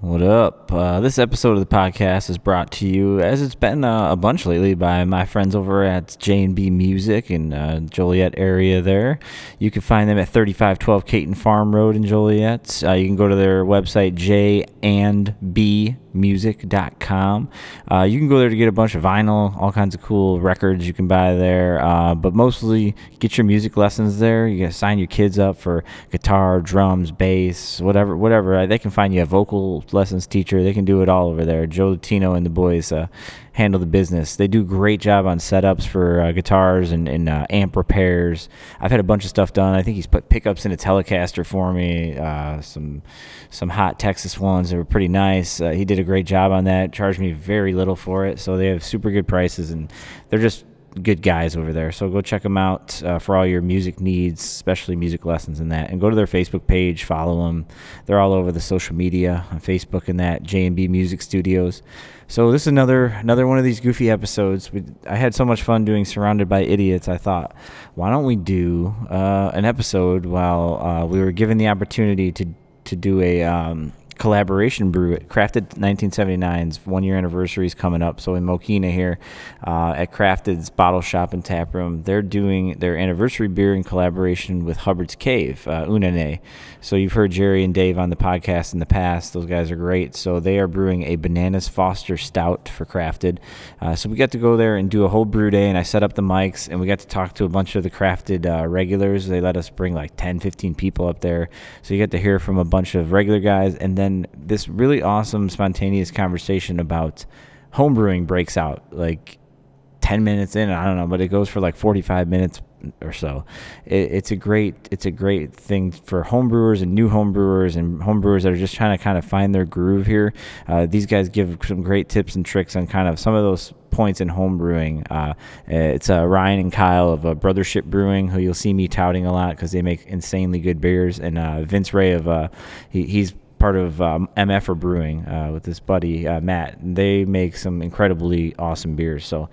What up? Uh, this episode of the podcast is brought to you, as it's been uh, a bunch lately, by my friends over at J and B Music in uh, Joliet area. There, you can find them at 3512 Caton Farm Road in Joliet. Uh, you can go to their website jandbmusic.com. Uh, you can go there to get a bunch of vinyl, all kinds of cool records you can buy there, uh, but mostly get your music lessons there. You can sign your kids up for guitar, drums, bass, whatever, whatever. Uh, They can find you a vocal lessons teacher. They can do it all over there. Joe Latino and the boys uh, handle the business. They do a great job on setups for uh, guitars and, and uh, amp repairs. I've had a bunch of stuff done. I think he's put pickups in a Telecaster for me. Uh, some some hot Texas ones that were pretty nice. Uh, he did a great job on that. Charged me very little for it. So they have super good prices and they're just good guys over there. So go check them out uh, for all your music needs, especially music lessons and that. And go to their Facebook page, follow them. They're all over the social media on Facebook and that J and B Music Studios. So this is another another one of these goofy episodes. We, I had so much fun doing Surrounded by Idiots. I thought, why don't we do uh, an episode while uh, we were given the opportunity to to do a um, collaboration brew at Crafted 1979's one year anniversary is coming up. So in Mokina here uh, at Crafted's Bottle Shop and Tap Room, they're doing their anniversary beer in collaboration with Hubbard's Cave, uh, Unane. So you've heard Jerry and Dave on the podcast in the past. Those guys are great. So they are brewing a Bananas Foster Stout for Crafted. Uh, so we got to go there and do a whole brew day, and I set up the mics, and we got to talk to a bunch of the Crafted uh, regulars. They let us bring like 10, 15 people up there. So you get to hear from a bunch of regular guys, and then this really awesome, spontaneous conversation about homebrewing breaks out. Like, 10 minutes in i don't know but it goes for like 45 minutes or so it, it's a great it's a great thing for homebrewers and new homebrewers and homebrewers that are just trying to kind of find their groove here uh, these guys give some great tips and tricks on kind of some of those points in homebrewing uh, it's uh, ryan and kyle of uh, brothership brewing who you'll see me touting a lot because they make insanely good beers and uh, vince ray of uh, he, he's part of um, MF for Brewing uh, with this buddy uh, Matt. They make some incredibly awesome beers. So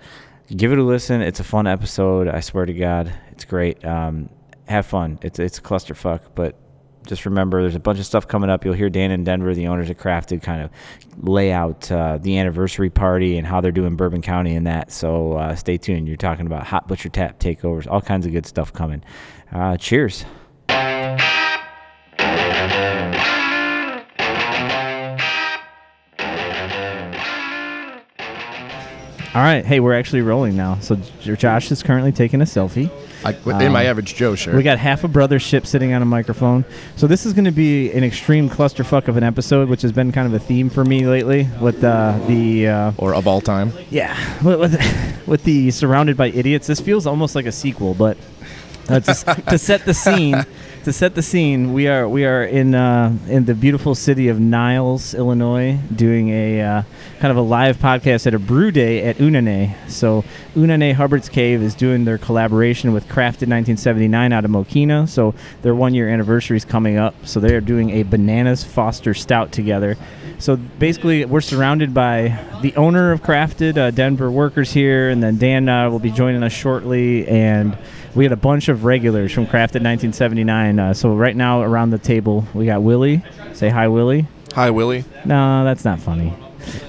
give it a listen. It's a fun episode. I swear to God, it's great. Um, have fun. It's it's a clusterfuck, but just remember there's a bunch of stuff coming up. You'll hear Dan and Denver, the owners of Crafted, kind of lay out uh, the anniversary party and how they're doing Bourbon County and that. So uh, stay tuned. You're talking about Hot Butcher Tap takeovers, all kinds of good stuff coming. Uh, cheers. All right, hey, we're actually rolling now. So J- Josh is currently taking a selfie. Um, I, in my average Joe shirt. We got half a brothership sitting on a microphone. So this is going to be an extreme clusterfuck of an episode, which has been kind of a theme for me lately with uh, the uh, or of all time. yeah with, with, with the surrounded by idiots. This feels almost like a sequel, but uh, to, s- to set the scene, to set the scene, we are we are in uh, in the beautiful city of Niles, Illinois, doing a uh, kind of a live podcast at a brew day at Unane. So Unane Hubbard's Cave is doing their collaboration with Crafted 1979 out of Mokina. So their one year anniversary is coming up. So they are doing a bananas Foster Stout together. So basically, we're surrounded by the owner of Crafted, uh, Denver workers here, and then Dan uh, will be joining us shortly and. We had a bunch of regulars from Crafted 1979. Uh, so right now around the table, we got Willie. Say hi, Willie. Hi, Willie. No, that's not funny.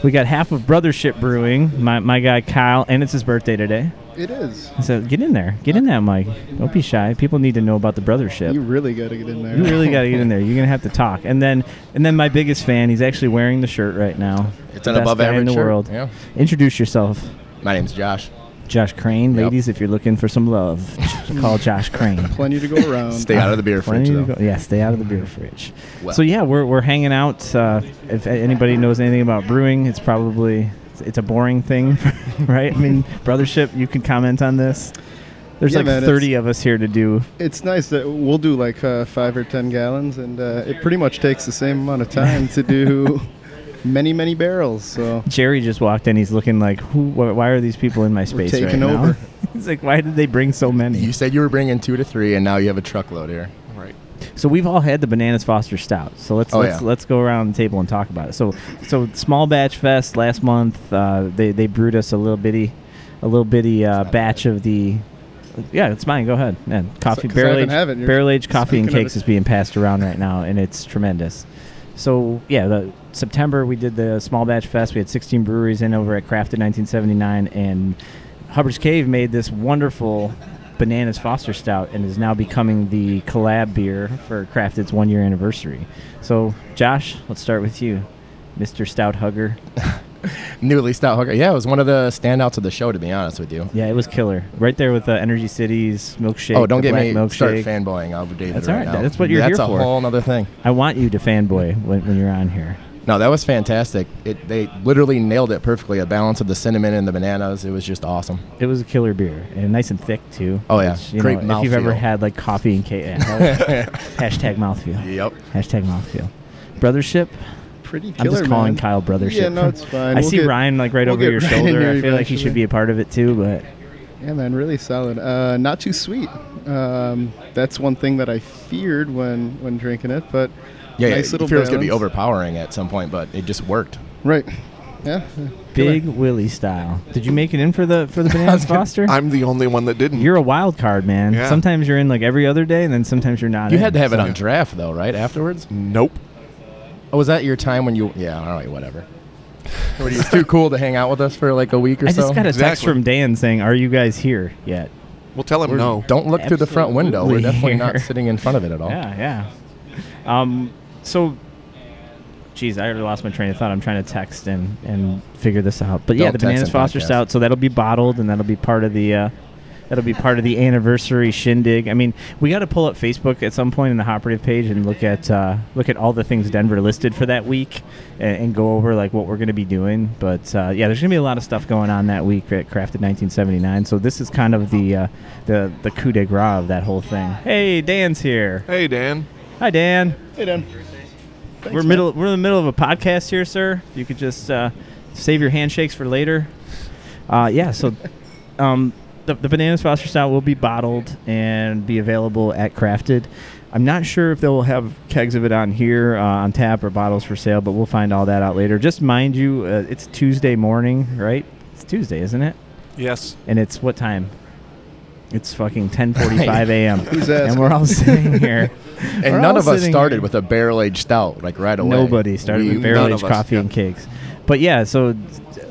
We got half of Brothership Brewing, my, my guy Kyle, and it's his birthday today. It is. So get in there. Get in that mic. Don't be shy. People need to know about the Brothership. You really got to get in there. You really got to get in there. You're gonna have to talk. And then, and then my biggest fan. He's actually wearing the shirt right now. It's an Best above guy average in the shirt. world. Yeah. Introduce yourself, My name's Josh. Josh Crane. Yep. Ladies, if you're looking for some love, call Josh Crane. Plenty to go around. Stay out of the beer fridge Plenty to though. go- Yeah, stay out of the beer fridge. Well. So yeah, we're, we're hanging out. Uh, if anybody knows anything about brewing, it's probably it's, it's a boring thing, right? I mean, brothership. You can comment on this. There's Yeah, like man, it's- 30 of us here to do. It's nice that we'll do like uh, five or ten gallons, and uh, it pretty much takes the same amount of time to do many, many barrels. So Jerry just walked in. He's looking like, who? Wh- why are these people in my space taking right over. now? he's like, why did they bring so many? You said you were bringing two to three, and now you have a truckload here. So we've all had the bananas Foster Stout. So let's Oh, let's, yeah. let's go around the table and talk about it. So so small batch fest last month. Uh, they they brewed us a little bitty, a little bitty uh, batch of the. Yeah, it's mine. Go ahead, man. Coffee 'cause I barrel haven't aged have it. You're barrel aged coffee and speaking of cakes it. is being passed around right now, and it's tremendous. so yeah, the, September we did the small batch fest. We had 16 breweries in over at Crafted 1979, and Hubbard's Cave made this wonderful bananas Foster Stout, and is now becoming the collab beer for Crafted's one year anniversary. So Josh, let's start with you, Mr. Stout Hugger. Newly Stout Hooker. Yeah, it was one of the standouts of the show, to be honest with you. Yeah, it was killer. Right there with uh, Energy Cities milkshake. Oh, don't the get black me milkshake. start fanboying over David That's all right right. now. That's what you're That's here a for. whole other thing. I want you to fanboy when, when you're on here. No, that was fantastic. It, they literally nailed it perfectly. A balance of the cinnamon and the bananas. It was just awesome. It was a killer beer and nice and thick too. Oh, yeah. you Great know, If you've ever mouthfeel. had like coffee and cake, yeah, hashtag mouthfeel. Yep. Hashtag mouthfeel. Brothership. Pretty I'm killer. just calling man. Kyle brothership. Yeah, no, it's fine. I We'll see get- Ryan like right we'll over get your Ryan shoulder. here I feel like he eventually. should be a part of it too, but Yeah, man, really solid. Uh, not too sweet. Um, that's one thing that I feared when when drinking it, but Yeah, nice yeah, little fear it was going to be balance. overpowering at some point, but it just worked. Right. Yeah. Big Willie style. Did you make it in for the for the bananas Foster? I'm the only one that didn't. you're a wild card, man. Yeah. Sometimes you're in like every other day, and then sometimes you're not. You in, had to have it so- on draft, though, right? Afterwards? nope. Oh, was that your time when you. Yeah, all right, whatever. What are you, too cool to hang out with us for like a week or I so? just got a text Exactly. from Dan saying, "Are you guys here yet?" We'll tell him no. Don't look through the front window. We're Absolutely. definitely not sitting in front of it at all. Yeah, yeah. Um, so, geez, I already lost my train of thought. I'm trying to text and, and figure this out. But yeah, Don't the text bananas and Foster podcast. Stout. So that'll be bottled, and that'll be part of the. Uh, That'll be part of the anniversary shindig. I mean, we got to pull up Facebook at some point in the Operative page and look at uh, look at all the things Denver listed for that week, and, and go over like what we're going to be doing. But uh, yeah, there's going to be a lot of stuff going on that week at Crafted 1979. So this is kind of the uh, the the coup de grace of that whole thing. Hey, Dan's here. Hey, Dan. Hi, Dan. Hey, Dan. we're man. middle. We're in the middle of a podcast here, sir. If You could just uh, save your handshakes for later. Uh, yeah. So, um, the, the bananas foster style will be bottled and be available at Crafted. I'm not sure if they will have kegs of it on here uh, on tap or bottles for sale, but we'll find all that out later. Just mind you, uh, it's Tuesday morning, right? It's Tuesday, isn't it? Yes. And it's what time? It's fucking 10:45 a.m. Who's and we're all sitting here. And We're none all of us sitting started here. with a barrel aged stout, Oh, like right away. Nobody started We- with barrel none aged of us, coffee yeah. and cakes. But yeah, so d-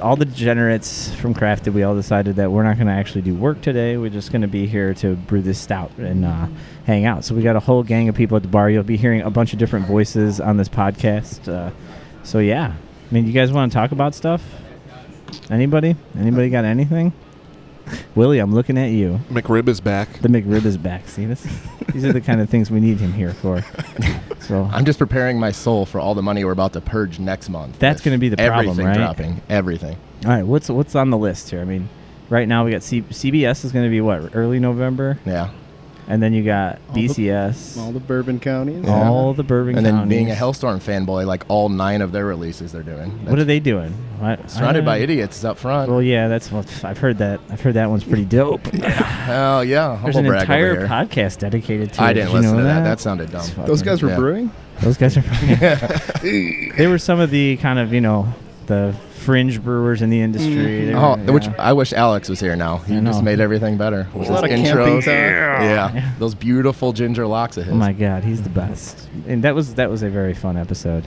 all the degenerates from Crafted, we all decided that we're not going to actually do work today. We're just going to be here to brew this stout and uh, hang out. So we got a whole gang of people at the bar. You'll be hearing a bunch of different voices on this podcast. Uh, so yeah, I mean, you guys want to talk about stuff? Anybody? Anybody got anything? Willie, I'm looking at you. McRib is back. The McRib is back. See this? These are the kind of things we need him here for. So I'm just preparing my soul for all the money we're about to purge next month. That's with gonna be the problem, everything right? Dropping everything. All right, what's what's on the list here? I mean, right now we got C- CBS is going to be what early November, Yeah. and then you got the- BCS, All the bourbon counties. Yeah. all the Bourbon and then being a counties. Hellstorm fanboy, like all nine of their releases they're doing. What are they doing? What, Surrounded I- by idiots is up front. Well, yeah, that's what I've heard. That I've heard that one's pretty dope. Hell yeah. There's Humble an brag entire over here. podcast dedicated to. I it. Did didn't you listen know to that. that. That sounded dumb. It's Those guys were Yeah. brewing. Those guys are. they were some of the kind of you know the fringe brewers in the Mm-hmm. industry. They Oh, were- which yeah. I wish Alex was here now. He I just know. made everything better. There's a lot of camping intros. time. Yeah. Yeah. Those beautiful ginger locks of his. Oh my God, he's the best. And that was that was a very fun episode.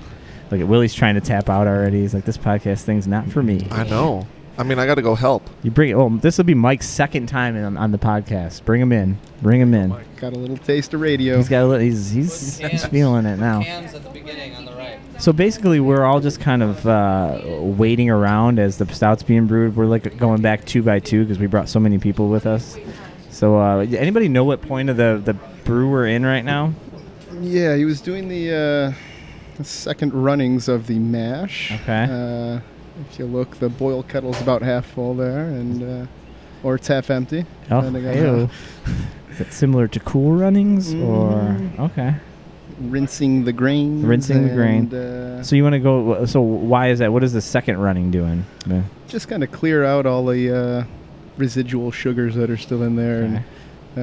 Look at Willie's trying to tap out already. He's like, this podcast thing's not for me. I know. I mean, I got to go help. You bring oh, this will be Mike's second time on, on the podcast. Bring him in. Bring him in. Got a little taste of radio. He's got a, li- he's he's he's feeling it now. Hands at the beginning on the right. So basically, we're all just kind of uh, waiting around as the stout's being brewed. We're like going back two by two because we brought so many people with us. So uh, anybody know what point of the the brew we're in right now? Yeah, he was doing the uh, second runnings of the mash. Okay. Uh, if you look, the boil kettle's about half full there, and uh, or it's half empty. Oh, And they got ew. Is it similar to Cool Runnings or okay? rinsing the grains. Rinsing the grain. and, Uh, So you want to go? So why is that? What is the second running doing? Yeah. just kind of clear out all the uh, residual sugars that are still in there, and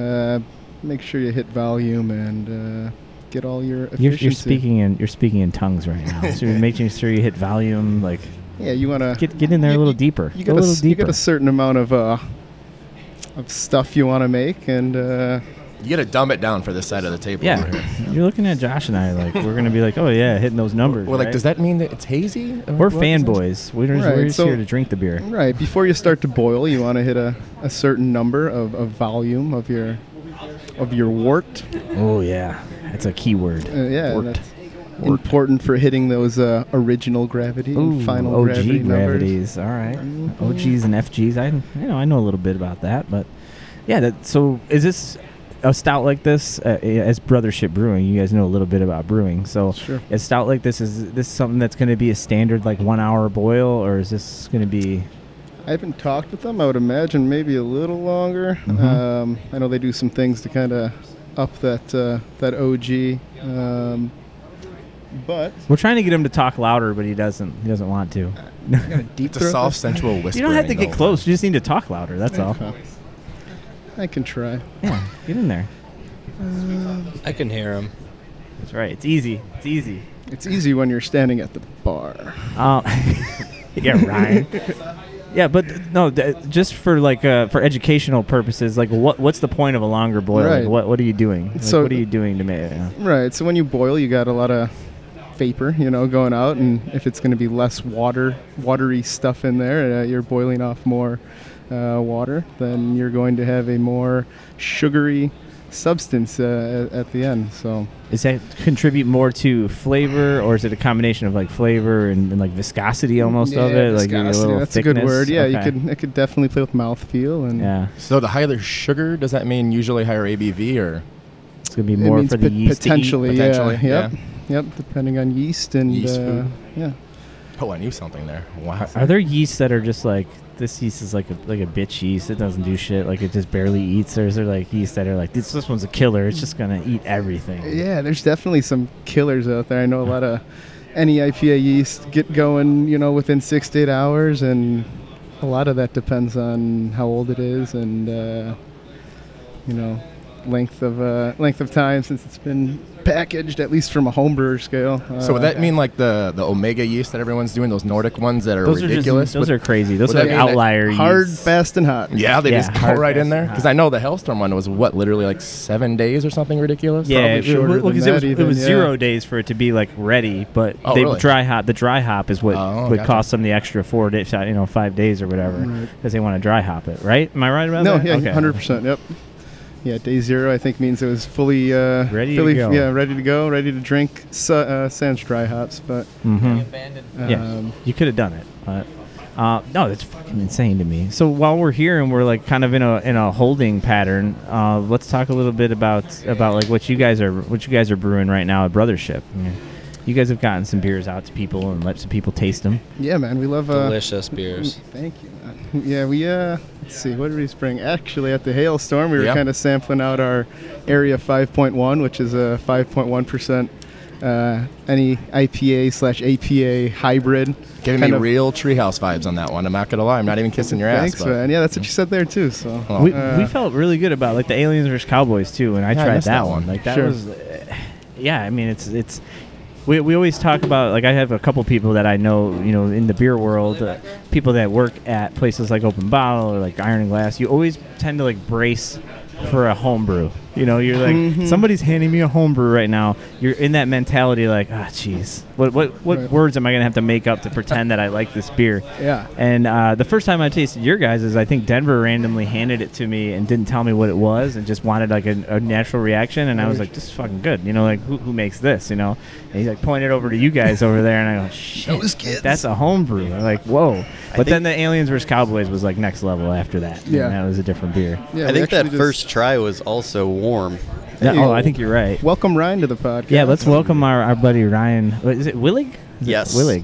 uh, make sure you hit volume and uh, get all your efficiency. You're, you're speaking in you're speaking in tongues right now. So you're making sure you hit volume. Like Yeah, you want to get get in there a You- little deeper. you a got a, little s- you got deeper. a certain amount of uh, of stuff you want to make, and uh, You gotta dumb it down for this side of the table. Yeah, over here. you're looking at Josh and I like we're gonna be like, oh yeah, hitting those numbers. Well, like, right? does that mean that it's hazy? We're What is it? fanboys. We're just, we're Right, just so- here to drink the beer. Right. Before you start to boil, you want to hit a, a certain number of, of volume of your of your wort. Oh yeah, that's a key word. Uh, yeah, Wort. that's important for hitting those uh, original gravity Ooh, and final OG gravity numbers. Mm-hmm. gravities. All right, OGs and FGs. I you know I know a little bit about that, but yeah. That, so is this a stout like this uh, as Brothership Brewing? You guys know a little bit about brewing, so Sure. a stout like this is this something that's going to be a standard like one hour boil, or is this going to be I haven't talked with them. I would imagine maybe a little longer. Mhm. Um, I know they do some things to kind of up that uh, that OG, um, but We're trying to get him to talk louder, but he doesn't. He doesn't want to. deep It's a soft, sensual whisper. You don't have to get close. You just need to talk louder. That's all. I can try. Yeah, get in there. I can hear him. That's right. It's easy. It's easy. It's easy when you're standing at the bar. Um, yeah, Ryan. yeah, but th- no, th- just for like uh, for educational purposes, like what what's the point of a longer boil? Like, Right. what what are you doing? Like, So- what are you doing to uh, make it? Yeah. Right. So when you boil, you got a lot of vapor, you know, going out, and if it's going to be less water, watery stuff in there, uh, you're boiling off more uh, water, then you're going to have a more sugary substance uh, a- at the end. So Does that contribute more to flavor, or is it a combination of like flavor and, and like viscosity almost of Yeah, it? Like maybe viscosity, little that's a good thickness? word. Yeah, you Okay. could it could definitely play with mouthfeel and Yeah, So the higher the sugar, does that mean usually higher ABV or? it's gonna be it more means for the pot- yeast to eat. potentially, potentially, yeah, yep, yep, depending on yeast and Yeast uh, food. yeah. Oh, I knew something there. Wow. Are there yeasts that are just like this yeast is like a like a bitch yeast? It doesn't do shit. Like it just barely eats. Or is there like yeast that are like this? This one's a killer. It's just gonna eat everything. Yeah, there's definitely some killers out there. I know a lot of E any IPA yeast get going, you know, within six to eight hours, and a lot of that depends on how old it is and uh, you know length of uh, length of time since it's been packaged, at least from a homebrewer scale. Uh, Oh, So would that mean like the the omega yeast that everyone's doing, those Nordic ones that are those are ridiculous? just, those but- are crazy. Those would are that like mean that outlier hard, yeasts. fast, and hot? yeah, they Yeah, just go hard right in fast there. and Because hot. I know the hailstorm one was what literally like seven days or something ridiculous. Yeah, probably it- shorter well, than because it that was, it even, was yeah. zero days for it to be like ready, but Oh, they really? dry hop. The dry hop is what Oh, would gotcha. cost them the extra four days, you know, five days or whatever, because Right. they want to dry hop it. Right? Am I right about No, that? yeah, Okay. hundred percent. Yep. Yeah, day zero I think means it was fully uh, Ready to fully, go. Yeah, ready to go, ready to drink. Su- uh, sans dry hops, but Mhm. um, Yeah, you could have done it, but uh, no, that's fucking insane to me. So while we're here and we're like kind of in a in a holding pattern, uh, let's talk a little bit about about like what you guys are what you guys are brewing right now at Brothership. I mean, you guys have gotten some beers out to people and let some people taste them. yeah, man, we love uh, Delicious beers. Thank you. man. Yeah, we uh, let's see, what did we spring? Actually, at the hailstorm, we were Yeah. kind of sampling out our area 5.1, which is a 5.1 percent uh, any IPA slash APA hybrid. giving kind me of- real treehouse vibes on that one. I'm not gonna lie. I'm not even kissing your ass. Thanks, but- man. Yeah, that's what you said there too. So Oh. we, Uh, we felt really good about like the aliens versus cowboys too, and I Yeah, I tried missed that, that one. one. Like that Sure. was, uh, yeah. I mean, it's it's. We, we always talk about like I have a couple people that I know you know in the beer world, uh, people that work at places like Open Bottle or like Iron and Glass. You always tend to like brace for a homebrew. You know, you're like Mm-hmm. somebody's handing me a homebrew right now. You're in that mentality like ah, jeez, what what what Right. words am I gonna have to make up to pretend that I like this beer? Yeah. And uh, the first time I tasted your guys is I think Denver randomly handed it to me and didn't tell me what it was and just wanted like a, a natural reaction. And I was like, this is fucking good. You know, like who, who makes this? You know? And he like pointed over to you guys over there and I go, shit, Those kids. that's a homebrew. I'm like, whoa. But then the Aliens vs. Cowboys was like next level after that. Yeah. And that was a different beer. yeah, I we think that actually just- first try was also warm. Yeah, Hey, oh, I think you're right. Welcome Ryan to the podcast. Yeah, let's welcome our, our buddy Ryan. What, is it Willig? Is it Yes. Willig.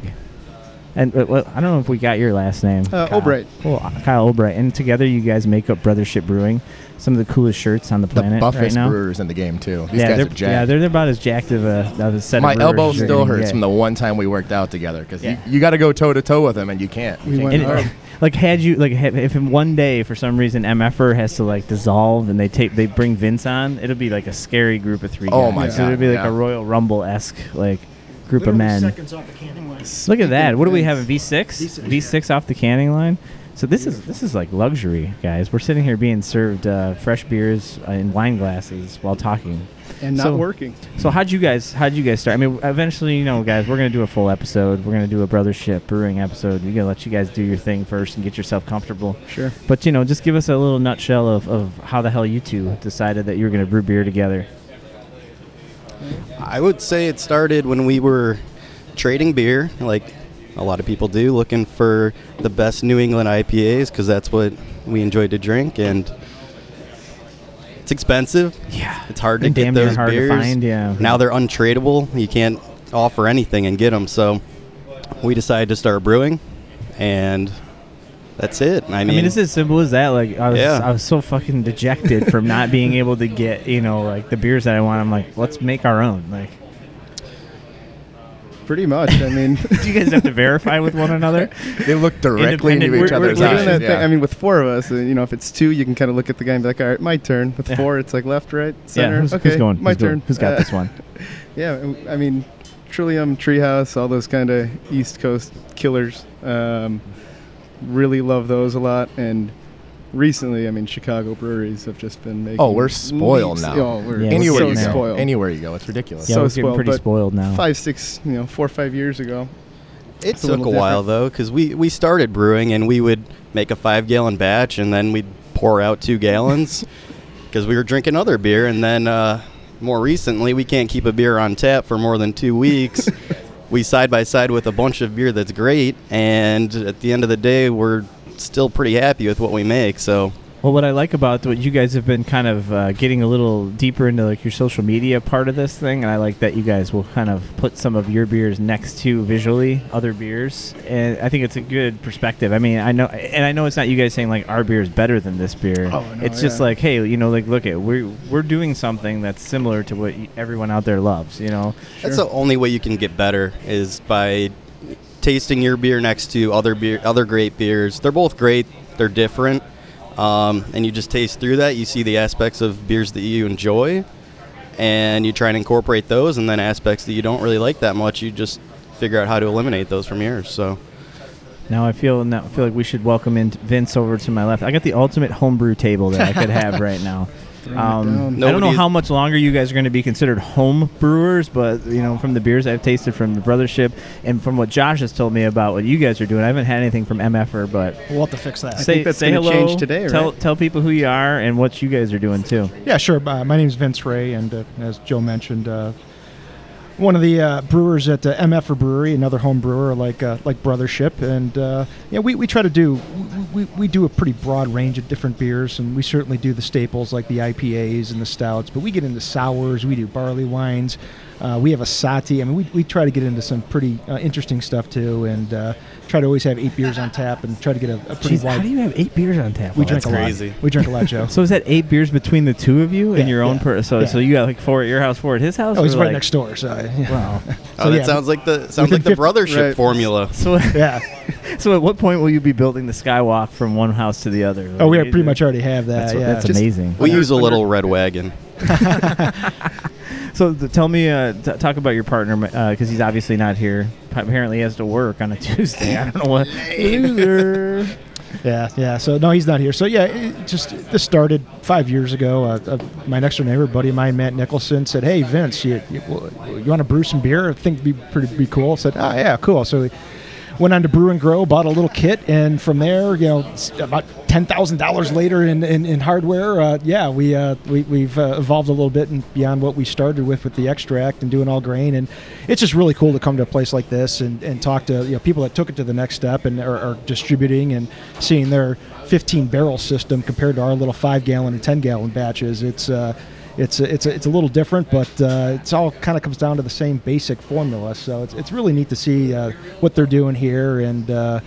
And uh, well, I don't know if we got your last name. Uh, Kyle. Albright. Well, Kyle Albright. And together you guys make up Brothership Brewing, some of the coolest shirts on the the planet buffest right now. brewers in the game too. These yeah, guys they're, are jacked. yeah, they're about as jacked of a, of a set of My brewers elbow as you're still gonna hurts get. from the one time we worked out together because Yeah. you, you got to go toe to toe with them and you can't. We went And hard. it, like had you like ha- if in one day for some reason MFR has to like dissolve and they take they bring Vince on, it'll be like a scary group of three. Oh guys. my So it'll God, be like yeah. a Royal Rumble esque like group of men. Literally seconds off the canning line. Look at that! What do we Speaking have? of V six, V6, V six off the canning line. So this is this is like luxury, guys. We're sitting here being served uh, fresh beers uh, in wine glasses while talking. and not So- working. So how'd you guys how'd you guys start? I mean, eventually, you know, guys, we're gonna do a full episode. We're gonna do a brothership brewing episode. We're gonna let you guys do your thing first and get yourself comfortable. Sure. But you know, just give us a little nutshell of, of how the hell you two decided that you were gonna brew beer together. I would say it started when we were trading beer, like a lot of people do, looking for the best New England IPAs because that's what we enjoy to drink, and it's expensive. Yeah. It's hard to And get damn near those hard to beers. find, yeah. Now they're untradeable. You can't offer anything and get them. So we decided to start brewing, and that's it. I mean, I mean, it's as simple as that. Like, I was, Yeah. I was so fucking dejected from not being able to get, you know, like the beers that I want. I'm like, let's make our own. Like, Pretty much. I mean, do you guys have to verify with one another? They look directly Independent- into we're- each we're- other's we're we're doing eyes. that yeah. thing. I mean, with four of us, uh, you know, if it's two, you can kind of look at the guy and be like, all right, my turn. With Yeah. four, it's like left, right, Yeah, center. who's, okay, who's going? my who's turn. Going? Who's got Uh, this one? Yeah, and- I mean, Trillium, Treehouse, all those kind of East Coast killers. Um, really love those a lot. And recently, I mean, Chicago breweries have just been making. Oh, we're spoiled leaps- now. Oh, we're Yeah, we're anywhere so you go, spoiled. anywhere you go, it's ridiculous. Yeah, so we're getting spoiled, pretty but spoiled now. Five, six, you know, four or five years ago. It It's a took a little while though, because we we started brewing and we would make a five gallon batch and then we'd pour out two gallons because we were drinking other beer and then uh, more recently we can't keep a beer on tap for more than two weeks. we side by side with a bunch of beer that's great and at the end of the day we're still pretty happy with what we make. So Well, what I like about what you guys have been kind of uh, getting a little deeper into like your social media part of this thing, and I like that you guys will kind of put some of your beers next to visually other beers, and I think it's a good perspective. I mean, I know, and I know it's not you guys saying like our beer is better than this beer. Oh, no, it's just yeah. like, hey, you know, like look at we're we're doing something that's similar to what y- everyone out there loves, you know. that's the only way you can get better is by tasting your beer next to other beer, other great beers. They're both great. They're different, um, and you just taste through that. You see the aspects of beers that you enjoy, and you try and incorporate those. And then aspects that you don't really like that much, you just figure out how to eliminate those from yours. So Now I feel now I feel like we should welcome in Vince over to my left. I got the ultimate homebrew table that I could have right now. Um, down. I don't know Nobody's- how much longer you guys are going to be considered home brewers, but you know from the beers I've tasted from the brothership and from what Josh has told me about what you guys are doing, I haven't had anything from MFR. But We'll have to fix that. say that's say gonna hello change today, Tell right? tell people who you are and what you guys are doing too. Yeah, sure. Uh, my name is Vince Ray, and uh, as Joe mentioned, uh, one of the uh, brewers at uh, MF Brewery, another home brewer like uh, like Brothership, and uh, yeah, we, we try to do we, we, we do a pretty broad range of different beers, and we certainly do the staples like the IPAs and the stouts, but we get into sours, we do barley wines, uh, we have a sati. I mean, we, we try to get into some pretty uh, interesting stuff too, and uh, try to always have eight beers on tap, and try to get a, a pretty Jeez, wide. how do you have eight beers on tap? we Well, drink a that's crazy. lot. We drink a lot, Joe. So is that eight beers between the two of you and Yeah, your own yeah, per? So yeah. so you got like four at your house, four at his house. Oh, he's or, right like- next door. So yeah. Wow. oh, So, that yeah. sounds like the sounds Within like the 50 brothership right. formula. So yeah. So at what point will you be building the skywalk from one house to the other? Oh, we Like, pretty it- much already have that. That's, yeah. that's Just- amazing. We use a little red wagon. So th- tell me, uh, t- talk about your partner because he's obviously not here. Pa- Apparently, he has to work on a Tuesday. I don't know what. Loser. Yeah, yeah. So no, he's not here. So yeah, it just this started five years ago. Uh, uh, my next door neighbor, buddy of mine, Matt Nicholson, said, "Hey Vince, you you, you want to brew some beer? I think it'd be pretty be cool." I said, "Ah, yeah, cool." So we went on to Brew and Grow, bought a little kit, and from there, you know, s- about ten thousand dollars later in in, in hardware, uh, yeah, we, uh, we we've uh, evolved a little bit and beyond what we started with with the extract and doing all grain, and it's just really cool to come to a place like this and, and talk to you know people that took it to the next step and are, are distributing and seeing their 15 barrel system compared to our little five gallon and 10 gallon batches. It's uh, it's a, it's a, it's a little different, but uh, it's all kind of comes down to the same basic formula. So it's, it's really neat to see uh, what they're doing here, and uh,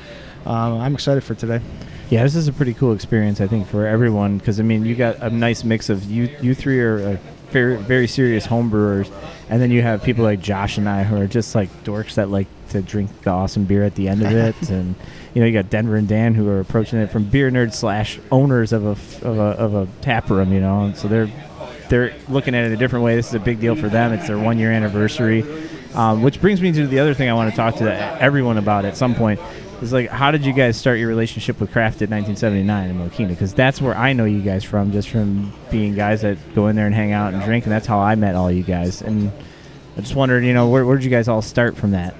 um, I'm excited for today. Yeah, this is a pretty cool experience, I think, for everyone. Because I mean, you got a nice mix of you. You three are uh, very, very serious homebrewers, and then you have people like Josh and I who are just like dorks that like to drink the awesome beer at the end of it. and you know, you got Denver and Dan who are approaching it from beer nerds slash owners of a f- of a of a tap room. You know, and so they're they're looking at it a different way. This is a big deal for them. It's their one year anniversary. Um, which brings me to the other thing I want to talk to everyone about at some point. Is like, how did you guys start your relationship with Crafted 1979 in Mokina? Because that's where I know you guys from, just from being guys that go in there and hang out and drink, and that's how I met all you guys. And I just wondered, you know, where, where did you guys all start from that?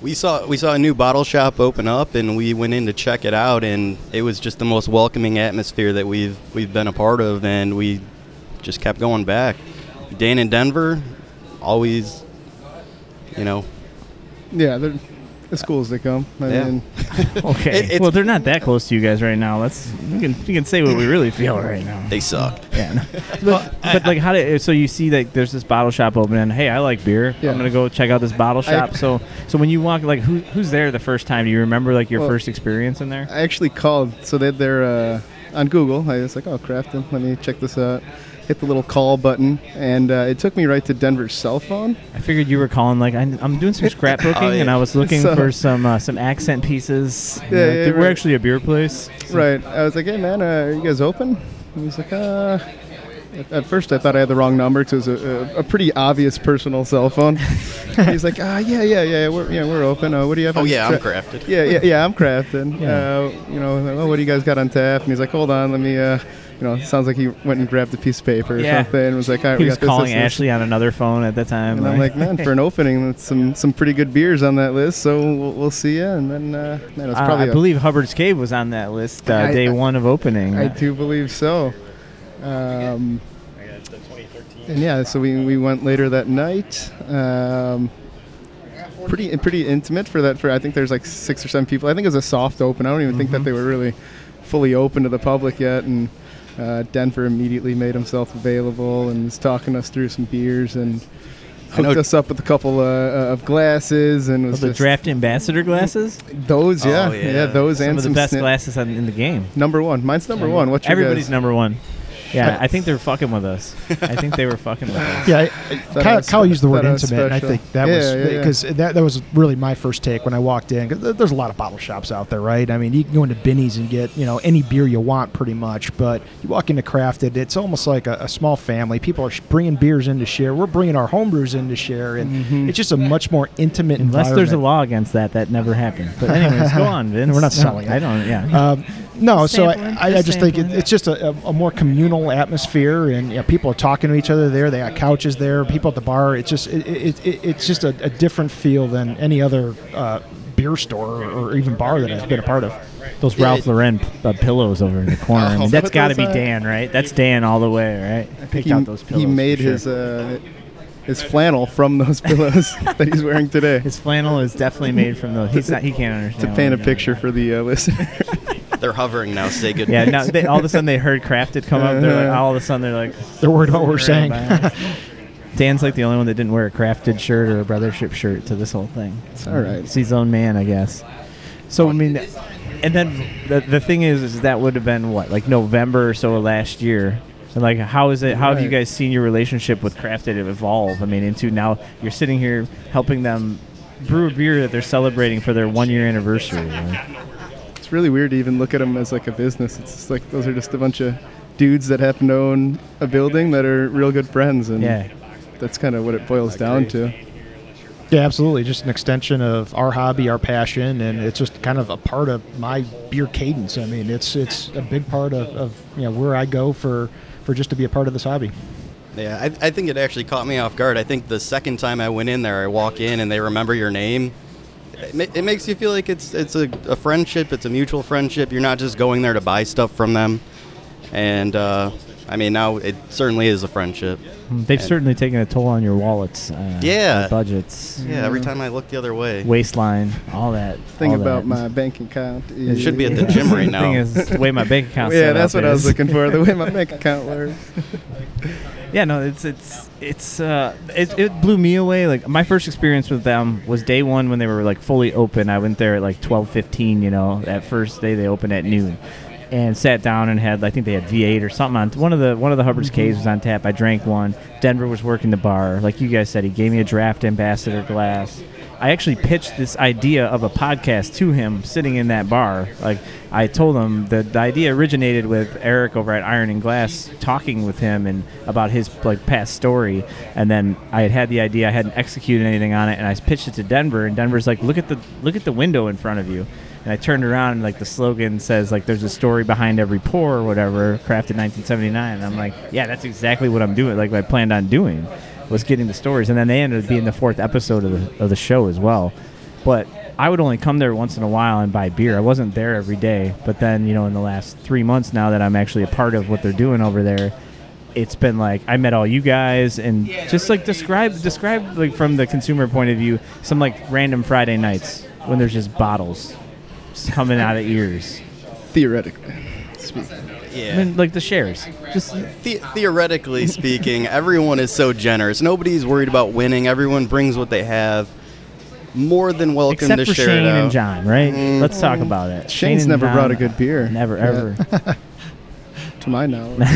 We saw we saw a new bottle shop open up, and we went in to check it out, and it was just the most welcoming atmosphere that we've we've been a part of, and we just kept going back. Dan in Denver, always, you know, Yeah, they're as cool as they come. I Yeah. mean, Okay. It- it's- well, they're not that close to you guys right now. Let's we can, we can say what we really feel right now. they suck. Yeah. no. But, but like, how did so you see that there's this bottle shop open and hey, I like beer. Yeah. I'm gonna go check out this bottle shop. so so when you walk, like, who who's there the first time? Do you remember like your Well- first experience in there? I actually called, so they they're uh, on Google. I was like, oh, Crafton, let me check this out. Hit the little call button, and uh, it took me right to Denver's cell phone. I figured you were calling like I, am doing some scrapbooking Oh, yeah. and I was looking So- for some uh, some accent pieces. Yeah, And, uh, yeah, th- we're right. actually a beer place. Right. I was like, hey, man, uh, are you guys open? And he's like, uh. at- At first, I thought I had the wrong number because it was a, a, a pretty obvious personal cell phone. he's like, ah, yeah, yeah, yeah, we're, yeah, we're open. Uh, what do you have? Oh on yeah, I'm tra- crafted. yeah, yeah, yeah, I'm crafting. Yeah. Uh, you know, well, what do you guys got on tap? And he's like, hold on, let me, uh, you know, sounds like he went and grabbed a piece of paper or Yeah. something and was like, all right, He we was got this, calling this, this. Ashley on another phone at that time. And I'm like, man, for an opening, that's some, some pretty good beers on that list, so we'll, we'll see you. And then, uh, man, it's Uh, probably I a- believe Hubbard's Cave was on that list uh, I- day I- one of opening. I do believe so. Um, and yeah, so we, we went later that night. Um, pretty pretty intimate for that. For I think there's like six or seven people. I think it was a soft open. I don't even think that they were really fully open to the public yet. And uh, Denver immediately made himself available and was talking us through some beers and hooked know- us up with a couple uh, uh, of glasses and was the just- draft ambassador glasses. those yeah, Oh, yeah yeah. those some and of the some best sni- glasses on, in the game. number one mine's number one what's your Everybody's guys'? number one. Yeah, I think they're fucking with us. I think they were fucking with us. Yeah, I Kyle, was Kyle spe- used the word thought I was intimate, and I special. think that Yeah, was yeah, yeah. because that, that was really my first take when I walked in. 'cause th- there's a lot of bottle shops out there, right? I mean, you can go into Binny's and get you know any beer you want, pretty much. But you walk into Crafted, it's almost like a, a small family. People are sh- bringing beers in to share. We're bringing our home brews in to share, and Mm-hmm. it's just a much more intimate Unless there's a environment. law against that, that never happened. But anyways, go on, Vince. We're not selling it. I don't. Yeah. Um, no, so I, Sampling, I, I just just think it, sampling. it's just a, a, a more communal atmosphere, and you know, people are talking to each other there. They got couches there, people at the bar. It's just it, it, it, it's just a, a different feel than any other uh, beer store or even bar that I've been a part of. Those Yeah, Ralph it- Lauren uh, pillows over in the corner. I mean, Oh, that's what got to was be that? Dan, right? That's Dan all the way, right? I think picked out those pillows. He for made sure. his uh, his flannel from those pillows that he's wearing today his flannel is definitely made from those. He's not. He can't understand. to what paint a we're doing. picture for the uh, listener. They're hovering now. Say good. Yeah. Now they, all of a sudden they heard Crafted come up. They're like, all of a sudden they're like, They're worried about what we're saying. Dan's like the only one that didn't wear a crafted shirt or a brothership shirt to this whole thing. So all right. He's his own man, I guess. So I mean, and then the, the thing is, is that would have been what like November or so of last year. And like, how is it? How have you Right. guys seen your relationship with crafted evolve? I mean, into now you're sitting here helping them brew a beer that they're celebrating for their one year anniversary. right? it's really weird to even look at them as like a business. It's just like those are just a bunch of dudes that happen to own a building that are real good friends, and Yeah. that's kind of what it boils down to. Yeah, absolutely. Just an extension of our hobby, our passion, and it's just kind of a part of my beer cadence. I mean, it's it's a big part of, of you know where I go for for just to be a part of this hobby. Yeah, I, I think it actually caught me off guard. I think the second time I went in there, I walk in and they remember your name. It, ma- it makes you feel like it's it's a, a friendship. It's a mutual friendship. You're not just going there to buy stuff from them. And uh, I mean, now it certainly is a friendship. They've certainly taken a toll on your wallets, uh, Yeah. your budgets, Yeah, every time I look the other way, waistline, all that. Thing all about that. my bank account. it should be at the Yeah. gym right The thing now. is, the way my bank account. Yeah, that's what I was looking for. The way my bank account works. Yeah, no, it's it's it's uh, it, it blew me away. Like my first experience with them was day one when they were like fully open. I went there at like twelve fifteen. You know, that first day they opened at noon. and sat down and had I think they had V8 or something on one of the one of the Mm-hmm. Hubbard's K's was on tap. I drank one. Denver was working the bar, like you guys said. He gave me a draft ambassador glass. I actually pitched this idea of a podcast to him sitting in that bar. Like I told him that the idea originated with Eric over at Iron and Glass talking with him and about his like past story, and then I had had the idea. I hadn't executed anything on it, and I pitched it to Denver, and Denver's like, "Look at the look at the window in front of you." And I turned around and like the slogan says like there's a story behind every pour or whatever, crafted 1979. And I'm like, yeah, that's exactly what I'm doing. Like what I planned on doing was getting the stories. And then they ended up being the fourth episode of the, of the show as well. But I would only come there once in a while and buy beer. I wasn't there every day. But then you know in the last three months now that I'm actually a part of what they're doing over there, it's been like I met all you guys and just like describe describe like from the consumer point of view some like random Friday nights when there's just bottles just coming out of ears. theoretically. Speaking. Yeah. I mean, like the shares. Just The- theoretically speaking, everyone is so generous. Nobody's worried about winning. Everyone brings what they have. More than welcome except to for share Shane it out. Mm. and John, right? Let's talk about it. Shane Shane's and never John, brought a good beer. Never Yeah. ever. To my knowledge.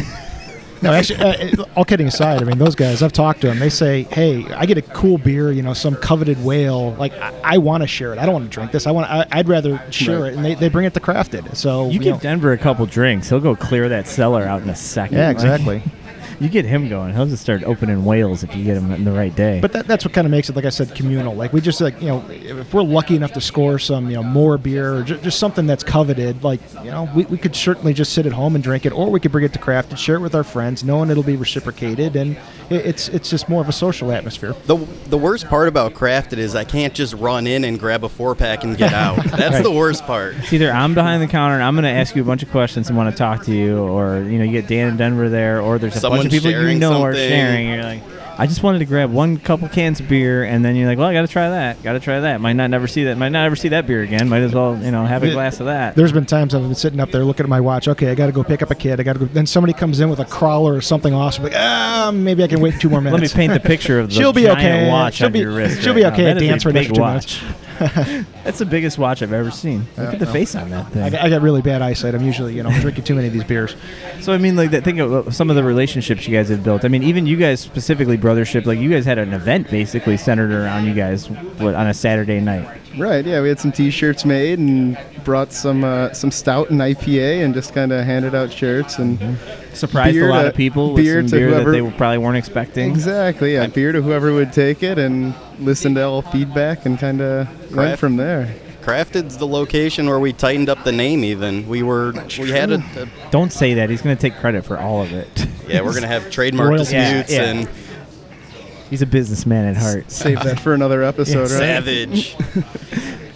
No, actually, uh, all kidding aside, I mean, those guys, I've talked to them. They say, hey, I get a cool beer, you know, some coveted whale. Like, I, I want to share it. I don't want to drink this. I want. I, I'd rather share Right. it. And they, they bring it to crafted. So, You know- give Denver a couple drinks, he'll go clear that cellar out in a second. Yeah, Like, exactly. you get him going, he'll just start opening whales if you get him in the right day. But that, that's what kind of makes it, like I said, communal. Like we just like you know, if we're lucky enough to score some you know more beer or just, just something that's coveted, like you know, we, we could certainly just sit at home and drink it, or we could bring it to craft and share it with our friends, knowing it'll be reciprocated, and it, it's it's just more of a social atmosphere. The, the worst part about crafted is I can't just run in and grab a four pack and get out. That's the worst part. It's either I'm behind the counter and I'm going to ask you a bunch of questions and want to talk to you, or you know, you get Dan in Denver there, or there's a Someone bunch of people you sharing know are something. sharing. You're like, I just wanted to grab one couple cans of beer, and then you're like, well, I got to try that, got to try that. Might not never see that, might not ever see that beer again. Might as well, you know, have a The- glass of that. There's been times I've been sitting up there looking at my watch. Okay, I got to go pick up a kid. I got to go. Then somebody comes in with a crawler or something awesome. Like, ah, maybe I can wait two more Let me minutes. paint the picture of the She'll be giant okay. watch She'll on be- your wrist. she'll right be now. okay. That is a Dance for the big next two watch. That's the biggest watch I've ever seen. Look at the face on that thing. I, got- I got really bad eyesight. I'm usually you know drinking too many of these beers. So I mean, like that. Think of some of the relationships you guys have built. I mean, even you guys specifically, brothership. Like you guys had an event basically centered around you guys what, on a Saturday night. Right. Yeah, we had some T-shirts made and brought some uh, some stout and IPA and just kind of handed out shirts and Mm-hmm. Surprised Beer a lot to- of people with beer some to beer that whoever- they were- probably weren't expecting. exactly yeah beer to whoever would take it and listen to all feedback and kind of went Craft. from there. Crafted's the location where we tightened up the name. Even we were we had a, a Don't say that. He's going to take credit for all of it. yeah we're gonna have trademark Royalties. disputes Yeah, yeah. and He's a businessman at heart. Save that for another episode, right? savage.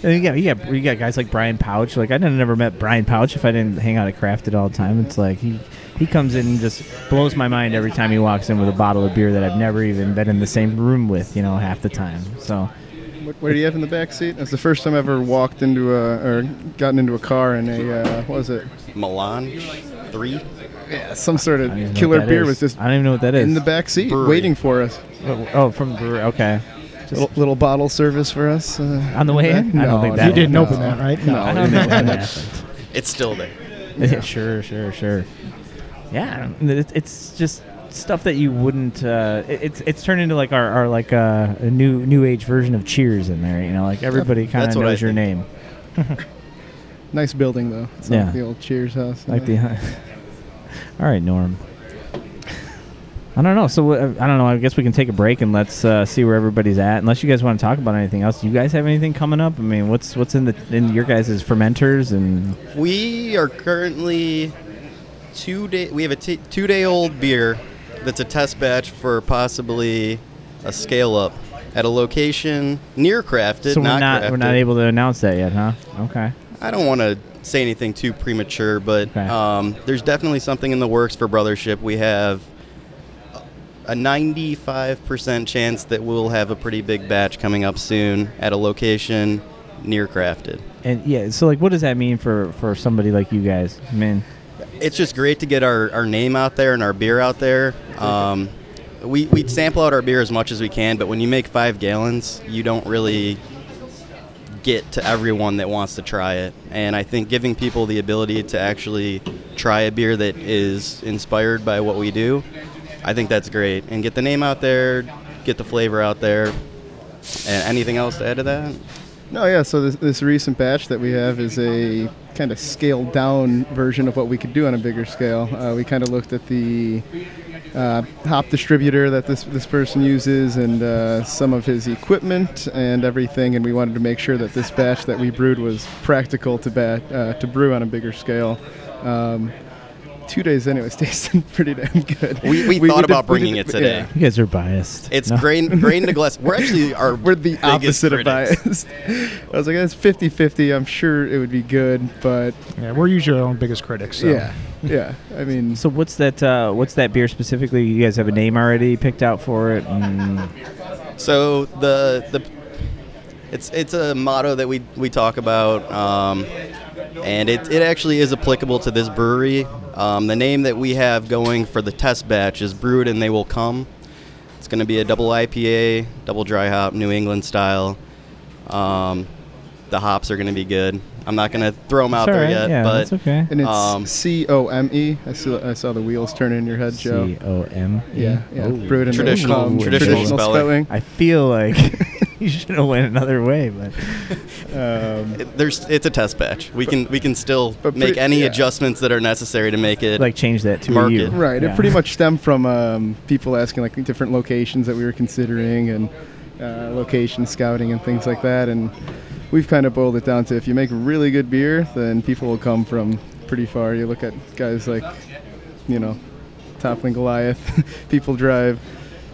And you got you got you got guys like Brian Pouch. Like I didn't never met Brian Pouch if I didn't hang out at Crafted all the time. It's like he he comes in and just blows my mind every time he walks in with a bottle of beer that I've never even been in the same room with. You know, half the time. So What, what do you have in the back seat? That's the first time I ever walked into a or gotten into a car in a uh, what was it? Milan three. Yeah, some sort of I don't even know what killer that beer is. was just I don't even know what that is. in the back seat Brewery. waiting for us. Oh, oh, from the brewery. Okay. Little, little bottle service for us. Uh, On the way in? No, I don't think that You didn't No. open that, right? I don't know when that happened. It's still there. Yeah, sure, sure, sure. Yeah, I don't- it, it's just stuff that you wouldn't. Uh, it, it's it's turned into like our, our like uh, a new new age version of Cheers in there. You know, like everybody kind of That's what I knows your think. name. Nice building though. It's Yeah. like the old Cheers house. Like the. All right, Norm. I don't know. So uh, I don't know. I guess we can take a break and let's uh, see where everybody's at. Unless you guys want to talk about anything else. Do you guys have anything coming up? I mean, what's what's in the in your guys' fermenters and We are currently two day. We have a t- two day old beer that's a test batch for possibly a scale up at a location near crafted. so we're not, not we're Crafted. not able to announce that yet, huh? Okay. I don't want to say anything too premature, but Okay. um, there's definitely something in the works for Brothership. We have a 95% chance that we'll have a pretty big batch coming up soon at a location near crafted. And yeah, so like, what does that mean for for somebody like you guys? I mean, it's just great to get our, our name out there and our beer out there. Um, we, we sample out our beer as much as we can, but when you make five gallons, you don't really get to everyone that wants to try it. And I think giving people the ability to actually try a beer that is inspired by what we do, I think that's great. And get the name out there, get the flavor out there. And anything else to add to that? No, yeah. So this, this recent batch that we have is a kind of scaled down version of what we could do on a bigger scale. Uh, we kind of looked at the uh, hop distributor that this this person uses and uh, some of his equipment and everything, and we wanted to make sure that this batch that we brewed was practical to bat uh, to brew on a bigger scale. Um, Two days in, it was tasting pretty damn good. We- we thought did- about we did- bringing it today. yeah. You guys are biased. It's No. grain grain to glass. We're actually our We're the biggest opposite critics. of biased. I was like, that's 50 50. I'm sure it would be good, but Yeah, we're usually our own biggest critics. So. yeah, yeah. I mean, So what's that? Uh, what's that beer specifically? You guys have a name already picked out for it. And So the the it's it's a motto that we we talk about, um, and it it actually is applicable to this brewery. Um, the name that we have going for the test batch is "Brewed and They Will Come." It's going to be a double IPA, double dry hop, New England style. Um, the hops are going to be good. I'm not going to throw them out It's all there right, yet, yeah, but that's okay. and um, it's C O M E. I saw I saw the wheels turn in your head, Joe. C O M. E? yeah, yeah. Brew it in the- Traditional- um, traditional spelling. Oh, I feel like you should have went another way, but spelling. Um, it- there's it's a test batch. We can we can still But make pretty- any yeah. adjustments that are necessary to make it like change that to a Market. U. right. Yeah. It pretty much stemmed from um, people asking like different locations that we were considering and uh, location scouting and things like that. And we've kind of boiled it down to if you make really good beer, then people will come from pretty far. You look at guys like, you know, Toppling Goliath. people drive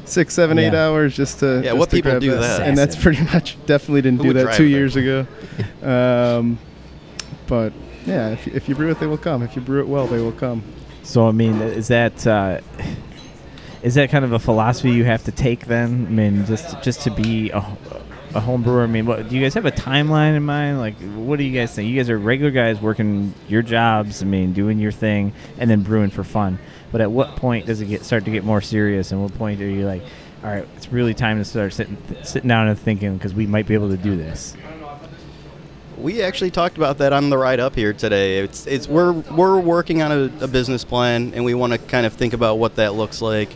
six, seven, eight Yeah. hours just to Yeah, just what to people grab do that? and that's pretty much definitely didn't Who do would that drive two there? years ago. um, but yeah, if, if you brew it, they will come. If you brew it well, they will come. So I mean, is that uh, is that kind of a philosophy you have to take then? I mean, just just to be a, a home brewer. I mean, what, do you guys have a timeline in mind? Like, what do you guys think? You guys are regular guys working your jobs. I mean, doing your thing, and then brewing for fun. But at what point does it get start to get more serious? And what point are you like, all right, it's really time to start sitting sitting down and thinking because we might be able to do this. We actually talked about that on the ride up here today. It's it's we're we're working on a, a business plan and we want to kind of think about what that looks like.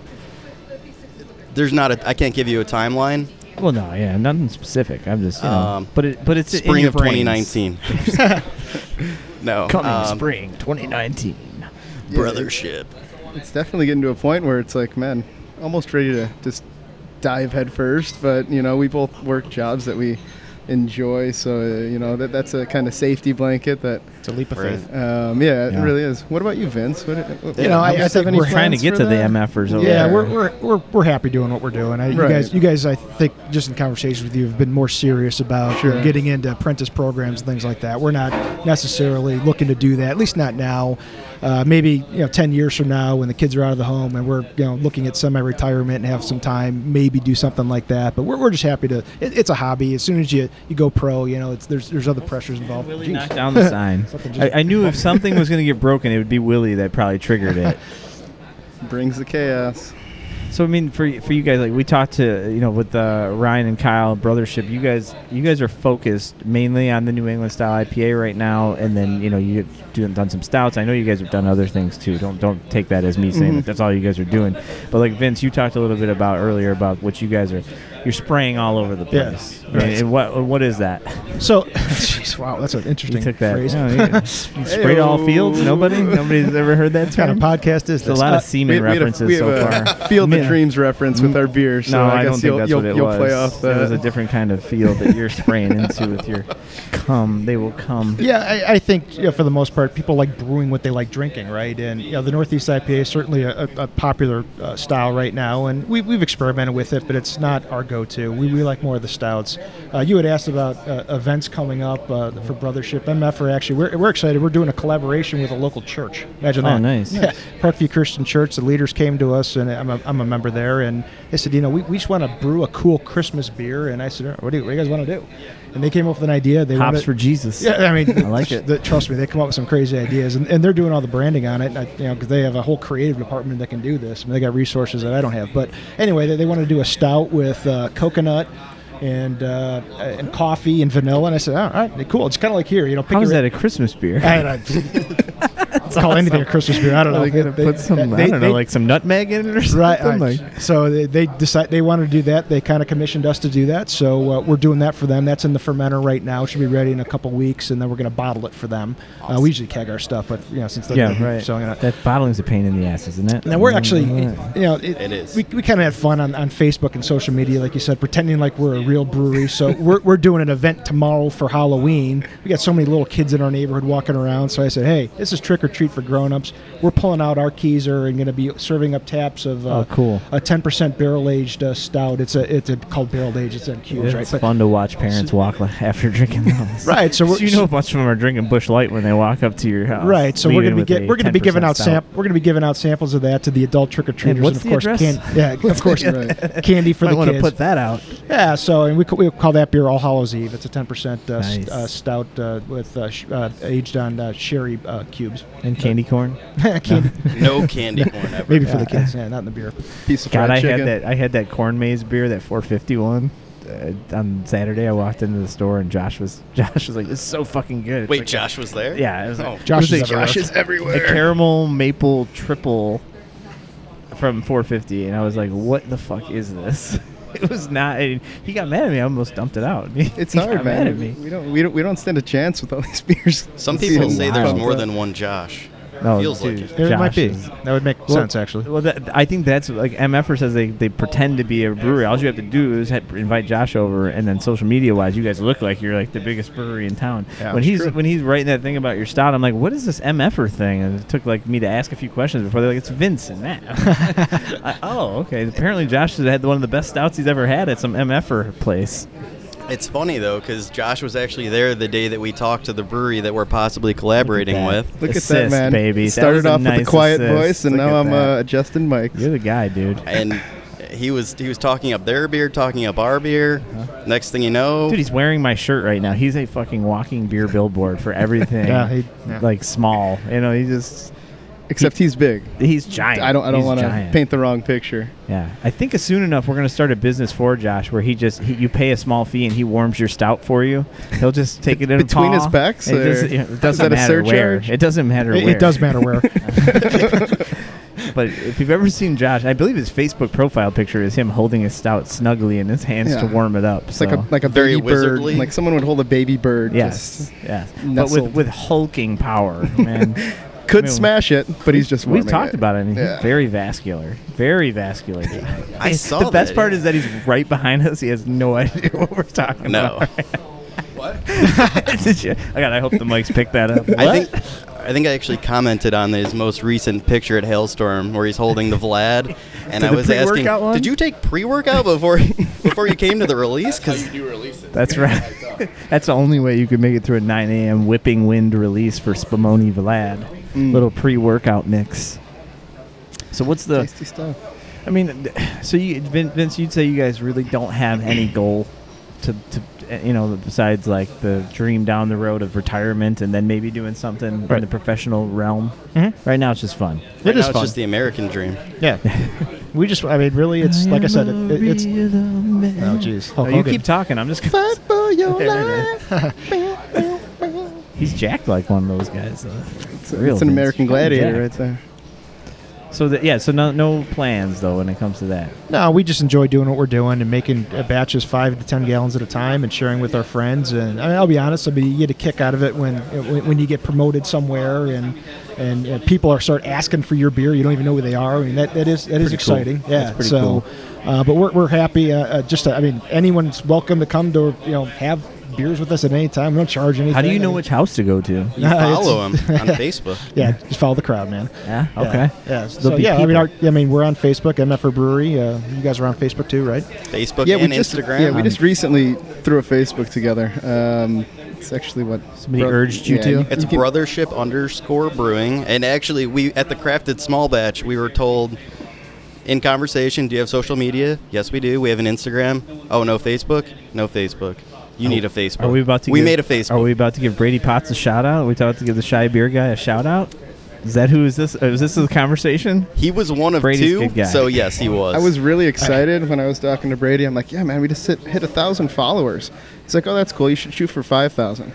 There's not a I can't give you a timeline. Well, no, yeah, nothing specific. I'm just, you know, Um, but it, but it's in Spring your of brains. 2019. no. coming um, spring 2019. Brothership. It's definitely getting to a point where it's like, man, almost ready to just dive head first. But you know, we both work jobs that we enjoy, so uh, you know that that's a kind of safety blanket. That It's a leap of Right. faith. um, yeah, Yeah. it really is. What about you, Vince? What, uh, what, You know, I, I think we're We're trying to plans get for to the that? MFers over Yeah, there. we're, we're, we're, we're happy doing what we're doing. I, You Right. guys, you guys, I think just in conversations with you, have been more serious about you know, Sure. getting into apprentice programs and things like that. We're not necessarily looking to do that, at least not now. Uh, maybe you know, ten years from now, when the kids are out of the home and we're you know looking at semi-retirement and have some time, maybe do something like that. But we're, we're just happy to. It, it's a hobby. As soon as you, you go pro, you know, it's there's there's other pressures involved. Willie Jeez. knocked down the sign. Something just- I, I knew if something was going to get broken, it would be Willie that probably triggered it. brings the chaos. So I mean, for for you guys, like we talked to you know with uh, Ryan and Kyle Brothership, you guys you guys are focused mainly on the New England style IPA right now, and then you know you've done, done some stouts. I know you guys have done other things too. Don't don't take that as me saying that that's all you guys are doing. But like Vince, you talked a little bit about earlier about what you guys are you're spraying all over the Yeah. place. Right. And- and what what is that? So, jeez, wow, that's an interesting You took that. Oh, phrase. Yeah, you- you sprayed all fields. Nobody, nobody's ever heard that kind term? of podcast is It's a this? lot Uh, of semen had a- references we so have a far. Field Yeah. of Dreams reference with our beer, so no, I, I, guess don't think you'll, that's you'll, what it you'll was. play off It was a that. different kind of field that you're spraying into with your cum. They will come. Yeah, I, I think you know, for the most part, people like brewing what they like drinking, right? And you know, the Northeast IPA is certainly a, a a popular uh, style right now, and we, we've experimented with it, but it's not our go-to. We, we like more of the stouts. Uh, you had asked about uh, events coming up uh, for Brothership MF. Are actually, we're, we're excited. We're doing a collaboration with a local church. Imagine Oh, that. nice. Yeah. Parkview Christian Church. The leaders came to us, and I'm a, I'm a member there, and they said, you know, we, we just want to brew a cool Christmas beer, and I said, "All right, what do you, what do you guys want to do? And they came up with an idea. They Hops wanted- for Jesus. yeah, I mean, I like it. The, trust me, they come up with some crazy ideas, and, and they're doing all the branding on it. and I, you know, because they have a whole creative department that can do this. I mean, they got resources that I don't have. But anyway, they, they want to do a stout with uh, coconut. and uh, and coffee and vanilla. And I said, all right, cool. It's kind of like here, you know. Pick How is your- that a Christmas beer? I don't know. call anything a Christmas beer. I don't know. Are they gonna They- put some? I they- don't they- know, like some nutmeg in it or something. right. all right. Like, So they, they decide they wanted to do that. They kind of commissioned us to do that. So uh, we're doing that for them. That's in the fermenter right now. Should be ready in a couple weeks, and then we're going to bottle it for them. Uh, we usually keg our stuff, but you know since they're Yeah, right. selling it. out- That bottling's a pain in the ass, isn't it? now we're actually, you Mm-hmm. Mm, know, it, It is. We, we kind of had fun on, on Facebook and social media, like you said, pretending like we're a real brewery. So we're, we're doing an event tomorrow for Halloween. We got so many little kids in our neighborhood walking around. So I said, hey, this is trick or treat for grown-ups. We're pulling out our keyser and going to be serving up taps of uh, Oh, cool. a 10% barrel aged uh, stout. It's a it's a, called barrel aged. It's in cubes, right? It's But- fun to watch parents walk li- after drinking those. Right. So we're, you know, a bunch of them are drinking Bush Light when they walk up to your house. Right, so we're Lead gonna in be with get, a we're gonna be 10% giving out stout. sam- we're gonna be giving out samples of that to the adult trick or treaters, what's of the course, address? yeah, of course, candy for I the want to kids. put that out. Yeah, so and we, ca- we call that beer All Hallows Eve. It's a ten percent uh, s- Nice. uh, stout uh, with uh, sh- uh, aged on uh, sherry uh, cubes. And candy corn. Candy, No candy corn ever. maybe for the kids, yeah, not in the beer. piece of God, fried I chicken. had that. I had that corn maze beer, that 451. Uh, on Saturday, I walked into the store and Josh was Josh was like, "This is so fucking good." It's Wait, like- Josh was there? Yeah, it was Oh. like Josh It is was everywhere. a- a caramel maple triple from 450, and I was like, "What the fuck is this?" It was not. And he got mad at me. I almost dumped it out. It's He hard, got mad man. at me. We don't, we don't, we don't stand a chance with all these beers. Some It's people even say there's wild. more than one Josh. No, Feels like Oh, dude, it. There might Josh be. is- That would make Well- sense actually. Well, that, I think that's like MFR says they, they pretend to be a brewery. All you have to do is ha invite Josh over, and then social media wise, you guys look like you're like the biggest brewery in town. Yeah, when it's he's true. when he's writing that thing about your stout, I'm like, what is this MFR thing? And it took like me to ask a few questions before they're like, it's Vince and Matt. I- oh, okay. Apparently, Josh has had one of the best stouts he's ever had at some MFR place. It's funny though, because Josh was actually there the day that we talked to the brewery that we're possibly collaborating with. Look at that Assist, man! baby. That was Started a off nice with a quiet assist. voice, and Look now at I'm that. uh, adjusting mics. You're the guy, dude. and he was he was talking up their beer, talking up our beer. Uh-huh. Next thing you know, Dude, he's wearing my shirt right now. He's a fucking walking beer billboard for everything. Yeah, he- yeah. like small. You know, he just Except he's big. he's giant. I don't, I don't He's want to giant. paint the wrong picture. Yeah, I think as soon enough we're gonna start a business for Josh where he just he, you pay a small fee and he warms your stout for you. He'll just take it in a Between his paw. backs, It, or- doesn't- it is doesn't that a matter where. surcharge? It doesn't matter It, where. it does matter where. But if you've ever seen Josh, I believe his Facebook profile picture is him holding his stout snugly in his hands to Yeah. warm it up. It's so. like a like a Very baby bird. wizardly. Like someone would hold a baby bird. Yes, yes, but nestled. with with hulking power, man. just- could I mean, smash it, but he's just. We've warming talked about it. I mean, Yeah. he's very vascular, very vascular. guy. I saw the best that. part is that he's right behind us. He has no idea what we're talking no. about. Did you- I got. I hope the mics picked that up. I think I think I actually commented on his most recent picture at Hailstorm where he's holding the Vlad, and I the was asking, pre-workout one? did you take pre-workout before before you came to the release? Because That's right. That's the only way you could make it through a 9 a.m. whipping wind release for Spumoni Vlad. Mm. Little pre-workout mix. So what's the? Tasty stuff. I mean, th- so you, Vin- Vince, you'd say you guys really don't have any goal to, to, uh, you know, besides like the dream down the road of retirement and then maybe doing something in the professional realm. Mhm. Mm-hmm. Right now, it's just fun. right it is now it's fun. just the American dream. yeah. We just, I mean, really, it's like I said, it, it, it's. Oh, jeez. Hulk No, you Hogan. keep talking. I'm just. Gonna He's jacked like one of those guys. though. It's, Real it's an Vince. American gladiator Yeah. right there. So that yeah. So no no plans though when it comes to that. No, we just enjoy doing what we're doing and making uh, batches five to ten gallons at a time and sharing with our friends. And I mean, I'll be honest, I mean, you get a kick out of it when when, when you get promoted somewhere and and uh, people are start asking for your beer. You don't even know who they are. I mean, that, that is that is Pretty cool. exciting. Yeah. That's pretty so, cool. uh, but we're, we're happy. Uh, uh, just to, I mean, anyone's welcome to come to you know have beers with us at any time. We don't charge anything. How do you know I mean, which house to go to? You Nah, it's- follow him on Facebook. Yeah, just follow the crowd, man. Yeah. Yeah, Okay. Yeah. So be yeah, I mean, our, people. I mean, we're on Facebook, MFR Brewery. Uh, you guys are on Facebook too, right? Facebook Yeah, we and just Instagram. yeah we just recently threw a Facebook together. Um, it's actually what Somebody urged you to? It's you can- Brothership underscore Brewing, and actually, we at the Crafted Small Batch, we were told in conversation, "Do you have social media?" Yes, we do. We have an Instagram. Oh, no Facebook? No Facebook. You need a Facebook. Oh, Are we about to? We give- made a Are Facebook. we about to give Brady Potts a shout out? Are we about to give the shy beer guy a shout out? Is that who is this? Uh, is this a conversation? He was one of Brady's two, good guy. so yes, he was. I was really excited when I was talking to Brady. I'm like, yeah, man, we just hit, hit a thousand followers. He's like, oh, that's cool. You should shoot for five thousand.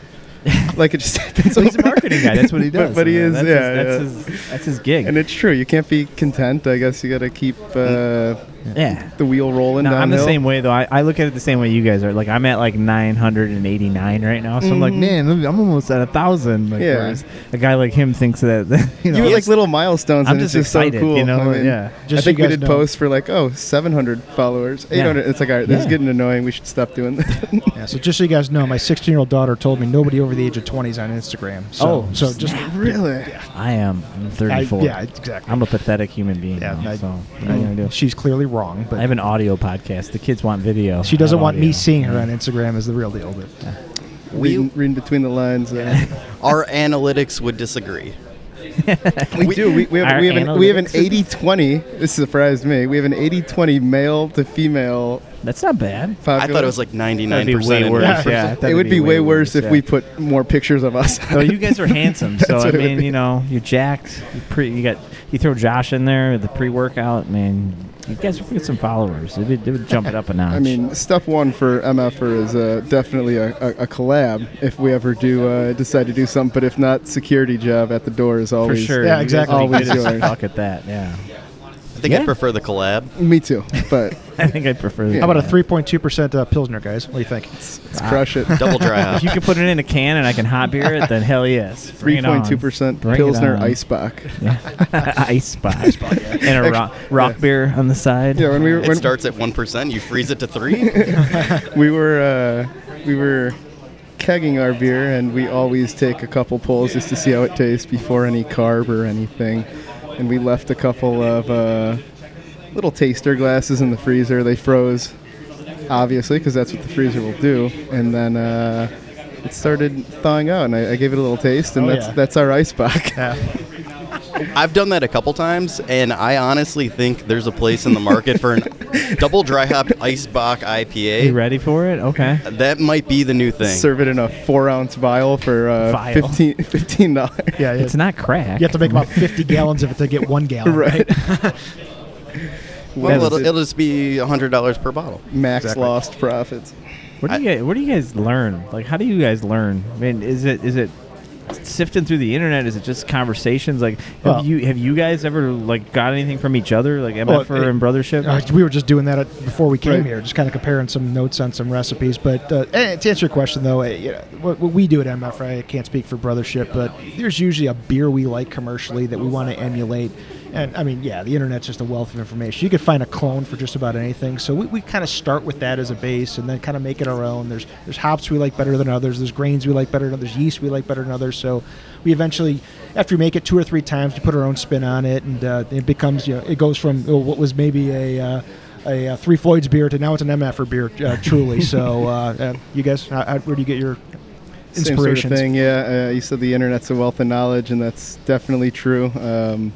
like it just happens. Well, he's a marketing guy. That's what he But- does. But, he I mean, is, That's yeah. yeah. His, that's his. That's his gig. and it's true. You can't be content. I guess you got to keep uh, yeah. the wheel rolling. No, I'm the downhill. same way though. I, I look at it the same way you guys are. Like I'm at like 989 right now, so I'm like, Mhm. man, I'm I'm almost at a thousand. Like, Yeah. whereas a guy like him thinks that. You know, You have like it's- little milestones, I'm and just it's just excited. so cool. You know, I mean, yeah. Just I think so you guys we did know. posts for like, oh, 700 followers, 800. It's like, all right, this is Yeah. getting annoying. We should stop doing that. Yeah, so just so you guys know, my 16 year old daughter told me nobody over the age of 20 is on Instagram. So, Oh, so just really? I am. I'm I, 34. yeah, exactly. I'm a pathetic human being. Yeah, now, I- so what are you gonna do? She's clearly wrong, but I have an audio podcast. The kids want video. she doesn't not want me audio. Mm-hmm. seeing her on Instagram is the real deal. But we, reading, reading between the lines. Uh, our analytics would disagree. we, do. We, we Our have, we, have an, we have an analytics. 80 20. This surprised me. We have an 80 20 male to female That's not bad. I population. thought it was like 99%. worse. in- Yeah, It would be, way worse if we put more pictures of us. Though you guys are handsome, so That's I what it would mean, you know, you're jacked. You pre, you got, you throw Josh in there with the pre-workout, man. You guys would get some followers. It would, it would jump it up a notch. I mean, step one for MFR is uh, definitely a, a, a collab if we ever do uh, decide to do something. But if not, security job at the door is for always sure. yeah, you guys exactly. would be Always good as yours. Fuck at that. Yeah, I think Yeah. I prefer the collab. Me too, but I think I prefer. that. how about a 3.2% uh, Pilsner, guys? What do you think? let's crush it. Double dry hop. If you can put it in a can and I can hot beer it, then hell yes. Bring Three it on. point two percent Bring it Pilsner on. Eisbach. ice spot. And a rock, rock beer on the side. Yeah, when we were It when starts at 1%, you freeze it to 3 we were uh, we were kegging our beer, and we always take a couple pulls just to see how it tastes before any carb or anything. And we left a couple of uh, little taster glasses in the freezer. They froze, obviously, because that's what the freezer will do. And then. Uh, it started thawing out, and I, I gave it a little taste, and Oh, that's yeah. that's our ice buck. I've done that a couple times, and I honestly think there's a place in the market for an double dry hopped ice bock You IPA. ready for it? Okay. Uh, That might be the new thing. Serve it in a four-ounce vial for uh, Vial. 15 dollars. Yeah, yeah. It's not crack. you have to make about 50 gallons of it to get one gallon. right. well, it'll, it'll just be $100 per bottle. max Exactly. lost profits. What do you guys? What do you guys learn? Like, how do you guys learn? I mean, is it is it sifting through the internet? Is it just conversations? Like, have Well- you have you guys ever like got anything from each other? Like MFR Well, it- and brothership? Uh, we were just doing that at, before we came Right. here, just kind of comparing some notes on some recipes. But uh, eh, to answer your question, though, eh, you know, what, what we do at MFR, I can't speak for Brothership, but there's usually a beer we like commercially that we want to emulate. And I mean, yeah, the internet's just a wealth of information. You could find a clone for just about anything. So we, we kind of start with that as a base, and then kind of make it our own. There's there's hops we like better than others. There's grains we like better than others. Yeast we like better than others. So we eventually, after we make it two or three times, we put our own spin on it, and uh, it becomes you know it goes from uh, what was maybe a uh, a uh, Three Floyds beer to now it's an MFR beer, uh, truly. so uh, uh, you guys, how, how, where do you get your Same sort of inspirations? thing, yeah. Uh, you said the internet's a wealth of knowledge, and that's definitely true. Um,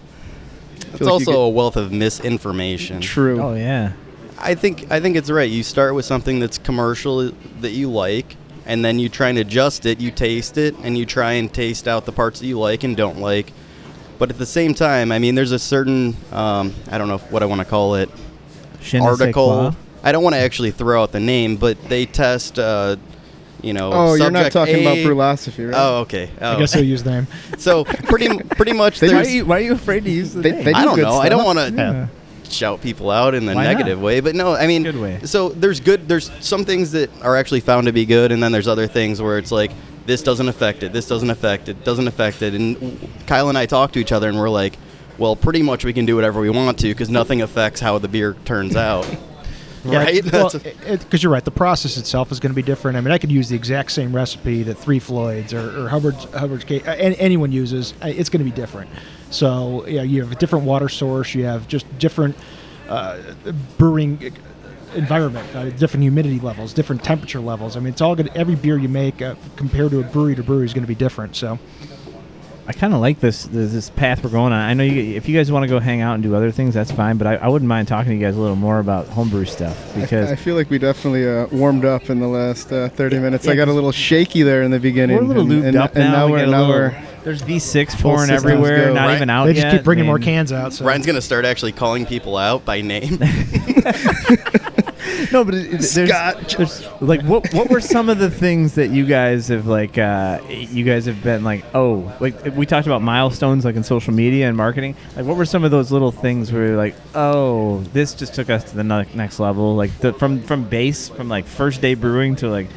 It's like you also get- a wealth of misinformation. true. oh yeah. I think I think it's right. You start with something that's commercial that you like, and then you try and adjust it. You taste it, and you try and taste out the parts that you like and don't like. But at the same time, I mean, there's a certain um, I don't know what I want to call it Je ne sais quoi. article. I don't want to actually throw out the name, but they test. Uh, you know. Oh, you're not subject talking about A- brulosophy, right? Oh, okay. Oh. I guess I'll use the name. so pretty pretty much. They Why are there's, you Why are you afraid to use the They- name? they- I don't good know. I don't stuff. want to shout people out in the Why not? negative way, but no, I mean, Good way. so there's good, there's some things that are actually found to be good, and then there's other things where it's like, this doesn't affect it, this doesn't affect it, doesn't affect it. And Kyle and I talk to each other, and we're like, well, pretty much we can do whatever we want to because nothing affects how the beer turns out. right? Because That's- you're right. The process itself is going to be different. I mean, I could use the exact same recipe that Three Floyds or, or Hubbard's Hubbard's cake, uh, an- anyone uses. Uh, It's going to be different. So you know, you have a different water source. You have just different uh, brewing e, environment, uh, different humidity levels, different temperature levels. I mean, it's all good. Every beer you make uh, compared to a brewery to brewery is going to be different. So I kind of like this, this this path we're going on. I know you, if you guys want to go hang out and do other things, that's fine. But I, I wouldn't mind talking to you guys a little more about homebrew stuff because I feel like we definitely uh, warmed up in the last uh, 30 minutes. I got a little shaky there in the beginning. We're a little and, lubed and, up and now. now We we're got a now little- we're There's V6 pouring systems everywhere, go, not right? even out They just yet. keep bringing I more mean, cans out. So. Ryan's gonna start actually calling people out by name. No, but it, it- there's, there's- like what what were some of the things that you guys have like uh, you guys have been like oh like we talked about milestones like in social media and marketing like what were some of those little things where you're like oh this just took us to the ne- next level like the, from from base from like first day brewing to like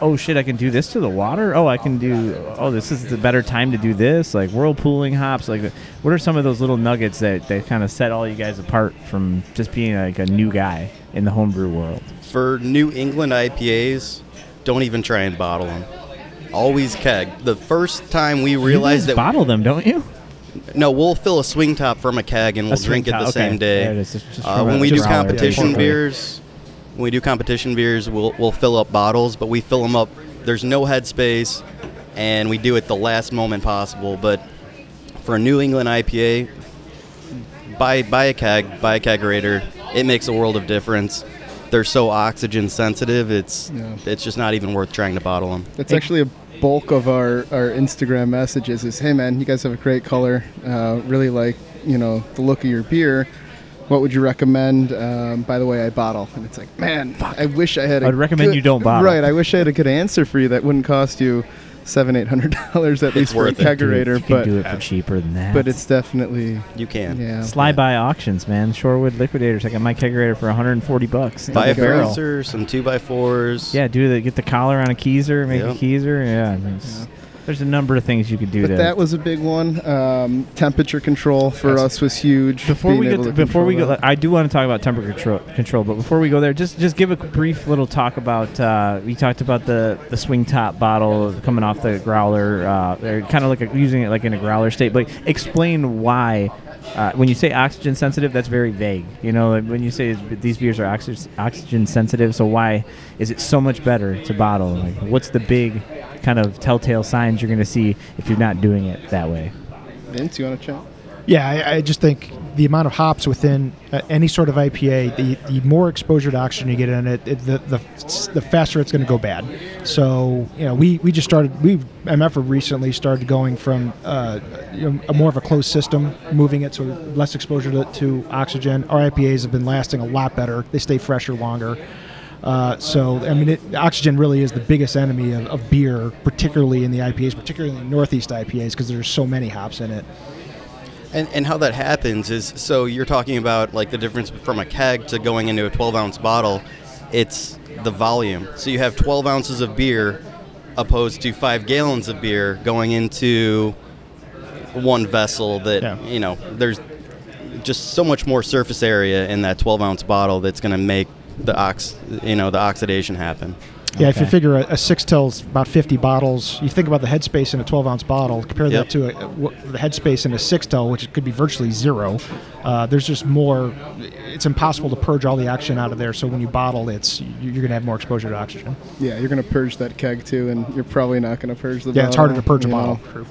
oh shit I can do this to the water oh I can do oh this is the better time to do this like whirlpooling hops like what are some of those little nuggets that that kind of set all you guys apart from just being like a new guy in the homebrew world. For New England IPAs, don't even try and bottle them. Always keg. The first time we realized you guys that bottle them, don't you? no, we'll fill a swing top from a keg and we'll swing drink it top, the okay. same There it day. is. It's just Uh, from when a we do growler, yeah, competition portfolio. beers, when we do competition beers, we'll we'll fill up bottles, but we fill them up. There's no headspace, and we do it the last moment possible. But for a New England IPA, buy buy a keg, buy a kegerator. It makes a world of difference. They're so oxygen sensitive. It's it's just not even worth trying to bottle them. That's actually a bulk of our, our Instagram messages is, hey man, you guys have a great color. Uh, really like, you know, the look of your beer. What would you recommend? Um, by the way, I bottle. And it's like, man, I wish I had a I'd recommend good- you don't bottle. Right. I wish I had a good answer for you that wouldn't cost you seven, eight hundred dollars at least for a worth it. kegerator. you can But do it for cheaper than that. but it's definitely You can. yeah. Sly by auctions, man. Shorewood liquidators. I got my kegerator for 140 bucks. Buy a Double barrel. freezer, some two by fours. Yeah, do the get the collar on a keyser, make Yeah. a keyser. Yeah, I mean, it's- there's a number of things you could do. But to, that was a big one. Um, temperature control for us was huge. before being we get able to, to before we control go, that. I do want to talk about temperature control, control. But before we go there, just just give a brief little talk about. Uh, we talked about the the swing top bottle coming off the growler. Uh, they're kind of like a, using it like in a growler state. But explain why. Uh, when you say oxygen sensitive, that's very vague. You know, like when you say these beers are oxy- oxygen sensitive, so why is it so much better to bottle? Like, what's the big kind of telltale signs you're going to see if you're not doing it that way? Vince, you want to chat? Yeah, I, I just think the amount of hops within uh, any sort of IPA, the, the more exposure to oxygen you get in it, it the, the the faster it's going to go bad. So you know, we, we just started. We've MF recently started going from uh, you know, a more of a closed system, moving it so less exposure to, to oxygen. Our IPAs have been lasting a lot better. They stay fresher longer. Uh, so I mean, it, oxygen really is the biggest enemy of, of beer, particularly in the IPAs, particularly in Northeast IPAs, because there's so many hops in it. And, and how that happens is so you're talking about like the difference from a keg to going into a 12 ounce bottle, it's the volume. So you have 12 ounces of beer opposed to five gallons of beer going into one vessel that, Yeah. you know, there's just so much more surface area in that 12 ounce bottle that's going to make the ox, you know, the oxidation happen. Yeah, if you Okay. figure a, a six till's about 50 bottles, you think about the headspace in a 12 ounce bottle, compare Yep. that to a, what, the headspace in a six till, which could be virtually zero. Uh, there's just more, it's impossible to purge all the oxygen out of there. So when you bottle, it's you- you're going to have more exposure to oxygen. Yeah, you're gonna purge that keg too, and you're probably not gonna purge the. Yeah, it's harder to purge a you know. bottle.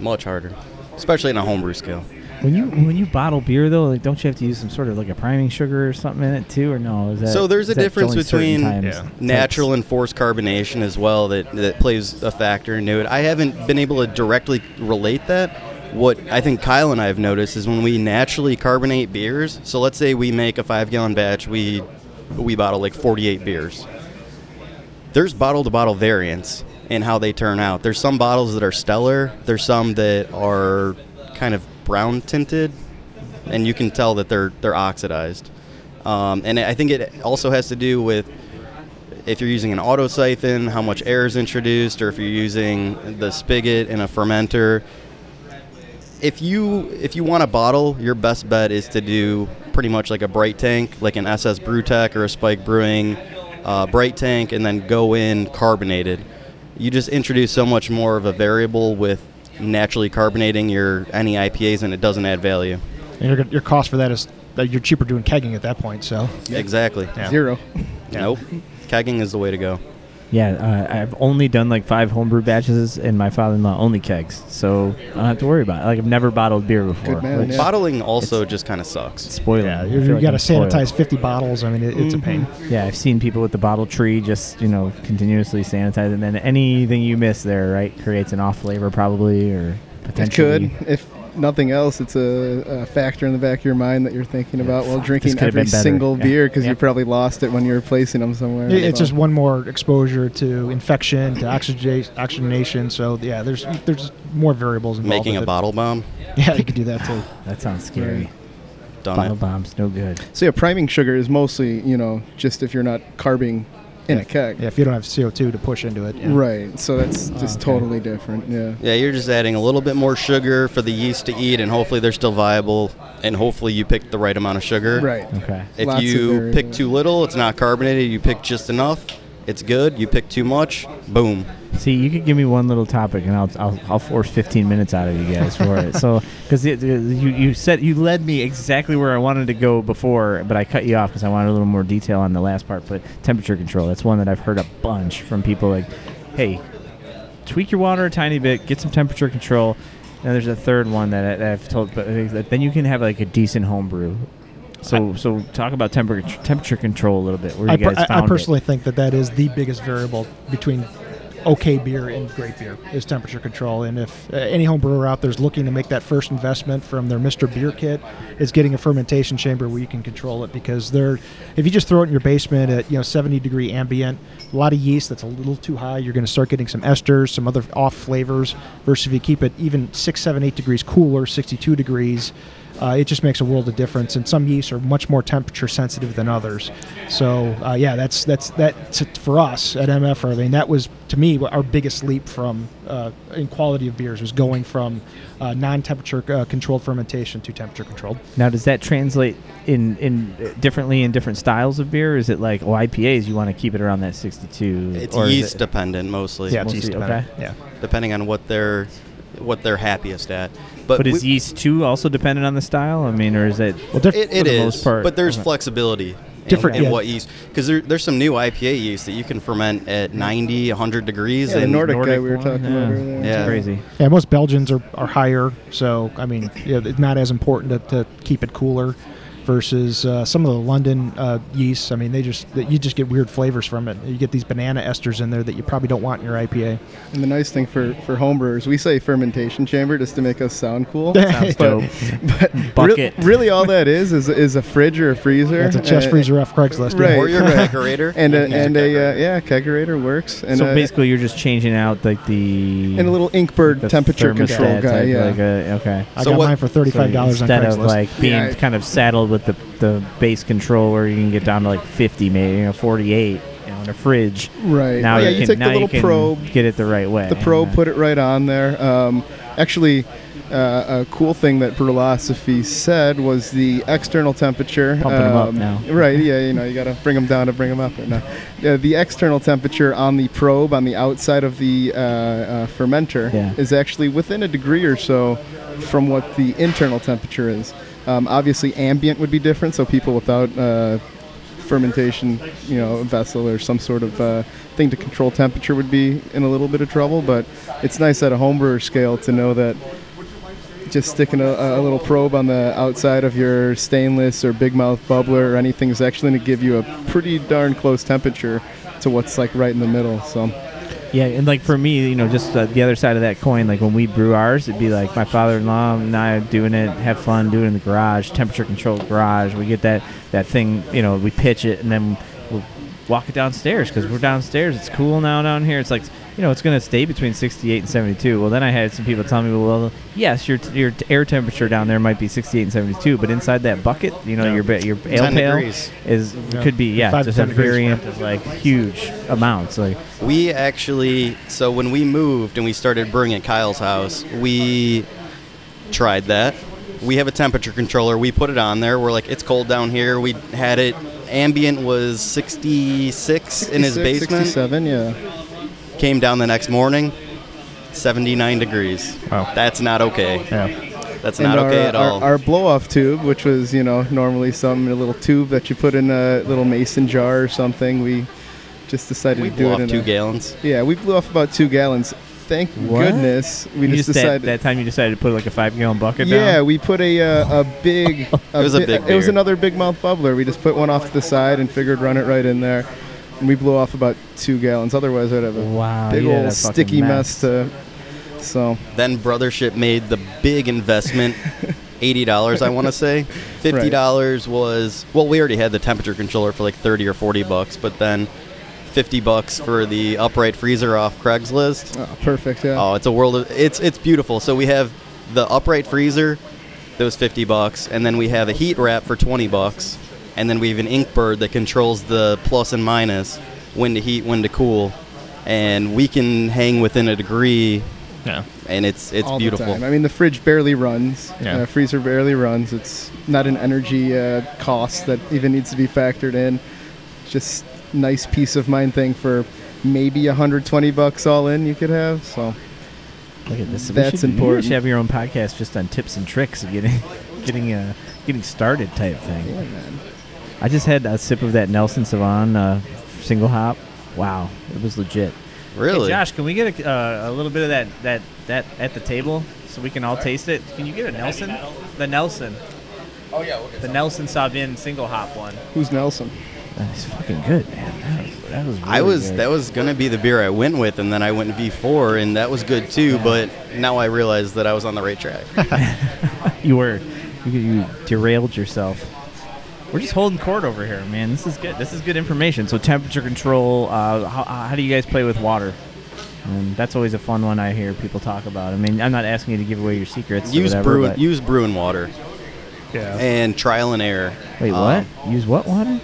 Much harder, especially in a homebrew scale. When you when you bottle beer though, like don't you have to use some sort of like a priming sugar or something in it too, or no? Is that, So there's a is that difference only certain between times? Yeah. natural and forced carbonation as well that, that plays a factor into it. I haven't been able to directly relate that. What I think Kyle and I have noticed is when we naturally carbonate beers. So let's say we make a five gallon batch, we we bottle like 48 beers. There's bottle to bottle variance in how they turn out. There's some bottles that are stellar. There's some that are kind of brown tinted, and you can tell that they're they're oxidized. Um, and I think it also has to do with if you're using an auto siphon, how much air is introduced, or if you're using the spigot and a fermenter. If you if you want a bottle, your best bet is to do pretty much like a bright tank, like an SS BrewTech or a Spike Brewing uh, bright tank, and then go in carbonated. You just introduce so much more of a variable with naturally carbonating your any IPAs, and it doesn't add value. And your, your cost for that is that you're cheaper doing kegging at that point. So Exactly. Yeah. Zero. Nope. Kegging is the way to go. Yeah, uh, I've only done like five homebrew batches, and my father-in-law only kegs, so I don't have to worry about it. Like I've never bottled beer before. Good man, which- yeah. Bottling also just kind of sucks. Spoiling. yeah, I you feel have like got I'm to spoiling. sanitize 50 bottles. I mean, it, Mm-hmm. it's a pain. Yeah, I've seen people with the bottle tree just you know continuously sanitize, and then anything you miss there, right, creates an off flavor probably, or It potentially. could. If nothing else, it's a, a factor in the back of your mind that you're thinking about while fuck, this drinking could've every been better. single Yeah. beer because Yeah. you probably lost it when you were placing them somewhere. It- It's So- just one more exposure to infection, to oxygen, oxygenation. So yeah, there's there's more variables involved. Making with a it. bottle bomb. Yeah, you could do that too. That sounds scary. Done Bottle it. bombs, no good. So yeah, priming sugar is mostly you know just if you're not carbing in Yeah. a keg. Yeah, if you don't have CO2 to push into it. yeah. Oh, Right. So that's just okay. totally different. Yeah. Yeah, you're just adding a little bit more sugar for the yeast to eat, and hopefully they're still viable, and hopefully you picked the right amount of sugar. Right. Okay. If Lots of you variable. pick too little, it's not carbonated. You pick just enough, it's good. You pick too much, boom. See, you could give me one little topic, and I'll I'll, I'll force 15 minutes out of you guys for it. So, because you you said you led me exactly where I wanted to go before, but I cut you off because I wanted a little more detail on the last part. But temperature control—that's one that I've heard a bunch from people. Like, hey, tweak your water a tiny bit, get some temperature control. And there's a third one that, I, that I've told, but uh, that then you can have like a decent homebrew. So, so talk about temperature temperature control a little bit. Where you I, per- guys I- found I it. personally think that that is the biggest variable between okay beer and great beer is temperature control. And if uh, any home brewer out there is looking to make that first investment from their Mr. Beer kit, is getting a fermentation chamber where you can control it because they're if you just throw it in your basement at you know 70 degree ambient, a lot of yeast that's a little too high, you're going to start getting some esters, some other off flavors. Versus if you keep it even six, seven, eight degrees cooler, 62 degrees. Uh, it just makes a world of difference, and some yeasts are much more temperature sensitive than others. So, uh, yeah, that's that's that t- for us at MF. I mean, that was to me what our biggest leap from uh, in quality of beers was going from uh, non-temperature uh, controlled fermentation to temperature controlled. Now, does that translate in in uh, differently in different styles of beer? Is it like oh IPAs you want to keep it around that sixty two? It's yeast dependent mostly, Yeah, it's mostly- yeast okay. dependent. Yeah, depending on what they're what they're happiest at. But, is we- yeast too also dependent on the style? I mean, or is it? well, diff- It, for it the is, most part. but there's Okay. flexibility. in- Different, in, yeah. what yeast because there, there's some new IPA yeast that you can ferment at 90, 100 degrees. Yeah, the and Nordic, guy we were one? talking about Yeah. earlier. Yeah. It's crazy. yeah. Most Belgians are, are higher, so I mean, yeah, it's not as important to, to keep it cooler. Versus uh, some of the London uh, yeasts, I mean, they just that you just get weird flavors from it. You get these banana esters in there that you probably don't want in your IPA. And the nice thing for for homebrewers, we say fermentation chamber just to make us sound cool. Sounds but, dope. but re- Bucket. really, all that is is is a fridge or a freezer. That's a Uh, chest freezer off Craigslist. yeah. Right. or your Right. decorator And a, You can use and your a uh, decorator. yeah, kegerator works. And uh, so a, basically, you're just changing out like the and a little Inkbird the temperature thermostat control type, guy. Yeah. Like a, okay. I So got what- mine for thirty-five dollars so on instead Craigslist. of like being Yeah, I- kind of saddled with the the base control, where you can get down to like fifty, maybe you know, forty eight, you know, in a fridge. right. Oh, Now yeah, you, can, you take now the you little can probe. get it the right way. the probe Yeah. put it right on there. Um, actually, uh, a cool thing that Brulosophy said was the external temperature. um, Pumping 'em up now. Right, yeah, you know, you got to bring them down to bring them up. Right now. Uh, the external temperature on the probe on the outside of the uh, uh, fermenter Yeah. is actually within a degree or so from what the internal temperature is. Um, obviously, ambient would be different, so people without uh, fermentation, you know, vessel or some sort of uh, thing to control temperature would be in a little bit of trouble. But it's nice at a homebrewer scale to know that just sticking a, a little probe on the outside of your stainless or big mouth bubbler or anything is actually going to give you a pretty darn close temperature to what's like right in the middle. So Yeah, and like for me, you know, just uh, the other side of that coin, like when we brew ours, it'd be like my father-in-law and I doing it, have fun doing it in the garage, temperature-controlled garage. We get that that thing, you know, we pitch it and then we'll walk it downstairs because we're downstairs. It's cool now down here. It's like you know, it's gonna stay between 68 and 72. Well, then I had some people tell me, well, yes, your your air temperature down there might be 68 and 72, but inside that bucket, you know, your ba- your ale 10 pail degrees. is Yeah. could be yeah, Five to just 10 a degrees variant of like huge amounts, like. We actually, so when we moved and we started brewing at Kyle's house, we tried that. We have a temperature controller. We put it on there. We're like, it's cold down here. We had it. Ambient was 66, in his 66, basement. 67, yeah. Came down the next morning, 79 degrees. Wow. That's not okay. yeah. That's not our, okay uh, at our, all. Our blow off tube, which was, you know, normally some little tube that you put in a little mason jar or something, we just decided we to do blew it off in two a, gallons. Yeah, we blew off about two gallons. Thank What? goodness we You just, that- decided. that, time you decided to put like a five gallon bucket yeah, down. we put a uh, a big. It was a bi- big It was beer. another big mouth bubbler. We just put one off to the side and figured run it right in there. And we blew off about two gallons. Otherwise, I'd have a Wow, big you had old a fucking sticky mess. mess. to So Then Brothership made the big investment. $80, I want to say. $50 was, well, we already had the temperature controller for like 30 or 40 bucks, but then 50 bucks for the upright freezer off Craigslist. oh, perfect. Yeah. Oh, it's a world of it's it's beautiful. So we have the upright freezer that was 50 bucks and then we have a heat wrap for 20 bucks and then we have an ink bird that controls the plus and minus when to heat, when to cool and we can hang within a degree Yeah. and it's it's all beautiful. The time. I mean, the fridge barely runs. Yeah. Uh, freezer barely runs. It's not an energy uh, cost that even needs to be factored in. Just nice peace of mind thing for maybe 120 bucks all in you could have. So Look at this. That's we should, You important. should have your own podcast just on tips and tricks of getting getting uh, getting started type thing. I just had a sip of that Nelson Savon uh, single hop. Wow, it was legit. Really? Hey, Josh, can we get a, uh, a little bit of that that that at the table so we can all taste it? Can you get a Nelson? The Nelson. Oh yeah, we'll get the Nelson Sabin single hop one. who's Nelson? That's fucking good, man. That was, that was I was that was gonna be the beer I went with, and then I went V4, and that was good too. But now I realize that I was on the right track. You were. You, you derailed yourself. We're just holding court over here, man. This is good. This is good information. So temperature control. Uh, how, how do you guys play with water? Um, that's always a fun one I hear people talk about. I mean, I'm not asking you to give away your secrets. use or whatever, brewing, but- use brewing water, Yeah. and trial and error. Wait, Um, what? use what water?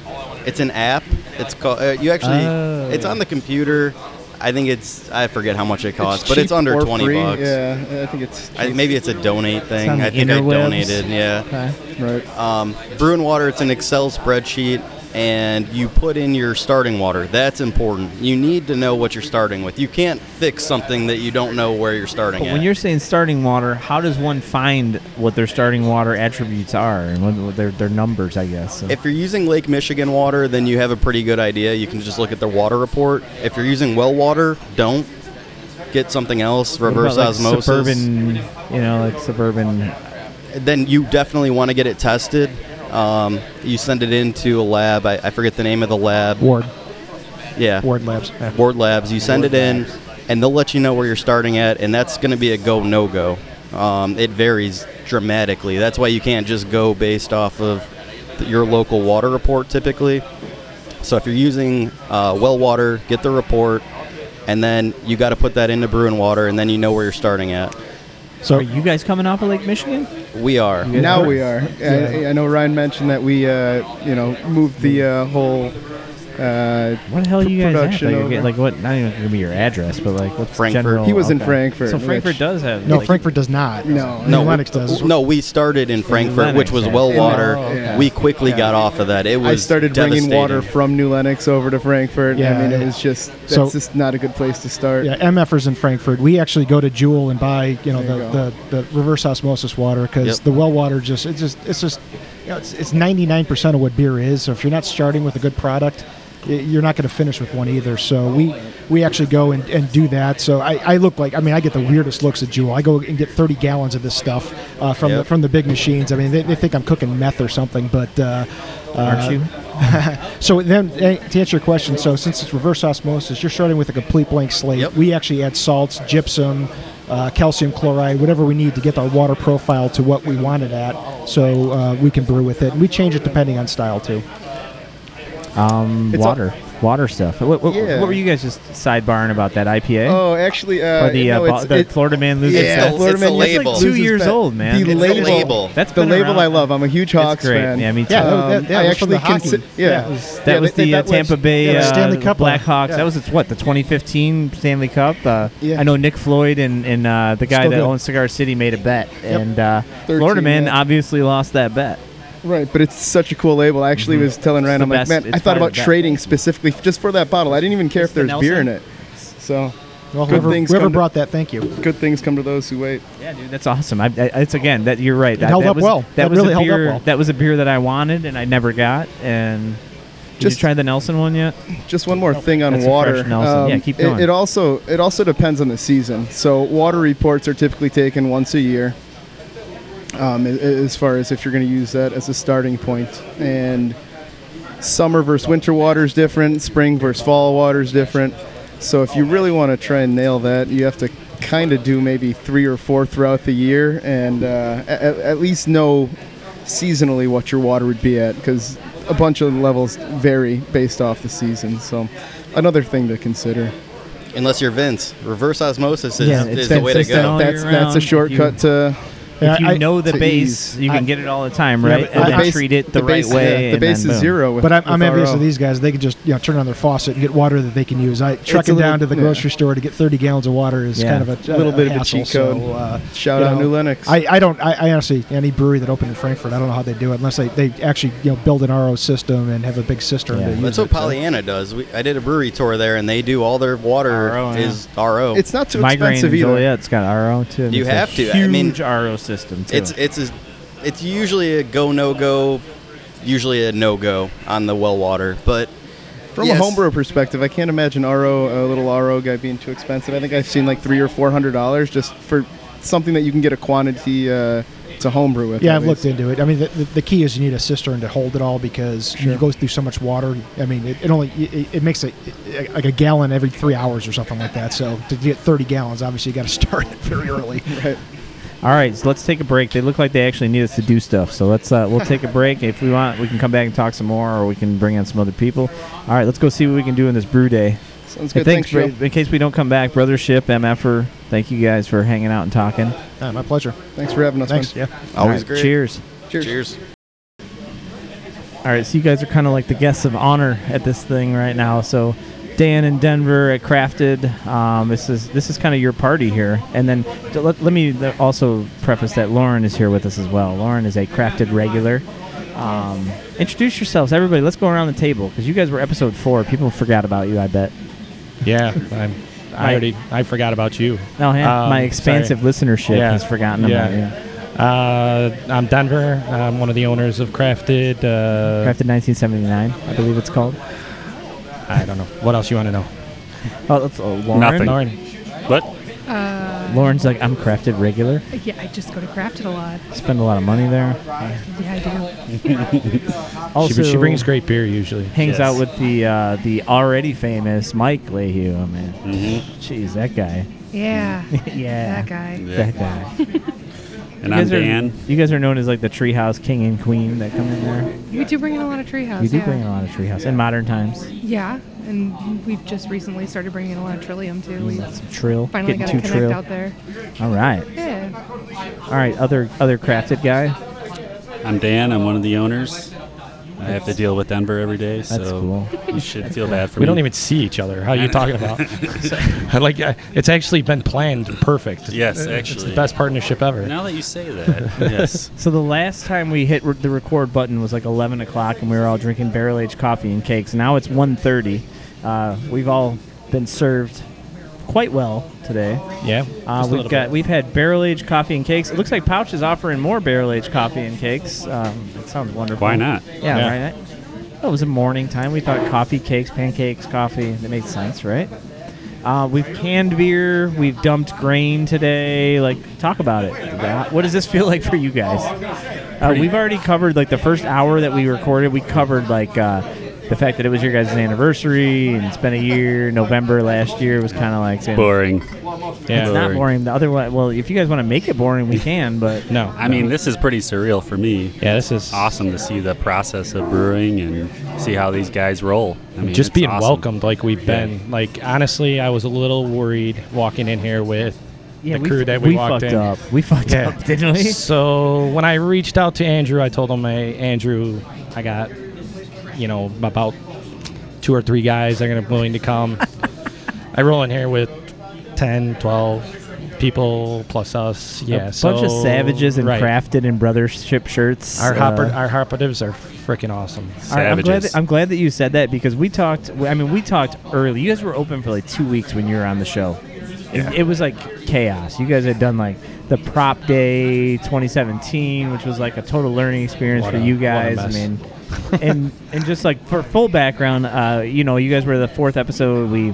It's an app. It's called. Uh, you actually. Oh. It's on the computer. I think it's. I forget how much it costs, but it's cheap under or twenty free. bucks. Yeah, I think it's I, cheap. maybe it's a donate thing. on the I think I interwebs. donated. Yeah. Okay. right. Um, brew and water, it's an Excel spreadsheet, and you put in your starting water. That's important. You need to know what you're starting with. You can't fix something that you don't know where you're starting But at. when you're saying starting water, how does one find what their starting water attributes are and what, what their their numbers? I guess. So- if you're using Lake Michigan water, then you have a pretty good idea. You can just look at the water report. If you're using well water, don't. Get something else, What reverse about, like, osmosis. Suburban, you know, like suburban. then you definitely want to get it tested. Um, you send it into a lab. I, I forget the name of the lab. Ward Yeah. Ward Labs. Yeah. Ward Labs. You send it in, and they'll let you know where you're starting at, and that's going to be a go no go. Um, it varies dramatically. That's why you can't just go based off of th- your local water report typically. So if you're using uh, well water, get the report, and then you got to put that into brewing water, and then you know where you're starting at. So Are you guys coming off of Lake Michigan? We are. Now we are. I, I know Ryan mentioned that we, uh, you know, moved the uh, whole. Uh, What the hell are you guys at? Production Like, okay, over. like what? Not even gonna be your address, but like what's Frankfurt. general? He was in okay. Frankfurt, So Frankfurt which- does have no, like, Frankfurt does not. No. no, Lennox does. No, we started in Frankfurt, Lenox, which was yeah. well In water. Lenox, Oh, yeah. We quickly Yeah. got off of that. It was. I started bringing water devastating. from New Lenox over to Frankfurt. Yeah, I mean, yeah. it was just that's So- just not a good place to start. Yeah, MFers in Frankfurt. We actually go to Jewel and buy, you know, There you the, the, the reverse osmosis water because Yep. the well water just it's just it's just you know, it's it's ninety nine percent of what beer is. So if you're not starting with a good product, y- you're not going to finish with one either. So we we actually go and, and do that. So I, I look like I mean I get the weirdest looks at Jewel. I go and get thirty gallons of this stuff uh, from the Yep. from the big machines. I mean they, they think I'm cooking meth or something, but uh, Aren't uh, you? so then, eh, to answer your question, so since it's reverse osmosis, you're starting with a complete blank slate. Yep. We actually add salts, gypsum, uh, calcium chloride, whatever we need to get our water profile to what we want it at, so uh, we can brew with it. And we change it depending on style too. um, It's all- water, water stuff. What, what, Yeah. what were you guys just sidebarring about that IPA? Oh, actually, uh, or the, no, uh, it's- bo- the it- Florida man loses. yeah, It's the- That's Florida it's the Man, yes, label. like Two loses years that- old, man. The It's the label, label. That's the been label around. I love. I'm a huge It's Hawks great. fan. Yeah, me too. Yeah, that- Um, that- that I was from actually the hockey. consi- yeah. That was- That Yeah, was they- the uh, that Tampa Bay yeah, uh, Stanley Cup one. Blackhawks. That was its what the 2015 Stanley Cup. Uh, Yeah. I know Nick Floyd and, and uh, the guy Still that good. owns Cigar City made a bet, and uh, 13, Florida man yeah. obviously lost that bet. Right, but it's such a cool label. I actually was telling Ryan, the I'm like, best- man, Mm-hmm. it's I thought probably about the best. trading specifically f- just for that bottle. I didn't even care It's if the there's beer in Nelson? it. So Well, Good whoever, things whoever come to- brought that, thank you. good things come to those who wait. Yeah, dude, that's awesome. I, I, it's again that you're right. That, held that up was, well. That That was really a held up beer. well. That was a beer that I wanted and I never got. And did Just- you try the Nelson one yet? Just one more thing on That's a water. Um, fresh Nelson. Yeah, keep it- going. It, also it also depends on the season. So water reports are typically taken once a year, um, a- a- as far as if you're going to use that as a starting point. And summer versus winter water is different. Spring versus fall water is different. So if you really want to try and nail that, you have to kind of do maybe three or four throughout the year, and uh, at, at least know seasonally what your water would be at because a bunch of levels vary based off the season. So another thing to consider. Unless you're Vince, reverse osmosis is, Yeah, it's is the way to Vince's that's, go. down. that's, All year that's round, a if you- shortcut to Yeah, if you I- know the to base, ease. you can I- get it all the time, Yeah, right? but and I- then I- treat it the, right base, way. yeah, the and base then is boom. zero. With, But I'm, I'm with envious RO. of these guys. They can just you know turn on their faucet and get water that they can use. I a trucking little- down to the yeah. grocery store to get 30 gallons of water is Yeah. kind of a, Little bit of a hassle, cheat code. So, uh, Shout you out know, New Lennox. I, I don't I, I honestly any brewery that opened in Frankfurt I don't know how they do it unless they, they actually you know build an RO system and have a big cistern. Yeah. to use That's what it, so. Pollyanna does. We, I did a brewery tour there, and they do all their water RO, yeah. is RO. it's not too Migraine expensive and either. Joliet's got RO too. You It's a have to. Huge I mean, RO system. Too. it's it's a, it's usually a go no go, usually a no go on the well water. But From Yes. a homebrew perspective, I can't imagine RO a little RO guy being too expensive. I think I've seen like three or four hundred dollars just for something that you can get a quantity uh, to homebrew with. Yeah, at I've looked least. into it. I mean, the, the, the key is you need a cistern to hold it all because you go through so much water. I mean, it, it only it, it makes a, like a gallon every three hours or something like that. So to get 30 gallons, obviously you got to start it very early. All right, so let's take a break. They look like they actually need us to do stuff. So let's uh, we'll take a break. If we want, we can come back and talk some more, or we can bring in some other people. All right, let's go see what we can do in this brew day. Sounds Hey, good. thanks, Thanks, bro- Joe. in case we don't come back, brothership, mf'er. Thank you guys for hanging out and talking. Uh, my pleasure. Thanks for having us. Thanks. man. Yeah. All always right, great. Cheers. Cheers. Cheers. All right, so you guys are kind of like the guests of honor at this thing right now. So, Dan in Denver at Crafted, um, this is this is kind of your party here. And then d- let, let me th- also preface that Lauren is here with us as well. Lauren is a Crafted regular. Um, introduce yourselves, everybody. Let's go around the table because you guys were episode four. People forgot about you, I bet. Yeah, I'm, My- I already I forgot about you. Oh, yeah, Um, my expansive sorry. listenership Yeah. has forgotten Yeah. about you. Uh, I'm Denver. I'm one of the owners of Crafted. Uh, Crafted 1979, I believe it's called. I don't know what else you want to know. Oh, that's oh, Lauren. Nothing. Lauren, What? Uh, Lauren's like, I'm Crafted regular. yeah, I just go to Crafted a lot. Spend a lot of money there. Yeah, I do. she, Also, she brings great beer usually. Hangs Yes. out with the uh, the already famous Mike Lehue. I mean, Mm-hmm. jeez, that guy. Yeah, Yeah, that guy. that guy. And I'm guys are, Dan. You guys are known as like the Treehouse King and Queen that come in there. We do bring in a lot of Treehouse. You do yeah. bring in a lot of Treehouse in modern times. Yeah, and we've just recently started bringing in a lot of Trillium too. We Some trill, finally got to getting connect too trill. out there. All right, Yeah. all right. Other other crafted guy. I'm Dan. I'm one of the owners. I have to deal with Denver every day, That's so cool. you should feel bad for me. We don't even see each other. How are you talking about? I like I, it's actually been planned perfect. Yes, Uh, it's actually. the best partnership ever. Now that you say that, yes. So the last time we hit re- the record button was like 11 o'clock, and we were all drinking barrel-aged coffee and cakes. Now it's 1:30. Uh, we've all been served quite well today. Uh, Yeah, just a we've little got bit. we've had barrel-aged coffee and cakes. It looks like Pouch is offering more barrel-aged coffee and cakes. Um, that sounds wonderful. Why not? Yeah, Yeah. right. That was a morning time. We thought coffee, cakes, pancakes, coffee. That makes sense, right? Uh, we've canned beer. We've dumped grain today. Like, talk about it. That- What does this feel like for you guys? Uh, we've already covered like the first hour that we recorded. We covered like uh, the fact that it was your guys' anniversary and it's been a year. November last year was kind of like saying, Boring. yeah. it's not boring. The other one, well, if you guys want to make it boring, we can. But No, I mean, this is pretty surreal for me. yeah, this is Awesome to see the process of brewing and see how these guys roll. I mean, just it's being awesome. welcomed like we've been. Like honestly, I was a little worried walking in here with yeah, the we, crew f- that we, we walked fucked in. up. We fucked Yeah. up, didn't we? So when I reached out to Andrew, I told him, "Hey, Andrew, I got, you know, about two or three guys that are gonna willing to come. I roll in here with 10, 12 people plus us. Yeah, a bunch of so- savages and right. crafted in brothership shirts. Our, uh, hopper, our operatives are freaking awesome. all right, I'm glad, Savages. that, I'm glad that you said that because we talked. I mean, we talked early. You guys were open for like two weeks when you were on the show. It, it was like chaos. You guys had done like the prop day 2017, which was like a total learning experience What for a- you what a guys. I mess. mean, and and just like for full background, uh, you know, you guys were the fourth episode. We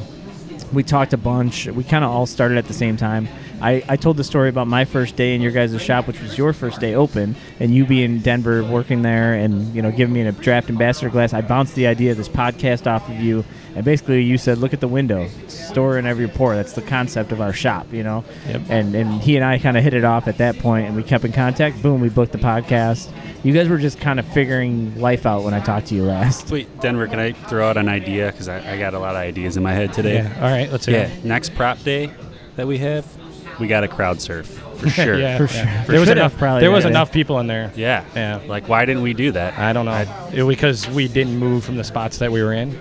we talked a bunch. We kind of all started at the same time. I, I told the story about my first day in your guys' shop, which was your first day open, and you being Denver working there and you know giving me a draft ambassador glass. I bounced the idea of this podcast off of you, and basically you said, "Look at the window, store in every pour." That's the concept of our shop, you know. Yep. And and he and I kind of hit it off at that point, and we kept in contact. Boom, we booked the podcast. You guys were just kind of figuring life out when I talked to you last. Sweet, Denver, can I throw out an idea? Because I, I got a lot of ideas in my head today. Yeah. All right, let's hear Yeah, it. next prop day that we have, we got to crowd surf for sure. yeah, for yeah. There was sure. enough. probably there was yeah. enough people in there. Yeah. Yeah. Like, why didn't we do that? I don't know. It- because we didn't move from the spots that we were in.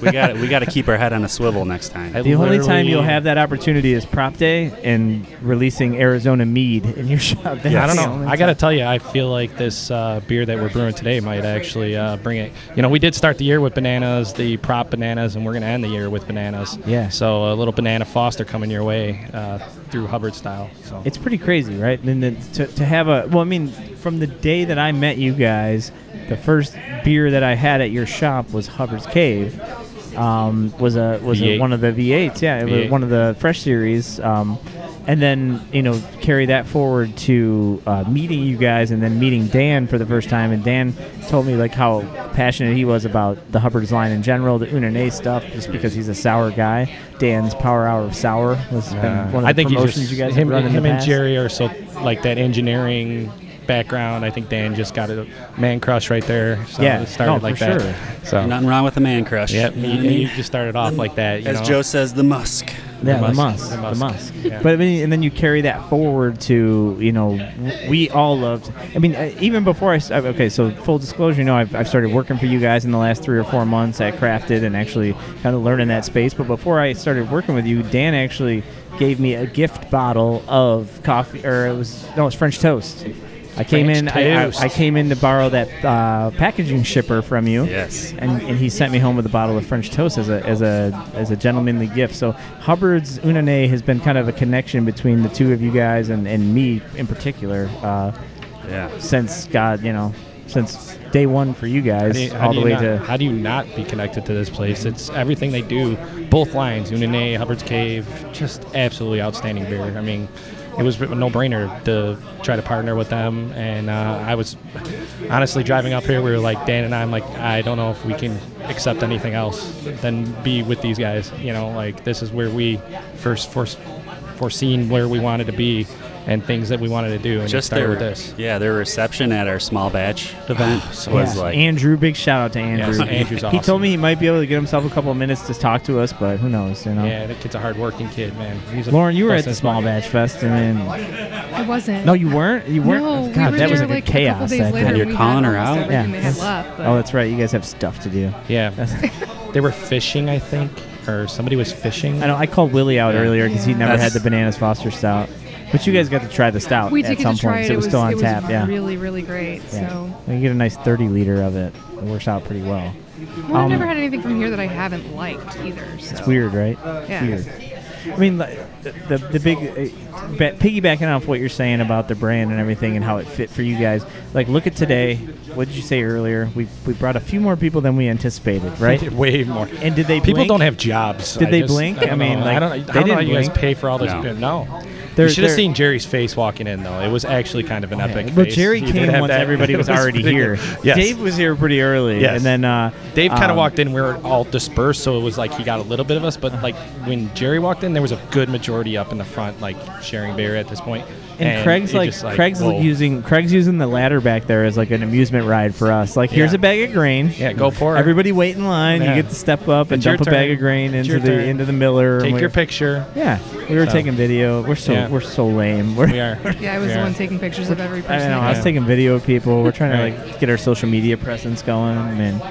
we got we got to keep our head on a swivel next time. I The only time literally- you'll have that opportunity is prop day and releasing Arizona mead in your shop. That's I don't the know. only I got to time. tell you, I feel like this uh, beer that we're brewing today might actually uh, bring it. You know, we did start the year with bananas, the prop bananas, and we're going to end the year with bananas. Yeah. So a little banana foster coming your way uh, through Hubbard style. So It's pretty crazy, right? And then to, to have a well, I mean, from the day that I met you guys, the first beer that I had at your shop was Hubbard's Cave. Um, was a was a, V8. one of the V8s, yeah, it was V8. one of the fresh series. Um, and then you know carry that forward to uh, meeting you guys and then meeting Dan for the first time. And Dan told me like how passionate he was about the Hubbard's line in general, the Unanay stuff, just because he's a sour guy. Dan's Power Hour of Sour has been one of the I think he's promotions just you guys have him, run in the him and past. Jerry are so like that engineering background. I think Dan just got a man crush right there. So Yeah. it started No, for like that. sure. So Nothing wrong with a man crush. Yep, You you, know what I and you mean? just started off like that. You As know? Joe says, the musk. Yeah, the The musk, musk. the musk. The musk. Yeah. But I mean, and then you carry that forward to you know, w- we all loved. I mean, uh, even before I s- uh, okay, so full disclosure, you know, I've, I've started working for you guys in the last three or four months at Crafted and actually kind of learning that space. But before I started working with you, Dan actually gave me a gift bottle of coffee, or it was no, it was French toast. I came French in. I, I, toast. I came in to borrow that uh, packaging shipper from you Yes. and, and he sent me home with a bottle of French toast as a as a as a gentlemanly gift. So Hubbard's Unane has been kind of a connection between the two of you guys and, and me in particular uh, Yeah. since God, you know, since day one for you guys, How do you- how all do the you way not, to How do you not be connected to this place? It's everything they do. Both lines, Unine, Hubbard's Cave, just absolutely outstanding beer. I mean, it was a no-brainer to try to partner with them. And uh, I was honestly driving up here. We were like Dan and I. I'm like, I don't know if we can accept anything else than be with these guys. You know, like this is where we first first foreseen where we wanted to be and things that we wanted to do. And it Just started their with this. yeah their reception at our small batch event was Yeah. like Andrew. Big shout out to Andrew. Andrew's He told awesome. me he might be able to get himself a couple of minutes to talk to us, but who knows, you know. Yeah, that kid's a hard-working kid, man. He's a Lauren, you were at the business small mind. batch fest, and then It wasn't. no, you weren't. You weren't. No, we God, were that was there, like a like, a couple chaos. days that later, day. And you're we had calling her almost out? everything Yeah. They had left, but Oh, that's right. You guys have stuff to do. Yeah. they were fishing, I think, or somebody was fishing. I know I called Willie out earlier because he never That's- had the bananas Foster stout, but you guys got to try the stout we at did get some to try point. it. so it was still on tap. yeah. really, really great. yeah. So you get a nice 30 liter of it. It works out pretty well. well, Um, I've never had anything from here that I haven't liked either. So. It's weird, right? Yeah. Weird. I mean, like, the, the, the big uh, ba- piggybacking off what you're saying about the brand and everything and how it fit for you guys. Like, look at today. What did you say earlier? We we brought a few more people than we anticipated, right? Way more. And did they People blink? don't have jobs. Did I they just- blink? I, don't I mean, know. like, I don't, I they don't know how didn't you guys blink. pay for all this. No. beer. No. They're- you should have they're- Oh, seen Jerry's face walking in, though. It was actually kind of an epic Well, face. Jerry He did came have once that- everybody it was already here. ridiculous. Yes. Dave was here pretty early, Yes. and then uh, Dave kind of um, walked in. We were all dispersed, so it was like he got a little bit of us. But like when Jerry walked in, there was a good majority up in the front, like sharing beer at this point. And, Craig's he like, just, Craig's whoa. using Craig's using the ladder back there as like an amusement ride for us. Like here's Yeah. a bag of grain. Yeah, go for it. Everybody wait in line. Yeah. You get to step up and It's your dump a bag turn. of grain It's into your the turn. into the miller. and Take we- your picture. Yeah, we were So- taking video. We're so Yeah. we're so lame. We're, We are. Yeah, I was we the are. one taking pictures of every I person. don't know. I was Yeah. taking video of people. We're trying Right. to like get our social media presence going, and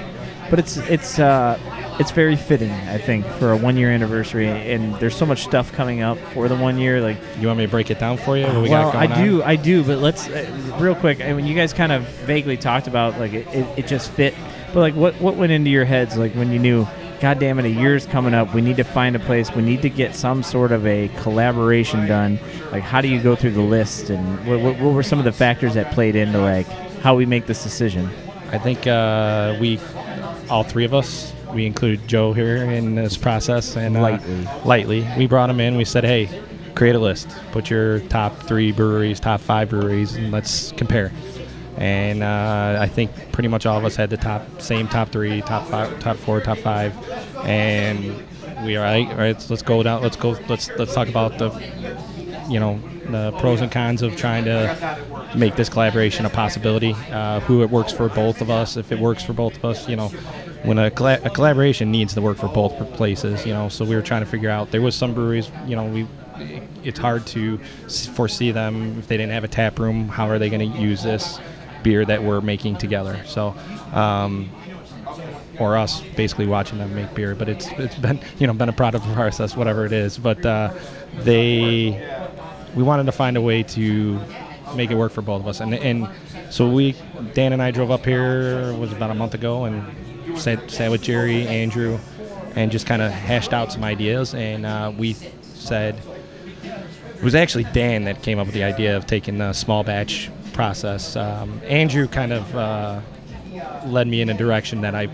but it's it's uh, it's very fitting, I think, for a one year anniversary. And there's so much stuff coming up for the one year. Like, You want me to break it down for you? What we well, got going I do, on? I do. But let's uh, real quick. I mean, you guys kind of vaguely talked about like it, it, it just fit, but like what what went into your heads like when you knew. God damn it, a year's coming up. We need to find a place. We need to get some sort of a collaboration done. Like, how do you go through the list? And what, what, what were some of the factors that played into, like, how we make this decision? I think uh, we, all three of us, we included Joe here in this process and uh, Lightly. lightly. We brought him in. We said, hey, create a list. Put your top three breweries, top five breweries, and let's compare. And uh, I think pretty much all of us had the top same top three, top five, top four, top five, and we are right. All right, let's, let's go down. Let's go. Let's let's talk about the you know the pros and cons of trying to make this collaboration a possibility. Uh, who it works for both of us. If it works for both of us, you know, when a, colla- a collaboration needs to work for both places, you know. So we were trying to figure out. There was some breweries, you know, we. It's hard to s- foresee them if they didn't have a tap room. How are they going to use this beer that we're making together? So. Um, or us basically watching them make beer. But it's it's been you know been a product of process, whatever it is. But uh, they we wanted to find a way to make it work for both of us, and and so we Dan and I drove up here it was about a month ago and sat, sat with Jerry Andrew and just kind of hashed out some ideas, and uh, we said. It was actually Dan that came up with the idea of taking the small batch process. Um, Andrew kind of uh, led me in a direction that I,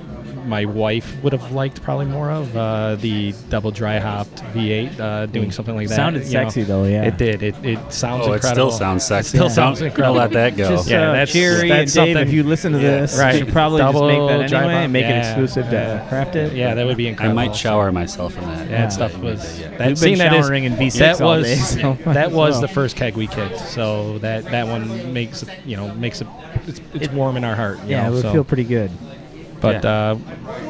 my wife would have liked probably more of uh, the double dry hopped V8, uh, doing something like that. Sounded you know. sexy, though, yeah. it did. It, it sounds Oh, it incredible. still sounds sexy. still Don't- sounds don't incredible. let that go. Just, Yeah, uh, that's- Jerry that's and Dave, if something- you listen to Yeah, this, right. you should probably just make Double that dry anyway hop. and make it Yeah. exclusive uh, to Crafted. Yeah, that would be I incredible. might shower myself in that. That Yeah. stuff was. Yeah. That, We've been seeing that is- showering in V6 that all was, day, so might that as was well. the first keg we kicked. So that that one makes it, you know makes it it's, it's warm in our heart. you Yeah, know, it would so. feel pretty good. But uh,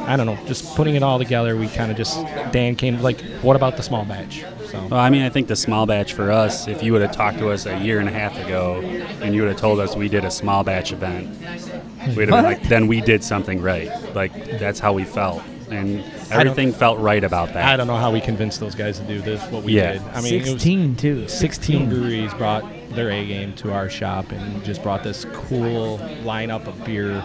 I don't know. Just putting it all together, we kind of just Dan came like, what about the small batch? So Well, I mean, I think the small batch for us, if you would have talked to us a year and a half ago and you would have told us we did a small batch event, we'd have been like, then we did something right. Like, that's how we felt. And everything felt right about that. I don't know how we convinced those guys to do this. What we Yeah. did. I mean, it was- 16 too. 16 breweries brought their A game to our shop and just brought this cool lineup of beer.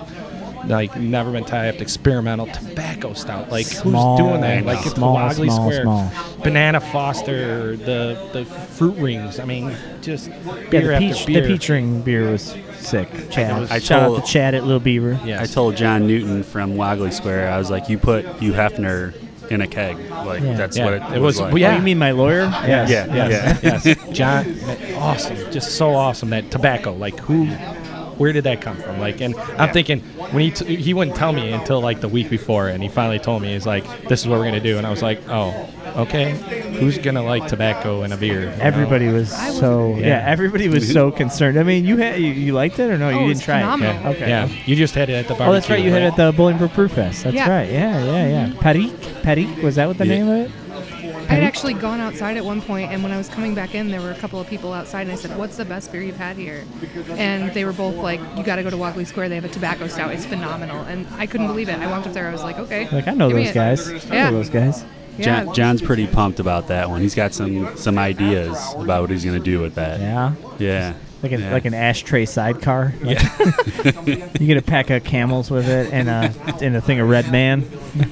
Like never been typed, experimental tobacco stout. Like Small, who's doing that? Like it's small, Wagley small, Square, small. Banana Foster, the the fruit rings. I mean, just beer Yeah, the after peach, beer. the peach ring beer was sick. Chad, I shout out told- to Chad at Little Beaver. Yes. I told John Newton from Wagley Square, I was like, you put Hugh Hefner in a keg. Like, Yeah. that's Yeah. what it, It was, was- like. well, Oh, yeah. you mean my lawyer? Yes. Yeah. yes, Yeah. yes. John, awesome, just so awesome that tobacco. Like who, where did that come from? Like, and I'm thinking when he t- he wouldn't tell me until like the week before, and he finally told me he's like, this is what we're gonna do, and I was like, oh, okay, who's gonna like tobacco and a beer? you know? Everybody was was- so yeah. Yeah. Everybody was so concerned. I mean, you had you, you liked it or no? Oh, you it didn't was try phenomenal. it. Okay. Yeah, you just had it at the barbecue. Oh, that's right. You had it at the Bolingbrook Brew Fest. That's Yeah. Mm-hmm. right. Yeah, yeah, yeah. Parik, Parik. Was that what the Yeah. name of it? I had actually gone outside at one point, and when I was coming back in, there were a couple of people outside, and I said, "What's the best beer you've had here?" And they were both like, "You got to go to Wagley Square. They have a tobacco stout. It's phenomenal." And I couldn't believe it. I walked up there. I was like, "Okay." Like I know give me those it." guys. I Yeah. know those guys. Yeah. John, John's pretty pumped about that one. He's got some some ideas about what he's going to do with that. Yeah. Yeah. Like an Yeah. like an ashtray sidecar. yeah. you get a pack of camels with it and a and a thing of Red Man.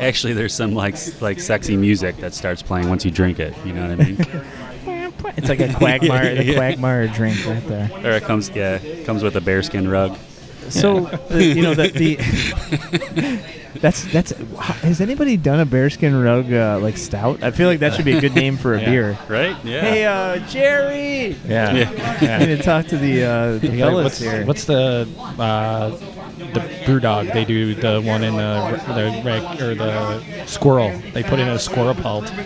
Actually, there's some like s- like sexy music that starts playing once you drink it. You know what I mean? It's like a quagmire, the quagmire drink right there. or it comes yeah comes with a bearskin rug. So the, you know the, the that's that's has anybody done a bearskin rug uh, like stout? I feel like that should be a good name for a beer. Right? Yeah. Hey, uh, Jerry, yeah. I'm gonna talk to the uh, the You got- fellas what's, here. what's the uh, the brew dog? They do the one in the the reg, or the squirrel. They put in a squirrel pelt. Oh,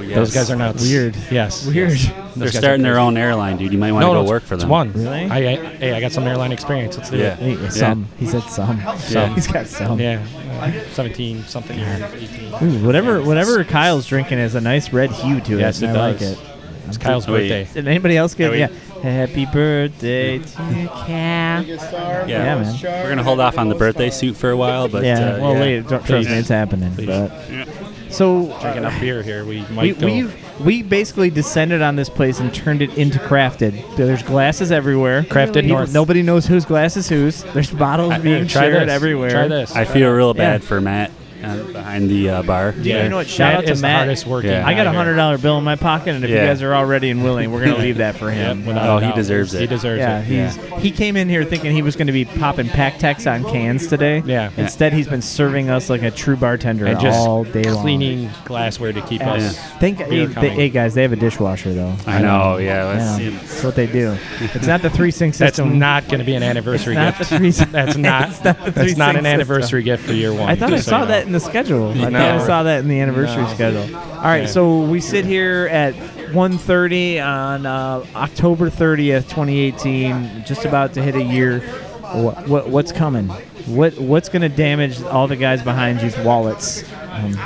yes. Those guys are nuts. Weird. Yes. Weird. Yes. They're Those guys are starting their crazy. own airline, dude. You might want to no, go no, work for it's them. one. Really? I, I, hey, I got some airline experience. Let's do Yeah. it. Hey, some. He said some. Yeah. He's got some. Yeah. Uh, 17 something years. 18. Ooh, whatever whatever Kyle's drinking has a nice red hue to it. Yes, it and I does. like it. It's Kyle's Wait. birthday. Did anybody else get? Are we- Yeah. Happy birthday to Cal. Yeah. Yeah, man. We're gonna hold off on the birthday suit for a while, but yeah. uh, well, yeah. later. Don't trust me, Please. it's happening. But so uh, Drinking up beer here. We might we go. we've, we basically descended on this place and turned it into crafted. There's glasses everywhere. Crafted People- North. Nobody knows whose glass is whose. There's bottles being Try shared this. everywhere. Try this. I feel real Yeah. bad for Matt uh, behind behind the uh, bar. Yeah, you know what? Shout Matt out to is the Matt. hardest working Yeah. guy I got a here. hundred dollar bill in my pocket, and if Yeah. you guys are all ready and willing, we're gonna leave that for him. Yep, without Oh, a he doubt. deserves He it. deserves yeah, it. he's he came in here thinking he was going to be popping pack tax on cans today. Yeah. Instead, he's been serving us like a true bartender and just all day long. cleaning glassware to keep Yeah. us. Thank hey, beer they, coming. hey guys, they have a dishwasher though. I know. Yeah, let's Yeah, see. that's what they do. It's not the three sink That's system. not going to be an anniversary Not the gift. three sink- That's not. It's not the three that's not sink an system. anniversary gift for year one. I thought I just so saw you know. that in the schedule. I thought I No. saw that in the anniversary No. schedule. All right, so we sit here at 1.30 on uh, October 30th, 2018, just about to hit a year. What, what what's coming? What what's going to damage all the guys behind you's wallets? Um,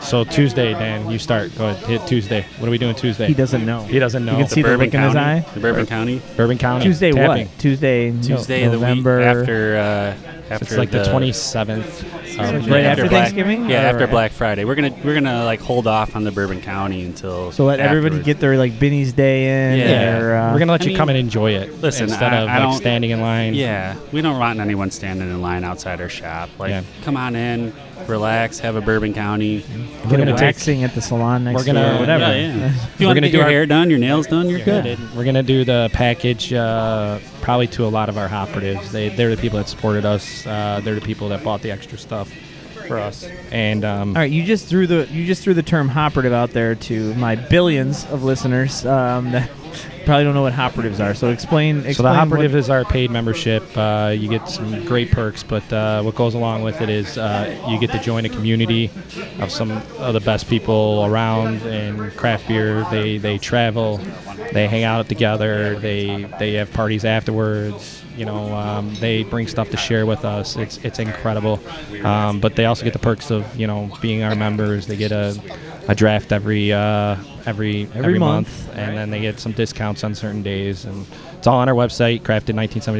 So Tuesday, Dan, you start. Go ahead, hit Tuesday. What are we doing Tuesday? he doesn't know. He doesn't know. You can see the Bourbon look in his County. eye. The Bourbon County. Bourbon County. Tuesday tapping. what? Tuesday. no- Tuesday of the week November. after uh, after It's like the twenty seventh. Right after Black- Thanksgiving? Yeah, Or- after Black Friday, we're gonna we're gonna like hold off on the Bourbon County until. So let everybody afterwards. get their like Benny's Day in. Yeah. Or, uh, We're gonna let I you mean, come and enjoy it listen, instead I- of I like don't- standing in line. Yeah, we don't want anyone standing in line outside our shop. Like, Yeah. come on in, relax, have a Bourbon County. we're gonna gonna take- waxing at the salon next we're gonna- year or whatever. Yeah, yeah. if you We're want gonna to get do your our- hair done, your nails done, you're Yeah, good. dude. We're gonna do the package uh, probably to a lot of our operatives. They they're the people that supported us. Uh, they're the people that bought the extra stuff for us. And um, All right, you just threw the you just threw the term hopperative out there to my billions of listeners um, that probably don't know what hopperatives are. So explain. explain so the operative what- is our paid membership. Uh, you get some great perks, but uh, what goes along with it is uh, you get to join a community of some of the best people around in craft beer. They they travel, they hang out together, they they have parties afterwards. You know, um, they bring stuff to share with us. It's it's incredible. Um, but they also get the perks of you know being our members. They get a a draft every uh, every every, month. month and then they get some discounts on certain days and it's all on our website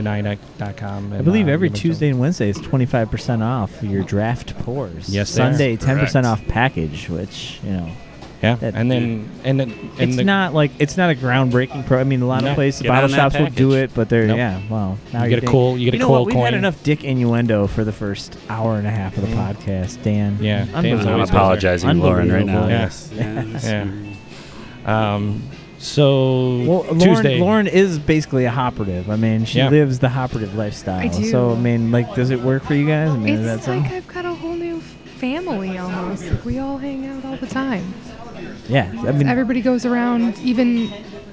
crafted1979.com I uh, believe every Tuesday and Wednesday is twenty five percent off your draft pours. Yes, they are. Sunday ten percent Correct. off package, which you know yeah that- and then and then and it's the, not like it's not a groundbreaking pro. I mean, a lot No. of places, Get bottle on that shops will do package. it, but they're Nope. yeah. Well, now You you're get a think- cool- you get a know cool what? We've had coin. enough dick innuendo for the first hour and a half of the podcast, Dan. Yeah, Dan's I'm always unbelievable. apologizing, to Lauren, right now. Unbelievable. Yes. Yes. Yeah. um so Well, Lauren, Tuesday Lauren is basically a hopperative. I mean, she Yeah. lives the hopperative lifestyle. I do. So I mean, like, does it work for you guys? I mean, is It's that like something- I've got a whole new family almost. Like we all hang out all the time. yeah. I mean, Everybody goes around, even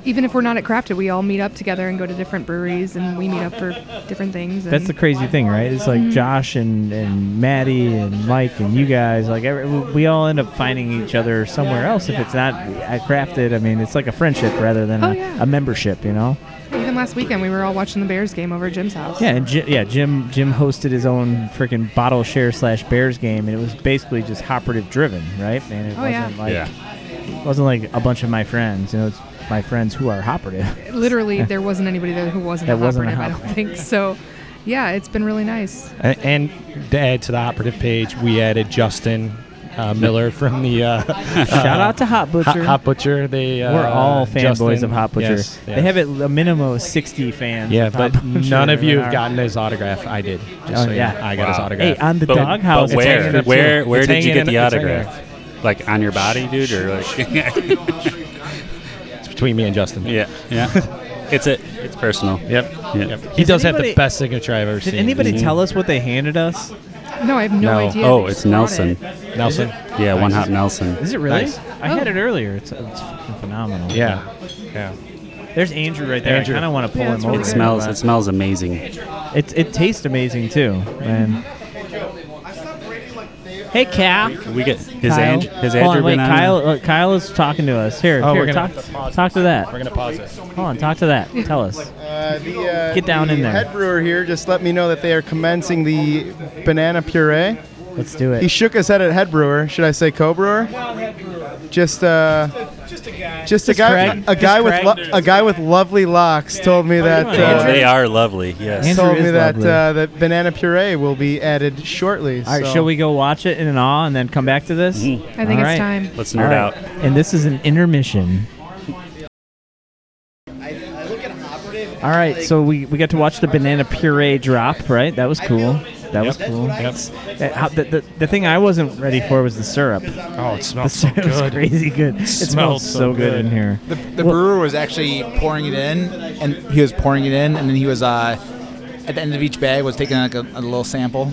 even if we're not at Crafted, we all meet up together and go to different breweries and we meet up for different things. And That's the crazy thing, right? It's Mm-hmm. like Josh and, and Maddie and Mike and you guys. Like every, we all end up finding each other somewhere else if it's not at crafted. I mean, it's like a friendship rather than Oh, a, yeah. a membership, you know? even last weekend we were all watching the Bears game over at Jim's house. Yeah, and Jim, yeah, Jim Jim hosted his own freaking bottle share slash Bears game, and it was basically just operative driven, right? And it Oh, yeah. wasn't like Yeah. it wasn't like a bunch of my friends. You know, it's my friends who are operative. Literally, there wasn't anybody there who wasn't That a wasn't a operative, I don't think. So, yeah, it's been really nice. A- and to add to the operative page we added Justin uh, Miller from the uh, Shout out to Hot Hot, Butcher. Hot Butcher they uh, We're all fanboys Justin, of Hot Butcher. yes, They yes. have at a minimum of 60 fans. yeah of Hot but Butcher none of you in have our- gotten his autograph I did just Oh, so you yeah. know, I got his Wow. autograph Hey, on the But, doghouse. it's but where, hanging up where, too. where, It's did you hanging get in- the it's hanging autograph? Like on your body, dude, or like? it's between me and Justin yeah, yeah. It's a, it's personal. Yep. Yeah. Yep. He Does does have the anybody- best signature I've ever Did seen. anybody tell us what they handed us? No, I have no, No. idea. Oh, They just it's brought Nelson. it. Nelson? Yeah, one hop Nelson. Is it really? Nice. I had it earlier. It's, it's fucking phenomenal. Yeah. Yeah. There's Andrew right there. Andrew. I kind of want to pull Yeah, him it's over. really It smells. It smells amazing. It, it tastes amazing too. And hey, Cal. We get his Kyle. Andrew. His Hold on, Andrew wait. been on- Kyle. uh, Kyle is talking to us. Here, Oh, here. we're gonna- talk, talk to that. We're going to pause it. Hold on. Talk to that. Tell us. Uh, the, uh, Get down the in there. Head brewer here just let me know that they are commencing the banana puree. Let's do He it. shook his head at head brewer. Should I say co-brewer? Just uh, just a Just guy, Craig. a guy Just with Craig. lo- a guy with lovely locks told me that doing, Andrew? Oh, they uh, are lovely. Yes. Andrew told is me that lovely. uh, that banana puree will be added shortly. All right. so- Shall we go watch it in an awe and then come back to this? Mm-hmm. Mhm. I think All it's right. time. Let's All nerd right. out. And this is an intermission. All right, so we, we got to watch the banana puree drop, right? That was cool. That was Yep. cool. Yep. That's- that- how- the, the, the thing I wasn't ready for was the syrup. Oh, it smells The so syrup was good. crazy good. It, smelled smells so so good. good. in here. The, the brewer was actually pouring it in, and he was pouring it in, and then he was uh, at the end of each bag was taking like a, a little sample.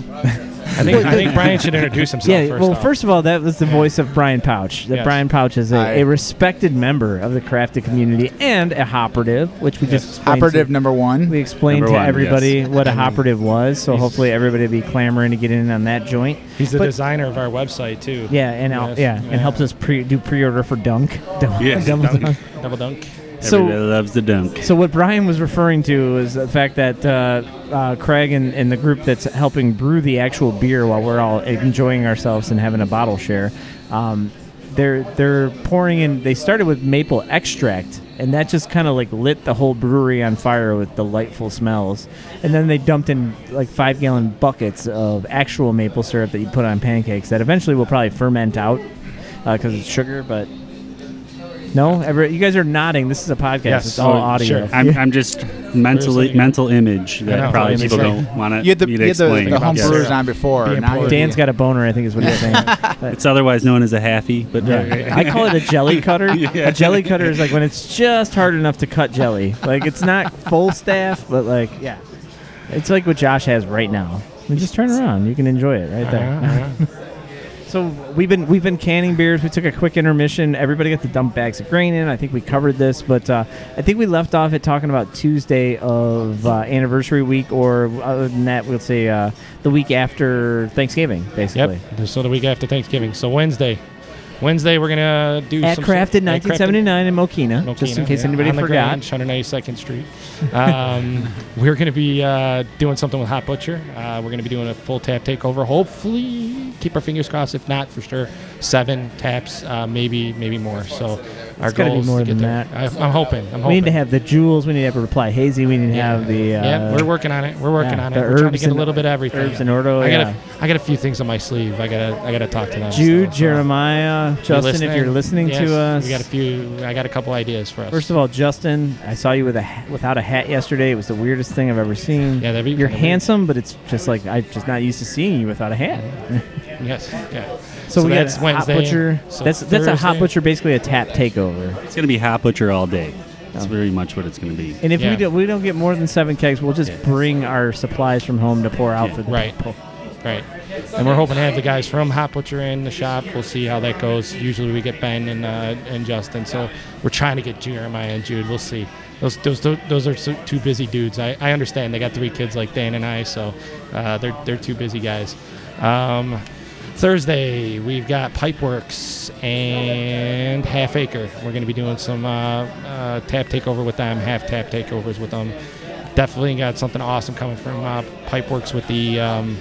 I think, I think Brian should introduce himself Yeah, first. well, off. first of all, that was the voice of Brian Pouch. That Yes. Brian Pouch is a, I- a respected member of the crafted community and a hopperative, which we just explained to- Operative number one. We explained Number to one, everybody yes. what a hopperative was, so hopefully everybody will be clamoring to get in on that joint. he's the but- designer of our website too. Yeah, and Yes, out yeah, and helps us pre- do pre-order for Dunk. Dunk- Yeah, Double Dunk. Dunk. Double dunk. Everybody loves the dunk. So what Brian was referring to is the fact that uh, uh, Craig and, and the group that's helping brew the actual beer while we're all enjoying ourselves and having a bottle share, um, they're they're pouring in. They started with maple extract, and that just kind of like lit the whole brewery on fire with delightful smells. And then they dumped in like five gallon buckets of actual maple syrup that you put on pancakes that eventually will probably ferment out because it's sugar, but. No, every, you guys are nodding. This is a podcast. Yes. it's all Oh, audio. sure. I'm, I'm just mentally Seriously. mental image that know, probably I'm people sorry. don't want You had the, to you need to had the, explain. the home Yes. brewers on before. Being now you- poured. Dan's got a boner, I think is what he's saying. It's otherwise known as a halfy, but I call it a jelly cutter. A jelly cutter is like when it's just hard enough to cut jelly. Like it's not full staff, but like yeah, it's like what Josh has right now. You just turn around, you can enjoy it right there. Uh-huh, So we've been we've been canning beers. We took a quick intermission. Everybody got the dump bags of grain in. I think we covered this, but uh, I think we left off at talking about Tuesday of uh, anniversary week, or other than that, we'll say uh, the week after Thanksgiving, basically. Yep. So the week after Thanksgiving. So Wednesday. Wednesday we're gonna do At some Crafted at Crafted 1979 in Mokina, just in Mokina, case yeah, anybody on the forgot. Grange, 192nd Street. Um, we're going to be uh, doing something with Hot Butcher. Uh, we're going to be doing a full tap takeover. Hopefully, keep our fingers crossed. If not, for sure, seven taps, uh, maybe maybe more. So our gotta be goal is more to get than there. that. I, I'm hoping. I'm hoping. We need to have the jewels. We need to have a reply hazy. We need to Yeah. have the. Uh, yeah, we're working on it. We're working yeah, on it. the We're trying to herbs get a and- little bit of everything. herbs and order, I got yeah. a, I got a few things on my sleeve. I gotta I gotta talk to them. Jude, so- so- Jeremiah, You Justin, if you're listening Yes, to us, we got a few. I got a couple ideas for us. First of all, Justin, I saw you with a ha- without a hat yesterday. It was the weirdest thing I've ever seen. Yeah, that'd be You're kinda weird. handsome, but it's just like I'm just not used to seeing you without a hat. yes, yeah. So, we that's got a hot Wednesday. butcher. So that's that's a hot Thursday. butcher, basically a tap takeover. Oh. It's gonna be hot butcher all day. That's pretty much what it's gonna be. And if we Yeah. don't we don't get more than seven kegs, we'll just bring our supplies from home to pour out for the Right. people. Right. And we're hoping to have the guys from Hot Butcher in the shop. We'll see how that goes. Usually we get Ben and uh, and Justin. So we're trying to get Jeremiah and Jude. We'll see. Those those those are so- two busy dudes. I, I understand they got three kids like Dan and I, so uh, they're they're two busy guys. Um, Thursday we've got Pipeworks and Half Acre. We're going to be doing some uh, uh, tap takeover with them, half tap takeovers with them. Definitely got something awesome coming from uh, Pipeworks with the. Um,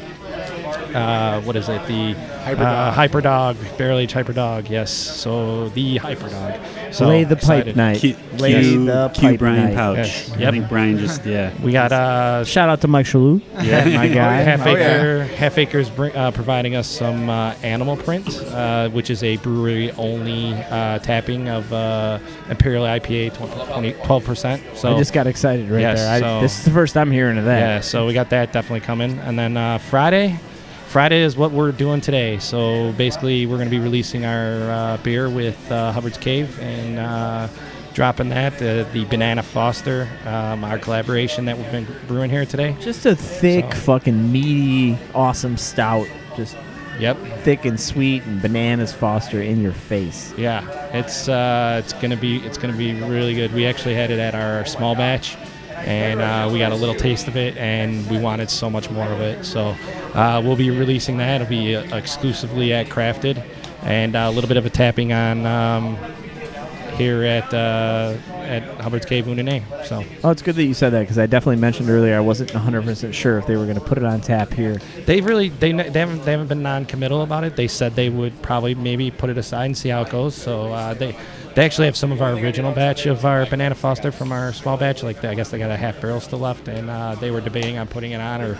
uh, what is it? The Hyperdog. Hyperdog, barrel aged Hyperdog. Yes. So the Hyperdog. So Lay the excited. pipe night. Q, Lay Q, the Q pipe Brian night. Pouch. Yes. I Yep. think Brian just yeah. We got uh, Shout out to Mike Shalou, Yeah. my guy. Half Oh, yeah. Acre, Half Acre's bring, uh, providing us some uh, Animal Print, uh, which is a brewery only uh, tapping of uh, Imperial IPA 20, 12%. So I just got excited right Yes, there. I, so- this is the first I'm hearing of that. yeah, so we got that definitely coming. And then uh, Friday, Friday is what we're doing today. So basically, we're going to be releasing our uh, beer with uh, Hubbard's Cave and uh, dropping that the, the Banana Foster, um, our collaboration that we've been brewing here today. Just a thick, So- fucking meaty, awesome stout. Just Yep. thick and sweet and bananas foster in your face. Yeah, it's uh, it's gonna be it's gonna be really good. We actually had it at our small batch, and uh, we got a little taste of it, and we wanted so much more of it. So uh, we'll be releasing that. It'll be uh, exclusively at Crafted, and uh, a little bit of a tapping on um, here at uh, at Hubbard's Cave Unine. So Oh, it's good that you said that because I definitely mentioned earlier I wasn't 100% sure if they were going to put it on tap here. they've really they, ne- they haven't they haven't been non-committal about it. They said they would probably maybe put it aside and see how it goes. So uh, they they actually have some of our original batch of our banana foster from our small batch. Like I guess they got a half barrel still left, and uh, they were debating on putting it on or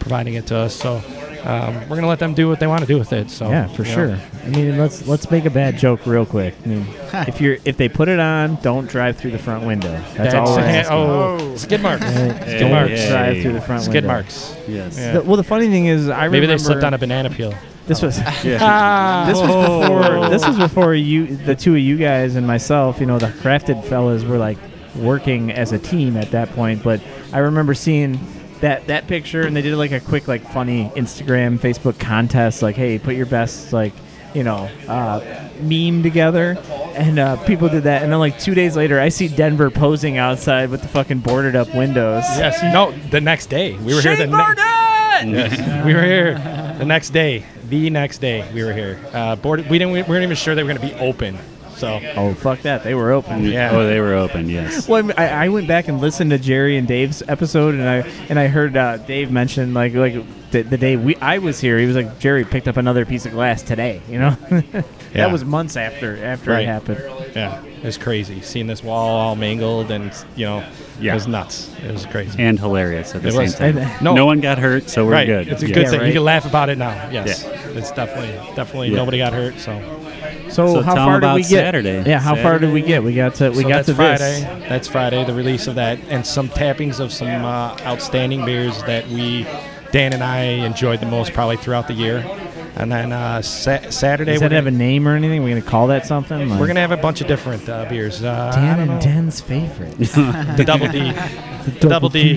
providing it to us. So um, we're gonna let them do what they want to do with it. So yeah, for you know. sure. I mean, let's let's make a bad joke real quick. I mean, if you're if they put it on, don't drive through the front window. That's, all. we're asking. oh, skid marks. Right. Skid Don't marks. drive through the front Skid window. marks. Yes. Yeah. The- well, the funny thing is, I Maybe they remember- slipped on a banana peel. This was Ah. this was Oh. before this was before you the two of you guys and myself. You know, the crafted fellas were like working as a team at that point. But I remember seeing that that picture, and they did like a quick like funny Instagram, Facebook contest, like, hey, put your best like you know uh, meme together, and uh, people did that. And then like two days later, I see Denver posing outside with the fucking boarded up windows. Yes. No. The next day, we were here. The ne- yes. we were here the next day. The next day, we were here. Uh, board. We didn't. We weren't even sure they were going to be open. So. Oh fuck that! They were open. Yeah. Oh, they were open. Yes. Well, I, I went back and listened to Jerry and Dave's episode, and I and I heard uh, Dave mention like like the, the day we I was here, he was like Jerry picked up another piece of glass today. You know, Yeah. that was months after after it happened. Yeah, it was crazy. Seeing this wall all mangled and you know, it Yeah. was nuts. It was crazy. And hilarious at the It same was. time. And- no. one got hurt, so we're right. good. It's a Yeah. good thing. You can laugh about it now. Yes, Yeah. it's definitely definitely Yeah. nobody got hurt. So So, So how tell 'em far did about we get? Saturday. Yeah, how far did we Saturday. get? We got to we So got that's to Friday. this. That's Friday. The release of that and some tappings of some uh, outstanding beers that we Dan and I enjoyed the most probably throughout the year. And then uh, sa- Saturday Does we're that have gonna, a name or anything? We're gonna call that something. Like, we're gonna have a bunch of different uh, beers. Uh, I Dan don't and know. Dan's favorite. the double D. The double D.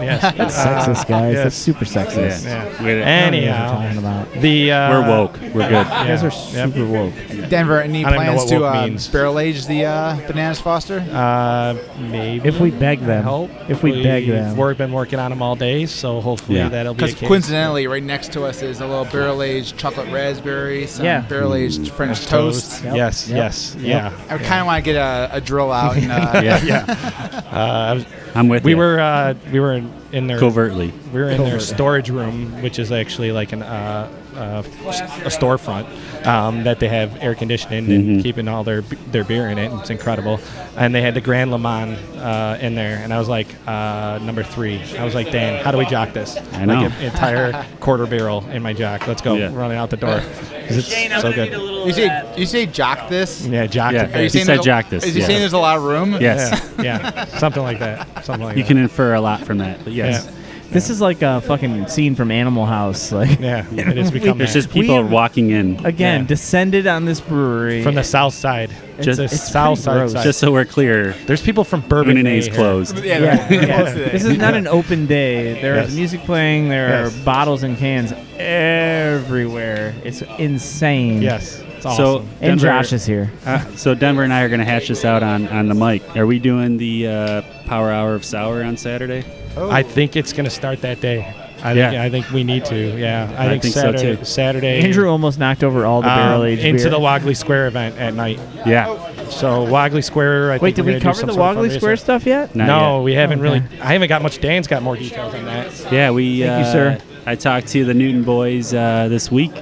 Yes. That's Uh, sexist, guys. yes. That's super sexist. Yeah. We're- I don't Anyhow, know what I'm talking the uh, We're woke. We're good. You guys yeah. are super woke. Denver, any I don't even know plans what to woke uh, means. barrel age the uh, bananas Foster? Uh, maybe If we beg them. help. If we beg them. We've been working on them all day, so hopefully Yeah. that'll be a Because case. coincidentally, right next to us is a little barrel aged chocolate raspberry, some Yeah. barrel Mm. aged French toast. Yep, Yes, yep, yes, yep. yeah. I kind of want to get a, a drill out. And, uh, Yeah. Uh, I was- I'm with we you. were uh, we were in, in their covertly. we were in their storage room, which is actually like an uh, uh, a storefront um, that they have air conditioning Mm-hmm. and keeping all their b- their beer in it. It's incredible. And they had the Grand Le Mans uh, in there, and I was like uh, number three. I was like, Dan, how do we jock this? I know. Like an entire quarter barrel in my jock. Let's go Yeah. running out the door. 'Cause it's so good. You say you say jock this. yeah, jock. Yeah. it. Are you He saying said there's a- jock this, Is he yeah. saying there's a lot of room? Yes. yeah, something like that. Something like You that. can infer a lot from that. But yes. Yeah. This is like a fucking scene from Animal House. Like Yeah, it has become There's that. just people We- walking in. again, Yeah. descended on this brewery from the south side. Just- the it's south pretty side, gross. side. Just so we're clear, There's people from Bourbon Bay Unina's here. closed. Yeah. Yeah, yeah. Close today. This is not an open day. There Yes. is music playing. There Yes. are bottles and cans everywhere. It's insane. Yes, it's So awesome. And Denver- Josh is here. Uh, so Denver and I are going to hatch this out on, on the mic. Are we doing the uh, Power Hour of Sour on Saturday? I think it's gonna start that day. I Yeah. think I think we need to. Yeah, I, I think, think so, Saturday. too. Saturday. Andrew almost knocked over all the um, barrel aged into the Wagley Square event at night. Yeah. So Wagley Square. I Wait, think did we're we gonna do cover some the sort of Wagley fundraiser. Square stuff yet? Not no, yet. we haven't Okay. really. I haven't got much. Dan's got more details on that. Yeah, we. Thank you, uh, sir. I talked to the Newton boys uh, this week.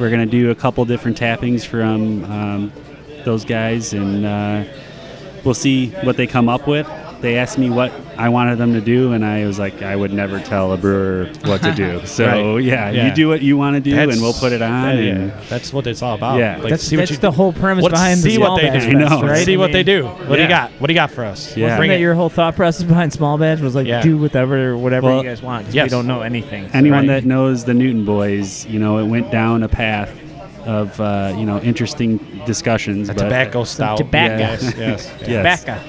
We're going to do a couple different tappings from um, those guys, and uh, we'll see what they come up with. They asked me what I wanted them to do, and I was like, I would never tell a brewer what to do. So Right. yeah, Yeah. you do what you want to do, That's- and we'll put it on. that- and- yeah, that's what it's all about. Yeah. Like, That's, see what that's you- the whole premise Let's behind see the what small they badge do. I know. fest, right? Let's See I what they mean, do. What do you Yeah. got? What do you got for us? Yeah. Isn't Bring that it. your whole thought process behind small badge was like Yeah. do whatever whatever Well, you guys want because we yes. don't know anything. So- anyone Right. that knows the Newton boys, you know, it went down a path of uh, you know interesting discussions. A but- tobacco stout. tobacco. Yes, yes. Yes. Becca.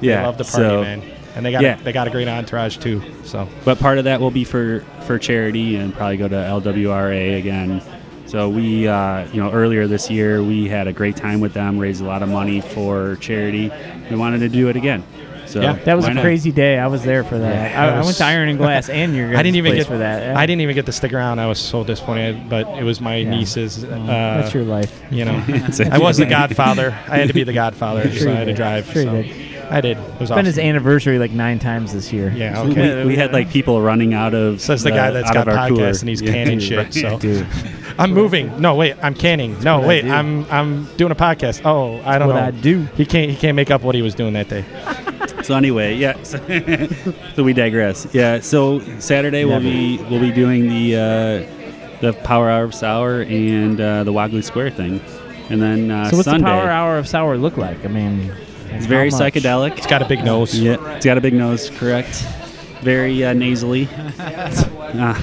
Yeah. They love the party, so- man. And they got Yeah. a, they got a great entourage too. So But part of that will be for for charity and probably go to LWRA again. So we, uh, you know, earlier this year we had a great time with them, raised a lot of money for charity. We wanted to do it again. So Yeah. That was why a not? crazy day. I was there for that. Yeah, I, that I went was- to Iron and Glass and your guys' I didn't even place get for that. yeah. I didn't even get to stick around. I was so disappointed. But it was my Yeah. Mm-hmm. niece's. Uh, That's your life. You know, It's a- I was the godfather. I had to be the godfather, Sure so you I had to did. drive. Sure you so. did. I did. It was It's been awesome. his anniversary like nine times this year. yeah. We- Okay. We, had like people running out of. Says the guy that's out got of our cooler. podcasts and he's Yeah. canning shit. So Dude, I'm moving. No, wait. I'm canning. No, what I wait. do. I'm I'm doing a podcast. Oh, I don't what know. I do. He can't he can't make up what he was doing that day. So anyway, yeah. So, so we digress. Yeah. So Saturday we'll be we'll be doing the uh, the Power Hour of Sour and uh, the Wagley Square thing. And then uh, so what's Sunday, the power hour of sour look like? I mean, it's very how much? psychedelic. It's got a big nose. Yeah, it's got a big nose. Correct. Very uh, nasally. Ah.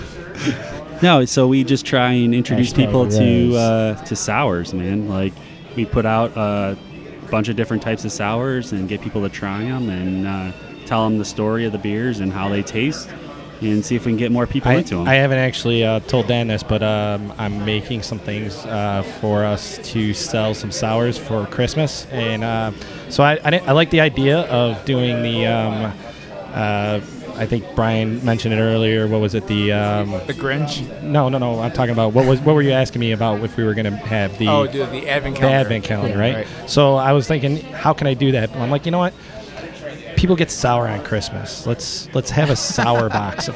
No, so we just try and introduce Hashtag people to res. uh, to sours, man. Like we put out a bunch of different types of sours and get people to try them and uh, tell them the story of the beers and how they taste, and see if we can get more people I, into them. I haven't actually uh, told Dan this, but um, I'm making some things uh, for us to sell some sours for Christmas, and uh, so I, I, didn't- I like the idea of doing the. Um, uh, I think Brian mentioned it earlier. What was it? The um, The Grinch? No, no, no. I'm talking about what was what were you asking me about if we were going to have the Oh, do the advent calendar. advent calendar, Yeah, right? right. So I was thinking, how can I do that? Well, I'm like, you know what? People get sour on Christmas. Let's let's have a sour box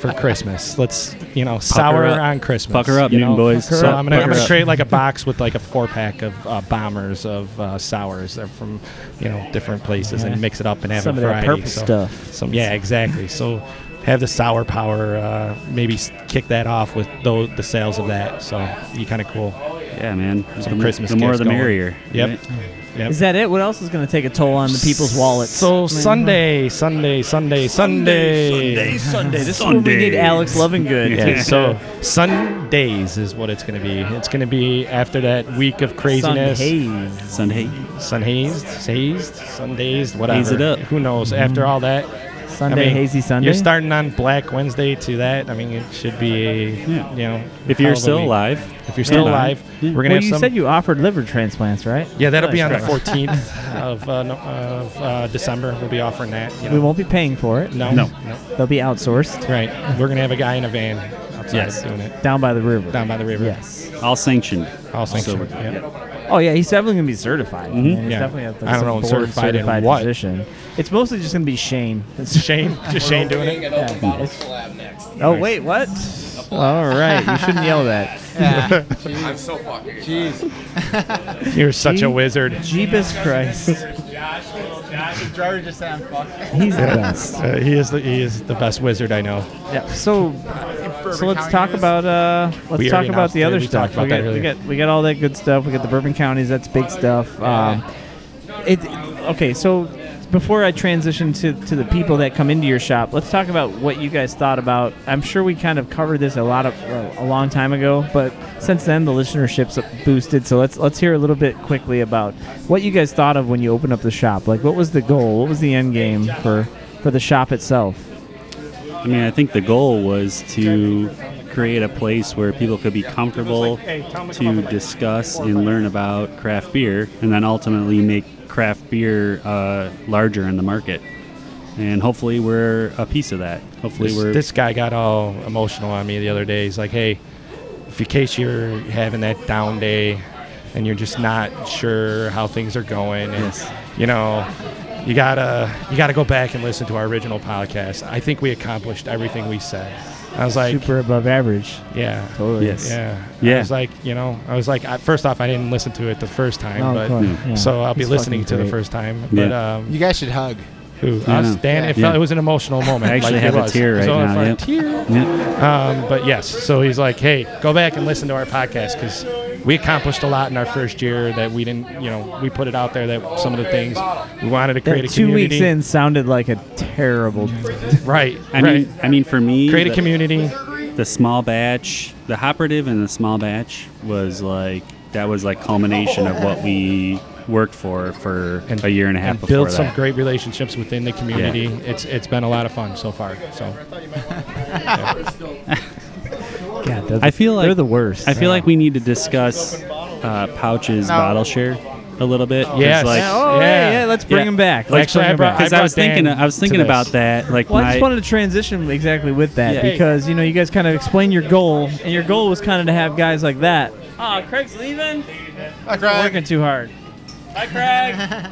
for Christmas. Let's you know sour up. on Christmas. Pucker up, you Newton know? boys. So Sup, I'm gonna, I'm pucker gonna up. create like a box with like a four pack of uh, bombers of uh, sours. They're from you know different places Yeah. and mix it up and have Some it of that Friday. purple So- stuff. Some yeah, exactly. So have the sour power. Uh, maybe s- kick that off with tho- the sales of that. So be kind of cool. Yeah, man. Some The mo- Christmas. the more gifts the going. merrier, Yep. right? Yep. Is that it? What else is going to take a toll on the people's wallets? So Sunday, Sunday, Sunday, Sunday, Sunday, Sunday. This is where we need Alex Lovingood. Yeah, so Sundays is what it's going to be. It's going to be after that week of craziness. Sunhazed. Sunhazed. Sunhazed. Hazed. Sundazed. Whatever. Haze it up. Who knows? Mhm. After all that. Sunday, hazy Sunday? You're starting on Black Wednesday to that. I mean, it should be a you know. If you're hell of a still week. alive, If you're still Yeah. alive, Yeah. we're gonna well, have you some. said you offered liver transplants, right? yeah, that'll be on the Correct. 14th of, uh, no, of uh, December. We'll be offering that. you We know. won't be paying for it. No. No. They'll be outsourced. Right. We're going to have a guy in a van outside Yes. doing it. Down by the river. Down by the river. Yes. All sanctioned. All sanctioned, Sober. yeah. Oh yeah, he's definitely gonna be certified. I mean, Mhm. he's Yeah. definitely at, like, I don't some know, I'm board certified in certified what? Position. It's mostly just gonna be Shane. It's Shane, just Shane doing it. Oh wait, what? All right, you shouldn't yell that. I'm so fucking. Jeez. You're such a Gee- wizard. Jeebus Christ. Josh, driver just said I'm fucking. He's the best. Uh, he is the he is the best wizard I know. Yeah. So, uh, so let's talk about uh, let's We talk already about the announced- other we stuff. talked about we, that got, we earlier. got we got all that good stuff. We got the Bourbon Counties. That's big stuff. Um, it okay. So before I transition to to the people that come into your shop, let's talk about what you guys thought about. I'm sure we kind of covered this a lot of uh, a long time ago, but since then the listenership's boosted. So let's let's hear a little bit quickly about what you guys thought of when you opened up the shop. Like, what was the goal? What was the end game for for the shop itself? I mean, I think the goal was to create a place where people could be comfortable to discuss and learn about craft beer, and then ultimately make craft beer uh, larger in the market. And hopefully, we're a piece of that. Hopefully, This, we're this guy got all emotional on me the other day. He's like, "Hey, if in case you're having that down day and you're just not sure how things are going, and, you know, you gotta you gotta go back and listen to our original podcast. I think we accomplished everything we said." I was like, super above average. Yeah. Totally. Yeah. Yeah. I was like, you know, I was like, I, first off, I didn't listen to it the first time, No, of but course. Yeah. so I'll be He's listening fucking to the great. first time. Yeah. But um, You guys should hug. who I us, know. Dan? It, Yeah. felt, it was an emotional moment. I actually like it have a was. tear It was right all now, for a yep. Tear. Yep. Um, but yes, so he's like, hey, go back and listen to our podcast because we accomplished a lot in our first year that we didn't, you know, we put it out there that some of the things we wanted to create That a two community. weeks in sounded like a terrible. right. I mean, I mean, for me, Create a the- community. The small batch, the hopperative, and the small batch was like that was like culmination of what we worked for for a year and a half and before build that. some great relationships within the community. It's it's been a lot of fun so far. So. God, they're the- I feel like they're the worst. I feel like we need to discuss uh, pouches No. bottle share a little bit. 'cause, Yes. Like, Yeah, oh, yeah, yeah, let's bring 'em back. Like, Actually, I brought- I because I, brought was thinking Dan I was to thinking this. about that. Like well, I my- just wanted to transition exactly with that Yeah. because you know you guys kind of explained your goal, and your goal was kind of to have guys like that Oh, Craig's leaving. Hi, working too hard. Hi, Craig.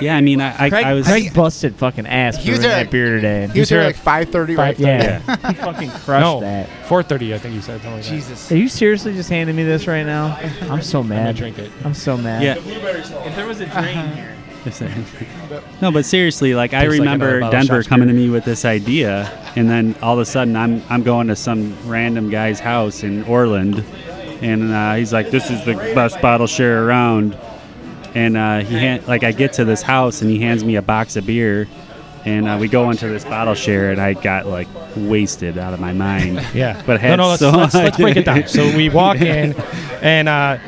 yeah, I mean, I, I, Craig, I was Craig busted fucking ass He brewing was there that like- beer today. he was here like 5:30, right? Yeah, he fucking crushed no, that. 4:30, I think you said. Something like Jesus. Are you seriously just handing me this right now? I'm so mad. drink it. I'm so mad. Yeah. If there was a drain here. No, but seriously, like I Tastes like remember another bottle of Denver Shaw's coming to me with this idea, and then all of a sudden I'm I'm going to some random guy's house in Orland, and uh, he's like, "This is the best bottle share around," and uh, he hand, like I get to this house and he hands me a box of beer, and uh, we go into this bottle share, and I got like wasted out of my mind. Yeah, but had no, no. Let's, so let's, let's break it down. much- So we walk in, and uh,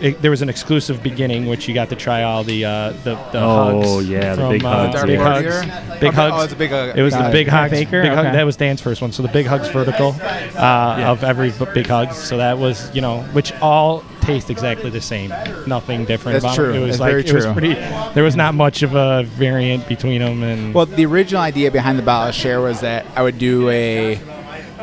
it, there was an exclusive beginning, which you got to try all the uh, the, the Oh, hugs. yeah, the from, big uh, hugs, Dark yeah. Hugs. Beer? Big Oh, hugs. oh, it's a big hug. It was Got the it. big hugs. Baker? Big hug. Okay. That was Dan's first one. So the big hugs vertical uh, of every b- big hugs. So that was you know, which all taste exactly the same. Nothing different. about That's true. It, it was That's like very it was true. pretty. There was not much of a variant between them, and Well, the original idea behind the bottle share was that I would do a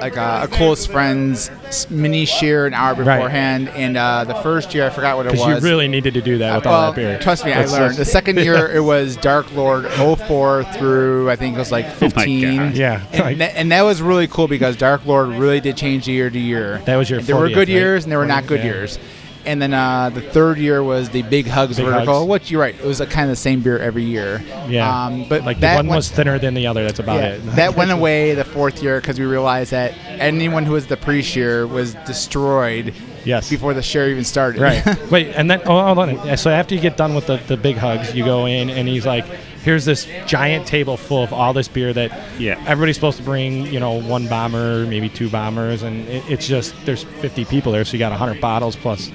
like a, a close friend's s- mini share an hour Right. beforehand, and uh, the first year I forgot what it because was. you really needed to do that with all Well, that beer. Trust me, That's- I that's- learned. The second year it was Dark Lord 04 through I think it was like 15. God. Yeah. And, tha- and that was really cool because Dark Lord really did change the year to year. That was your There were 40th, good right? years and there were not good 40th, yeah. years. And then uh, the third year was the Big Hugs Big vertical, Hugs. which you're right, it was a kind of the same beer every year. Yeah, Um, but like that the one one- was thinner than the other. That's about yeah, it. that went away the fourth year because we realized that anyone who was the pre-share was destroyed. Yes. Before the share even started. Right. Wait, and then oh, hold on. So after you get done with the, the big hugs, you go in and he's like, "Here's this giant table full of all this beer that Yeah. everybody's supposed to bring. You know, one bomber, maybe two bombers, and it, it's just there's 50 people there, so you got 100 bottles plus.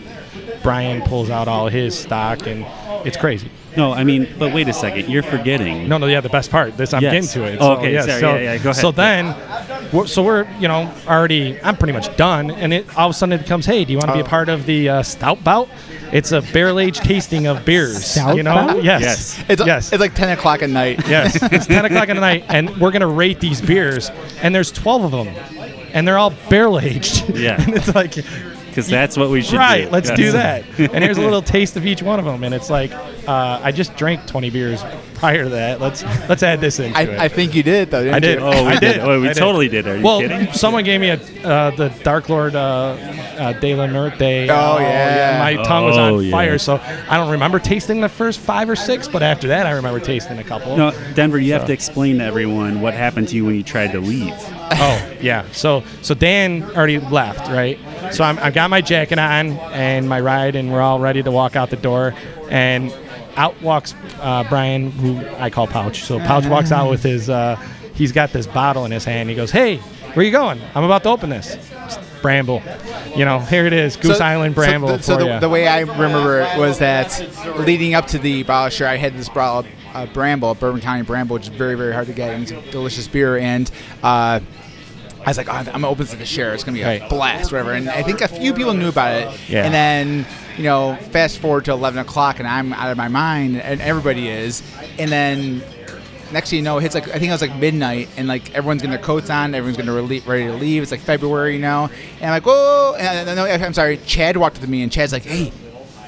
Brian pulls out all his stock, and it's crazy. No, I mean, but wait a second, you're forgetting. No, no, yeah, the best part. This I'm Yes. getting to it. Oh, so, okay, yeah, sorry, so, yeah, yeah, go ahead. So then, we're, so we're you know already I'm pretty much done, and it all of a sudden it becomes, hey, do you want to be Oh. a part of the uh, stout bout? It's a barrel aged tasting of beers. Stout you know, bout? yes, Yes. It's, yes. it's like 10 o'clock at night. Yes, it's 10 o'clock at night, and we're going to rate these beers. And there's 12 of them, and they're all barrel aged. Yeah. and it's like, Because that's what we should do. right, let's do Yes. that. and here's a little taste of each one of them. And it's like, uh, I just drank 20 beers prior to that. Let's let's add this into I, it. I think you did though. Didn't I did. You? I Oh, we I totally did. Are you well, kidding? someone gave me a uh, the Dark Lord uh, uh, De La Muerte. Oh, yeah. My tongue was Oh, on yeah. fire, so I don't remember tasting the first five or six, but after that, I remember tasting a couple. No, Denver, you So- have to explain to everyone what happened to you when you tried to leave. oh yeah. So so Dan already left, right? So I'm, I've got my jacket on and my ride, and we're all ready to walk out the door. And out walks uh, Brian, who I call Pouch. So Pouch walks out with his. Uh, he's got this bottle in his hand. He goes, "Hey, where you going? I'm about to open this." It's Bramble, you know, here it is, Goose Island Bramble. So, the, so for the, ya. the way I remember it was that leading up to the bottle share, I had this bottle of uh, Bramble, Bourbon County Bramble, which is very, very hard to get. and It's a delicious beer. And uh, I was like, oh, I'm going to open this at the share. It's going to be a Right. blast, whatever. And I think a few people knew about it. Yeah. And then, you know, fast forward to 11 o'clock, and I'm out of my mind, and everybody is. And then next thing you know, it hits like I think it was like midnight, and like everyone's getting their coats on, everyone's gonna rele- ready to leave. It's like February now, and I'm like, whoa! And I, no, I'm sorry. Chad walked up to me, and Chad's like, hey.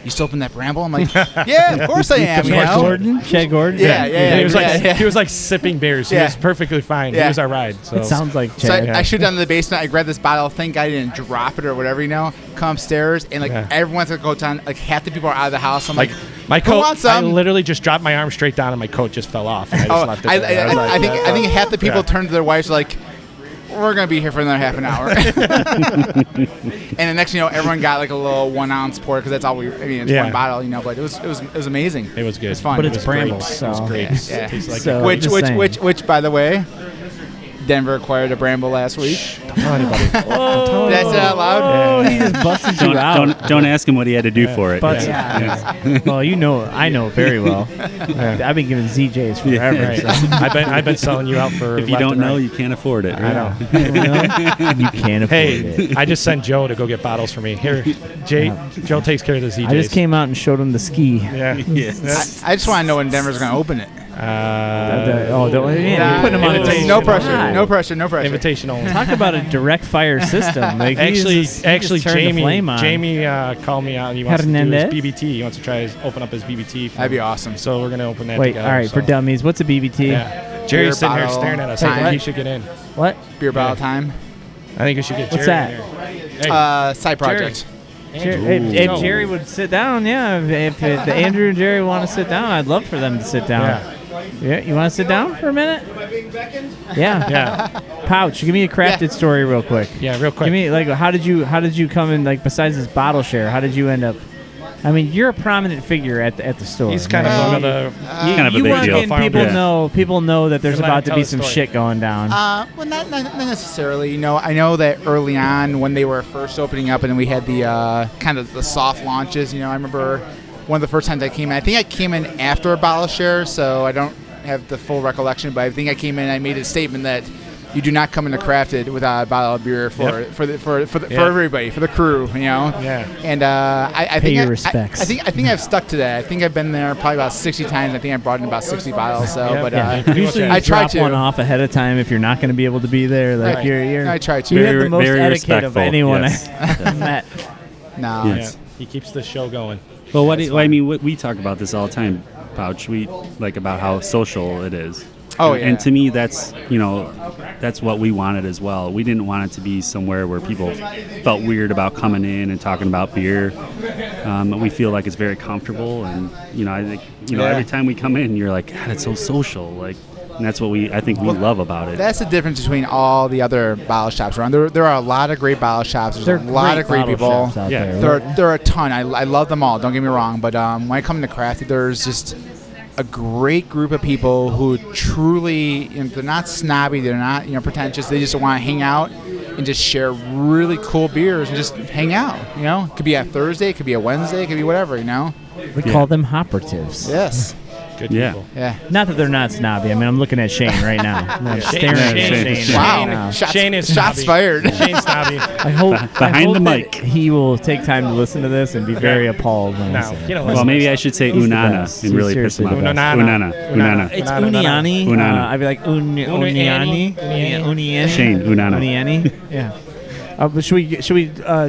You still open that bramble? I'm like, yeah, of course I am. you know? Chad Gordon. Yeah, yeah, yeah. he was yeah, like yeah. he was like sipping beers. He Yeah. was perfectly fine. He Yeah. was our ride. So So I, I shoot down to the basement. I grab this bottle. Thank God I didn't drop it or whatever. You know, come upstairs and like Yeah. everyone's gonna go down. Like half the people are out of the house. I'm like, like my who coat. wants I some? literally just dropped my arm straight down, and my coat just fell off. And I just Oh, left it I, I, there. I, was like, I think I think half the people Yeah. turn to their wives like, "We're gonna be here for another half an hour." and the next, thing you know, everyone got like a little one ounce pour because that's all we. I mean, it's Yeah. one bottle, you know. But it was it was it was amazing. It was good. It was fun. But It it's was Bramble, grapes. so- It was grapes. Yeah. Yeah. Tastes like So, which the which same. which which by the way, Denver acquired a Bramble last week. uh, That's not Oh, Oh, allowed. don't, Don't, don't ask him what he had to do for it. But- Yeah. well, Oh, you know, I know very well. I've been giving ZJs forever. Yeah. so. I've been I've been selling you out for. If you left don't and know, right. you can't afford it. I know. you can't afford Hey, it. I just sent Joe to go get bottles for me. Here, Jay. Joe takes care of the ZJs. I just came out and showed him the ski. Yeah. I, I just want to know when Denver's gonna open it. Uh, oh, don't- yeah, you're putting him on the spot. No pressure. Come No on. pressure. No pressure. Invitation only. Talk about a direct fire system. Like, he actually, just- he just actually, turned the Jamie, flame on. Jamie uh, called me out. He wants Hernandez? to do his BBT. He wants to try his open up his BBT. for- That'd be awesome. So we're gonna open that. Wait, together, all right, so. for dummies, what's a BBT? Yeah. Jerry's Beer sitting here bottle staring at us. time. Hey, he should get in. What? Beer bottle time. I think we should get What's Jerry in that? here. Hey, Uh, side project. Jerry. Jer- if, if Jerry would sit down, yeah. If, if, if Andrew and Jerry want to sit down, I'd love for them to sit down. Yeah. Yeah, you want to sit down for a minute? Am I being beckoned? Yeah, Pouch, give me a crafted story real quick. Yeah, real quick. Give me like how did you how did you come in like besides this bottle share? How did you end up? I mean, you're a prominent figure at the, at the store. He's kind of man. one of the- you, Uh, kind of a you big walk deal. in, people Yeah. know people know that there's Let him about to tell be his some story. shit going down. Uh, well, not, not, not necessarily. You know, I know that early on when they were first opening up and we had the uh, kind of the soft launches, you know, I remember one of the first times I came in, I think I came in after a bottle share, so I don't have the full recollection, but I think I came in and I made a statement that you do not come into crafted without a bottle of beer for Yep. for the, for for, the, Yeah. for everybody for the crew, you know. Yeah. And uh, I, I Pay think your I- I- respects. I, think I think I've stuck to that. I think I've been there probably about sixty times. I think I brought in about sixty bottles. So, but uh, usually you I try drop to. one off ahead of time if you're not going to be able to be there. Like Right. you're, you're I try to. You have Very- the most very etiquette of respectful, anyone yes. I've met. No, Yeah. Yeah. He keeps the show going. Well, what do, I mean, what, we talk about this all the time, Pouch. We like about how social it is. Oh, and, yeah. And to me, that's you know, that's what we wanted as well. We didn't want it to be somewhere where people felt weird about coming in and talking about beer. Um, we feel like it's very comfortable, and you know, I think you know, Yeah. every time we come in, you're like, God, it's so social. Like, and that's what we I think we love about it. That's the difference between all the other bottle shops around. There, there are a lot of great bottle shops. There's There a are lot great of great bottle people. shops out Yeah. there. There, are, there are a ton. I, I love them all. Don't get me wrong. But um, when I come to Crafted, there's just a great group of people who truly, you know, they're not snobby. They're not, you know, pretentious. They just want to hang out and just share really cool beers and just hang out. You know, it could be a Thursday, it could be a Wednesday, it could be whatever. You know. We call them operatives. Yes. Good Yeah. people. Yeah. Not that they're not snobby. I mean, I'm looking at Shane right now. I'm Shane- staring at Shane- Shane. Shane- right Shane- now. Shots- Shane is shots snobby. fired. Shane's snobby. I hope Beh- I behind hope the that mic. he will take time to listen to this and be very appalled when I No, say it. you don't Well, listen to maybe I stuff. should say He's the Unana best. and He's really piss seriously him off. the best. Unana. Unana. Unana. It's Unana. Uniani. Unana. Uh, I'd be like Un- Uniani. Uniani. Uniani. Shane, Unana. Uniani. Yeah. Uh, but should we should we uh,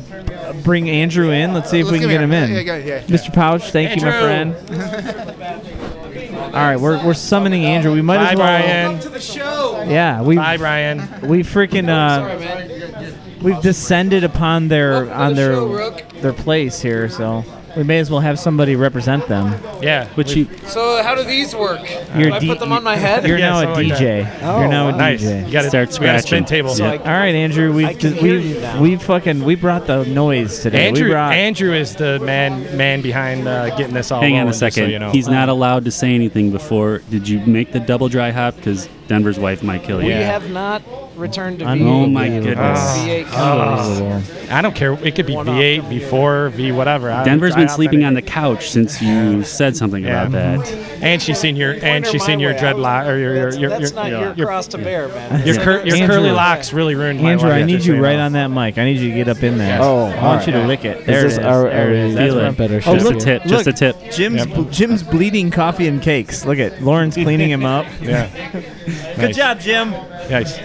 bring Andrew in? Let's see if Let's we can give get him him- in. yeah, yeah, yeah. Mr. Pouch, thank you, my friend. All right, we're, we're summoning Andrew. We might Bye, as well. Brian. to the show. Yeah, we. Bye, Brian. We freaking uh, we've descended upon their on their their place here, so we may as well have somebody represent them. Yeah, which you So how do these work? You're do I D- put them on my head? You're now a DJ. you're now a DJ. Oh, You gotta- Start we gotta spin scratching. table. All right, Andrew. I We've can hear you we now. we fucking we brought the noise today. Andrew, we brought Andrew is the man man behind uh, getting this all. Hang on rolling, a just so second. you know. Ah. He's not allowed to say anything before. Did you make the double dry hop? Because Denver's wife might Oh, kill you. We have not returned to V8. Oh my goodness. V8 colors. Ah. I don't care. It could be V8, V4, V whatever. I- Denver's I been don't sleeping know. on the couch since you said something about that. And she's seen your and she's seen your dreadlock or your your your, That's not your cross to bear, man. Your, That's cur- not your yours. curly locks really ruined my Andrew, life. I need just so you right know. on that mic. I need you to get up in there. Oh, I all want right. you to lick it. Is There this it is. our- There it our- is. that's That's what where I'm I'm- better Oh, shot. look, Just a tip, Look, just a tip. Jim's Yep. Jim's bleeding coffee and cakes. Look at Lauren's cleaning him up. Yeah. Good Nice. job, Jim. Nice.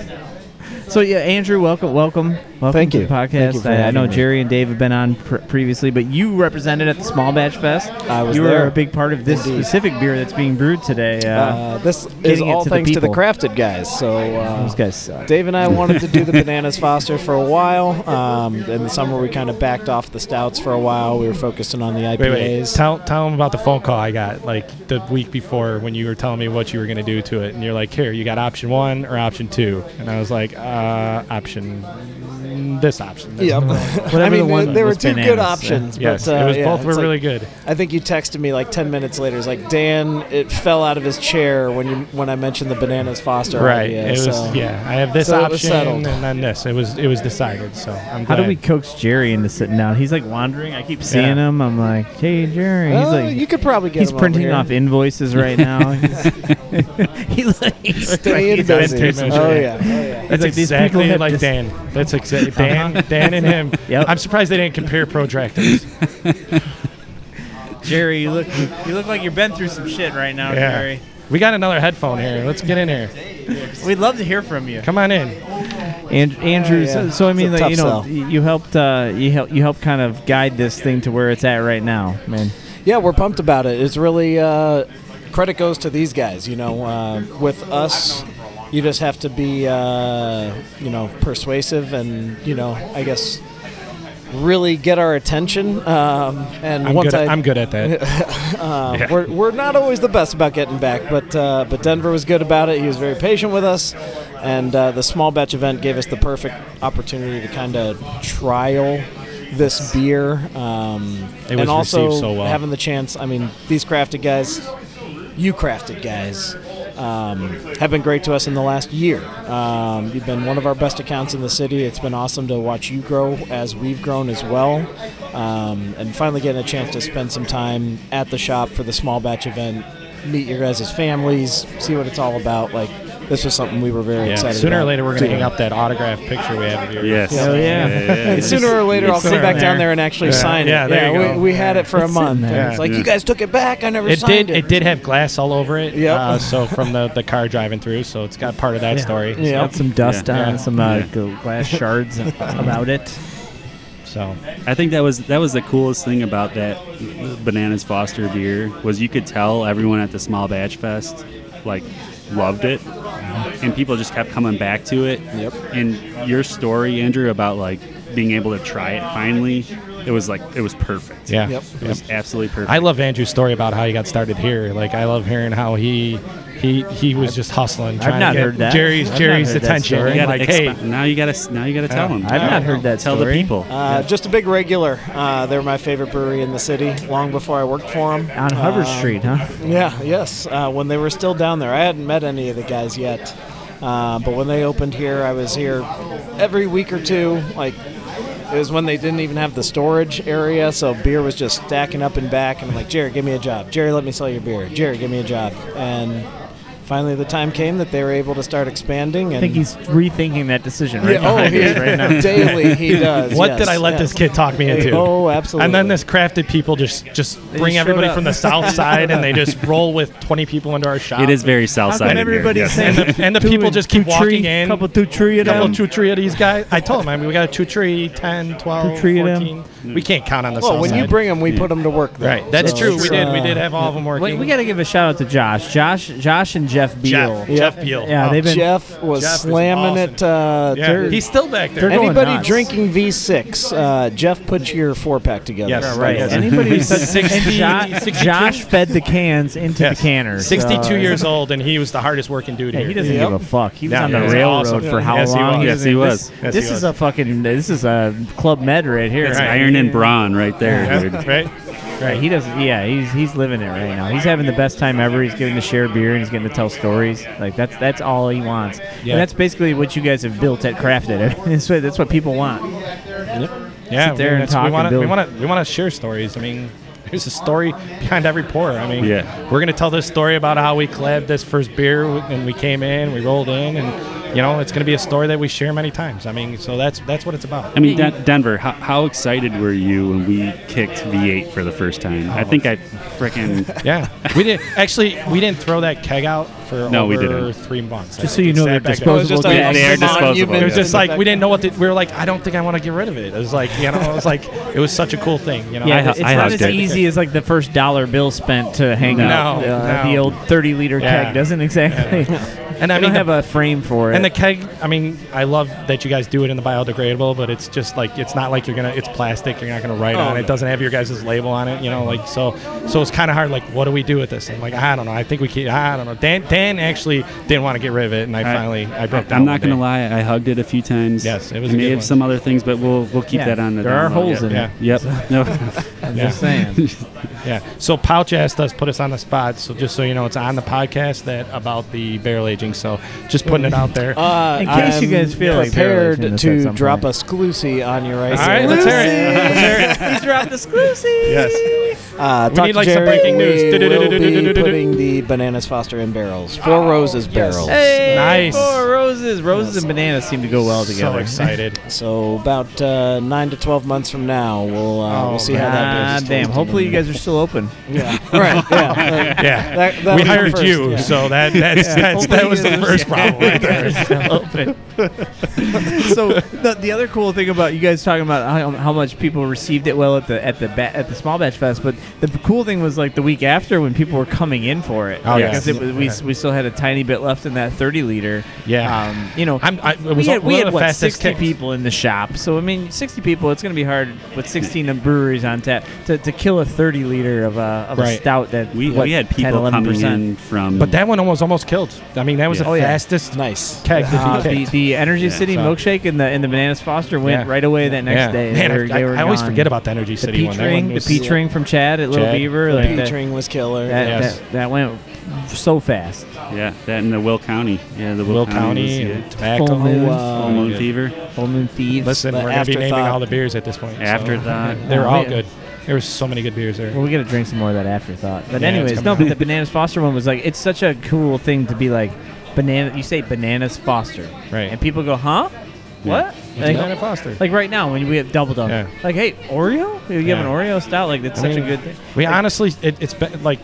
So yeah, Andrew, welcome, welcome, welcome Thank to you. the podcast. Thank you for I, I having know me. Jerry and Dave have been on pr- previously, but you represented at the Small Batch Fest. I was you were there. a big part of this Indeed. specific beer that's being brewed today. Uh, Uh, this is getting it all to thanks the to the people. crafted guys. So uh, Those guys suck. Dave and I wanted to do the bananas Foster for a while. Um, in the summer, we kind of backed off the stouts for a while. We were focusing on the IPAs. Wait, wait. Tell tell him about the phone call I got like the week before when you were telling me what you were gonna do to it, and you're like, "Here, you got option one or option two. and I was like, "Uh, option." This option. Yep. I mean, there were two good options. Yes, but, uh, it was yeah, both it's were like- really good. I think you texted me like ten minutes later. It's like Dan, it fell out of his chair when you when I mentioned the bananas Foster. Right. idea, it was. so- Yeah. I have this so it was option and settled. then this. It was. It was decided. So I'm How glad. do we coax Jerry into sitting down? He's like wandering. I keep seeing him. I'm like, hey, Jerry. He's Oh, like, you could probably get He's him over printing here. off invoices right now. he's, he's like, he's Stay like, in he's on business. tape measure. Oh, yeah. Oh, yeah. He's That's like, these people exactly have Uh-huh. like dis- Dan. That's exactly Dan. Dan and him. Yep. I'm surprised they didn't compare protractors. Jerry, you look you look like you've been through some shit right now, yeah. Jerry. We got another headphone here. Let's get in here. We'd love to hear from you. Come on in. Oh, And Andrew, Yeah, so, yeah. so I It's mean, a like, tough you know, sell. y- you helped uh, you help you helped kind of guide this thing to where it's at right now, man. Yeah, we're pumped about it. It's really uh, credit goes to these guys. You know, uh, with us, you just have to be uh, you know persuasive and you know I guess really get our attention. Um, and I'm once good at- I, I'm good at that. uh, Yeah. We're we're not always the best about getting back, but uh, but Denver was good about it. He was very patient with us, and uh, the small batch event gave us the perfect opportunity to kind of trial this beer. Um, It and was also received so well. having the chance. I mean, these crafted guys, you crafted guys. Um, have been great to us in the last year. Um, you've been one of our best accounts in the city. It's been awesome to watch you grow as we've grown as well. Um, and finally getting a chance to spend some time at the shop for the small batch event, meet your guys' families, see what it's all about. Like, this was something we were very Yeah. excited Sooner or about later, we're going to doing. hang up that autograph picture we have of yours. Yes. Hell yeah. Yeah, yeah, yeah. And sooner or later, I'll sit sit back down there and actually sign it. Yeah, there Yeah, you go. we- we had it for a It's sitting month, and there. it's like, you guys took it back, I never signed did, it. it. did have glass all over it. Yeah. Uh, so from the, the car driving through, so it's got part of that Yeah. story. It's got some dust on, some uh, gl- glass shards about it. So I think that was that was the coolest thing about that bananas Foster beer was you could tell everyone at the small batch fest like loved it, and people just kept coming back to it. Yep. And your story, Andrew, about like being able to try it finally, it was like it was perfect. Yeah. Yep. It was absolutely perfect. I love Andrew's story about how he got started here. Like I love hearing how he he he was just hustling, I've trying not to get heard that. Jerry's I've not Jerry's heard that attention. story. and You gotta like, hey, expound- now you gotta now you gotta tell him. I've not heard that Tell the story. people. Uh, Just a big regular. Uh, they're my favorite brewery in the city. Long before I worked for Um, them. On Hubbard Street, huh? Yeah. Yes. Uh, when they were still down there, I hadn't met any of the guys yet. Uh, but when they opened here, I was here every week or two. Like it was when they didn't even have the storage area, so beer was just stacking up and back. And I'm like, Jerry, give me a job. Jerry, let me sell your beer. Jerry, give me a job. And finally, the time came that they were able to start expanding. And I think he's rethinking that decision right Yeah, oh, behind yeah. us right now. Daily he does. What yes, did I let yes. this kid talk me into? Oh, absolutely. And then this crafted people just just They bring showed everybody up. from the south side and they just roll with 20 people into our shop. It is very south How side. come everybody's saying And the- and the two people and just keep two walking tree, in. couple two tree couple two tree of these guys. I told him, I mean, we got a two tree, 10, 12, Two tree of them. 14. We can't count on the Well, south when you side. bring them, we put 'em put them to work. Though. Right, that's So true. it's, We did. We uh, did have all of them We, working. we got to give a shout out to Josh. Josh, Josh, and Jeff Beal. Jeff- Jeff Beal. Yeah, Oh, they've been. Jeff was Jeff is slamming it. Uh, Yeah, they're- he's still back there. They're going Anybody nuts. drinking V6, uh, Jeff, put your four pack together. Yes, Yeah, right. yes. Anybody who Six- says and Jo- 62 Josh fed the cans into the canner. 62 so- years old, and he was the hardest working dude Yeah, here. he doesn't give a fuck. He was No, on the he's railroad awesome. for how Yes, he long? was. doesn't- Yes, he was. This, Yes, this he is a fucking. This is a club med right here. That's right? iron and brawn right there, Yeah. dude. Right. Right. He doesn't. Yeah. He's he's living it right now. He's having the best time ever. He's getting to share beer and he's getting to tell stories. Like that's that's all he wants. Yeah. And that's basically what you guys have built at Crafted. I mean, that's what that's what people want. Yeah, Sit there we- and that's- talk we and want to build. we want to we want to share stories. I mean, there's a story behind every pour. I mean, Yeah. we're gonna tell this story about how we collabed this first beer w- and we came in, we rolled in, and you know, it's gonna be a story that we share many times. I mean, so that's that's what it's about. I mean, Den- Denver, how, how excited were you when we kicked V8 for the first time? I think I freaking yeah, we did actually we didn't throw that keg out for No, over we didn't. three months. I Just so think you it know, sat they're back there. disposable It was just like, kegs. they are disposable, It was yeah. just like we didn't know what to, we were like. I don't think I want to get rid of it. It was like you know, it was like it was such a cool thing. You know, Yeah, it's not as easy as like the first dollar bill spent to hang No, out. no. Uh, The old thirty liter Yeah. keg doesn't exactly. And I They mean, don't have the- a frame for it. And the keg, I mean, I love that you guys do it in the biodegradable, but it's just like it's not like you're gonna. It's plastic. You're not gonna write Oh, on it. It no. doesn't have your guys' label on it. You know, like so. So it's kind of hard. Like, what do we do with this? I'm like, I don't know. I think we can. I don't know. Dan, Dan actually didn't want to get rid of it, and I, finally I broke down. I'm not one gonna day. lie, I hugged it a few times. Yes, it was I a may good have one. some other things, but we'll we'll keep Yeah, that on the. there are down low. holes in yeah. it. Yep. No. I'm just saying. yeah. So Pouch asked us, put us on the spot. So just so you know, it's on the podcast that about the barrel aging. So just putting it out there. Uh, I'm prepared to drop a sclusy on you right All right, now. let's hear it. Let's hear it. he dropped the sclusy. Yes. Uh, We talk need, to like, some Jerry. breaking news. We will be Du-du-du-du-du-du-du-du-du. putting the bananas Foster in barrels. Four roses barrels. Hey, Four roses. Roses and bananas seem to go well together. so about uh, nine to twelve months from now, we'll uh, we'll see how that Oh, God goes. damn. Hopefully you guys are still open. Yeah. Right. Yeah. Uh, Yeah. that- that'll we be the hired first, you, yeah. so that that's, Yeah. that's that Hopefully was the you first guys- problem. Right you there. guys still open. so the, the other cool thing about you guys talking about how, how much people received it well at the at the ba- at the small batch fest, but the cool thing was like the week after when people were coming in for it. Oh, Like, yeah. 'cause it was- we, Yeah. we still had a tiny bit left in that 30 liter. Yeah. Um, you know, I'm, I, it was we had, one we of had the what fastest 60 kicks. people in the shop. So I mean, 60 people. It's going to be hard with 16 of breweries on tap to, to kill a 30 liter of a, of a Right. stout that We- what, we had 10, people coming 11%. in from- But that one almost almost killed. I mean, that was the Oh, yeah. fastest nice keg that he Uh, the, kicked. the Energy Yeah, City so- milkshake and the and the bananas Foster went Yeah. right away that next Yeah. day. Man, They I- were- they I- were I always gone. forget about the Energy The City peach one. That one Ring, was- the peach ring from Chad at Little Chad. Beaver. The like peach that, ring was killer. That, Yes. that, that went so fast. Yeah, that in the Will County. Yeah, the Will, Will County, County was- and yeah. tobacco. Full moon, Uh, full moon good. fever. Full moon thieves. Listen, we're going to be naming all the beers at this point. so- Afterthought. they were Oh, all man. good. There were so many good beers there. Well, we got to drink some more of that afterthought. But Yeah, it's anyways, coming no. up. But the bananas Foster one was like, it's such a cool thing to be like, banana. You say bananas Foster, right? And people go, huh? What? It's Banana Foster. Like right now when we have double double. Yeah. Like hey, Oreo? You give Yeah. an Oreo stout? Like that's I such mean, a good thing. We honestly, it, it's been like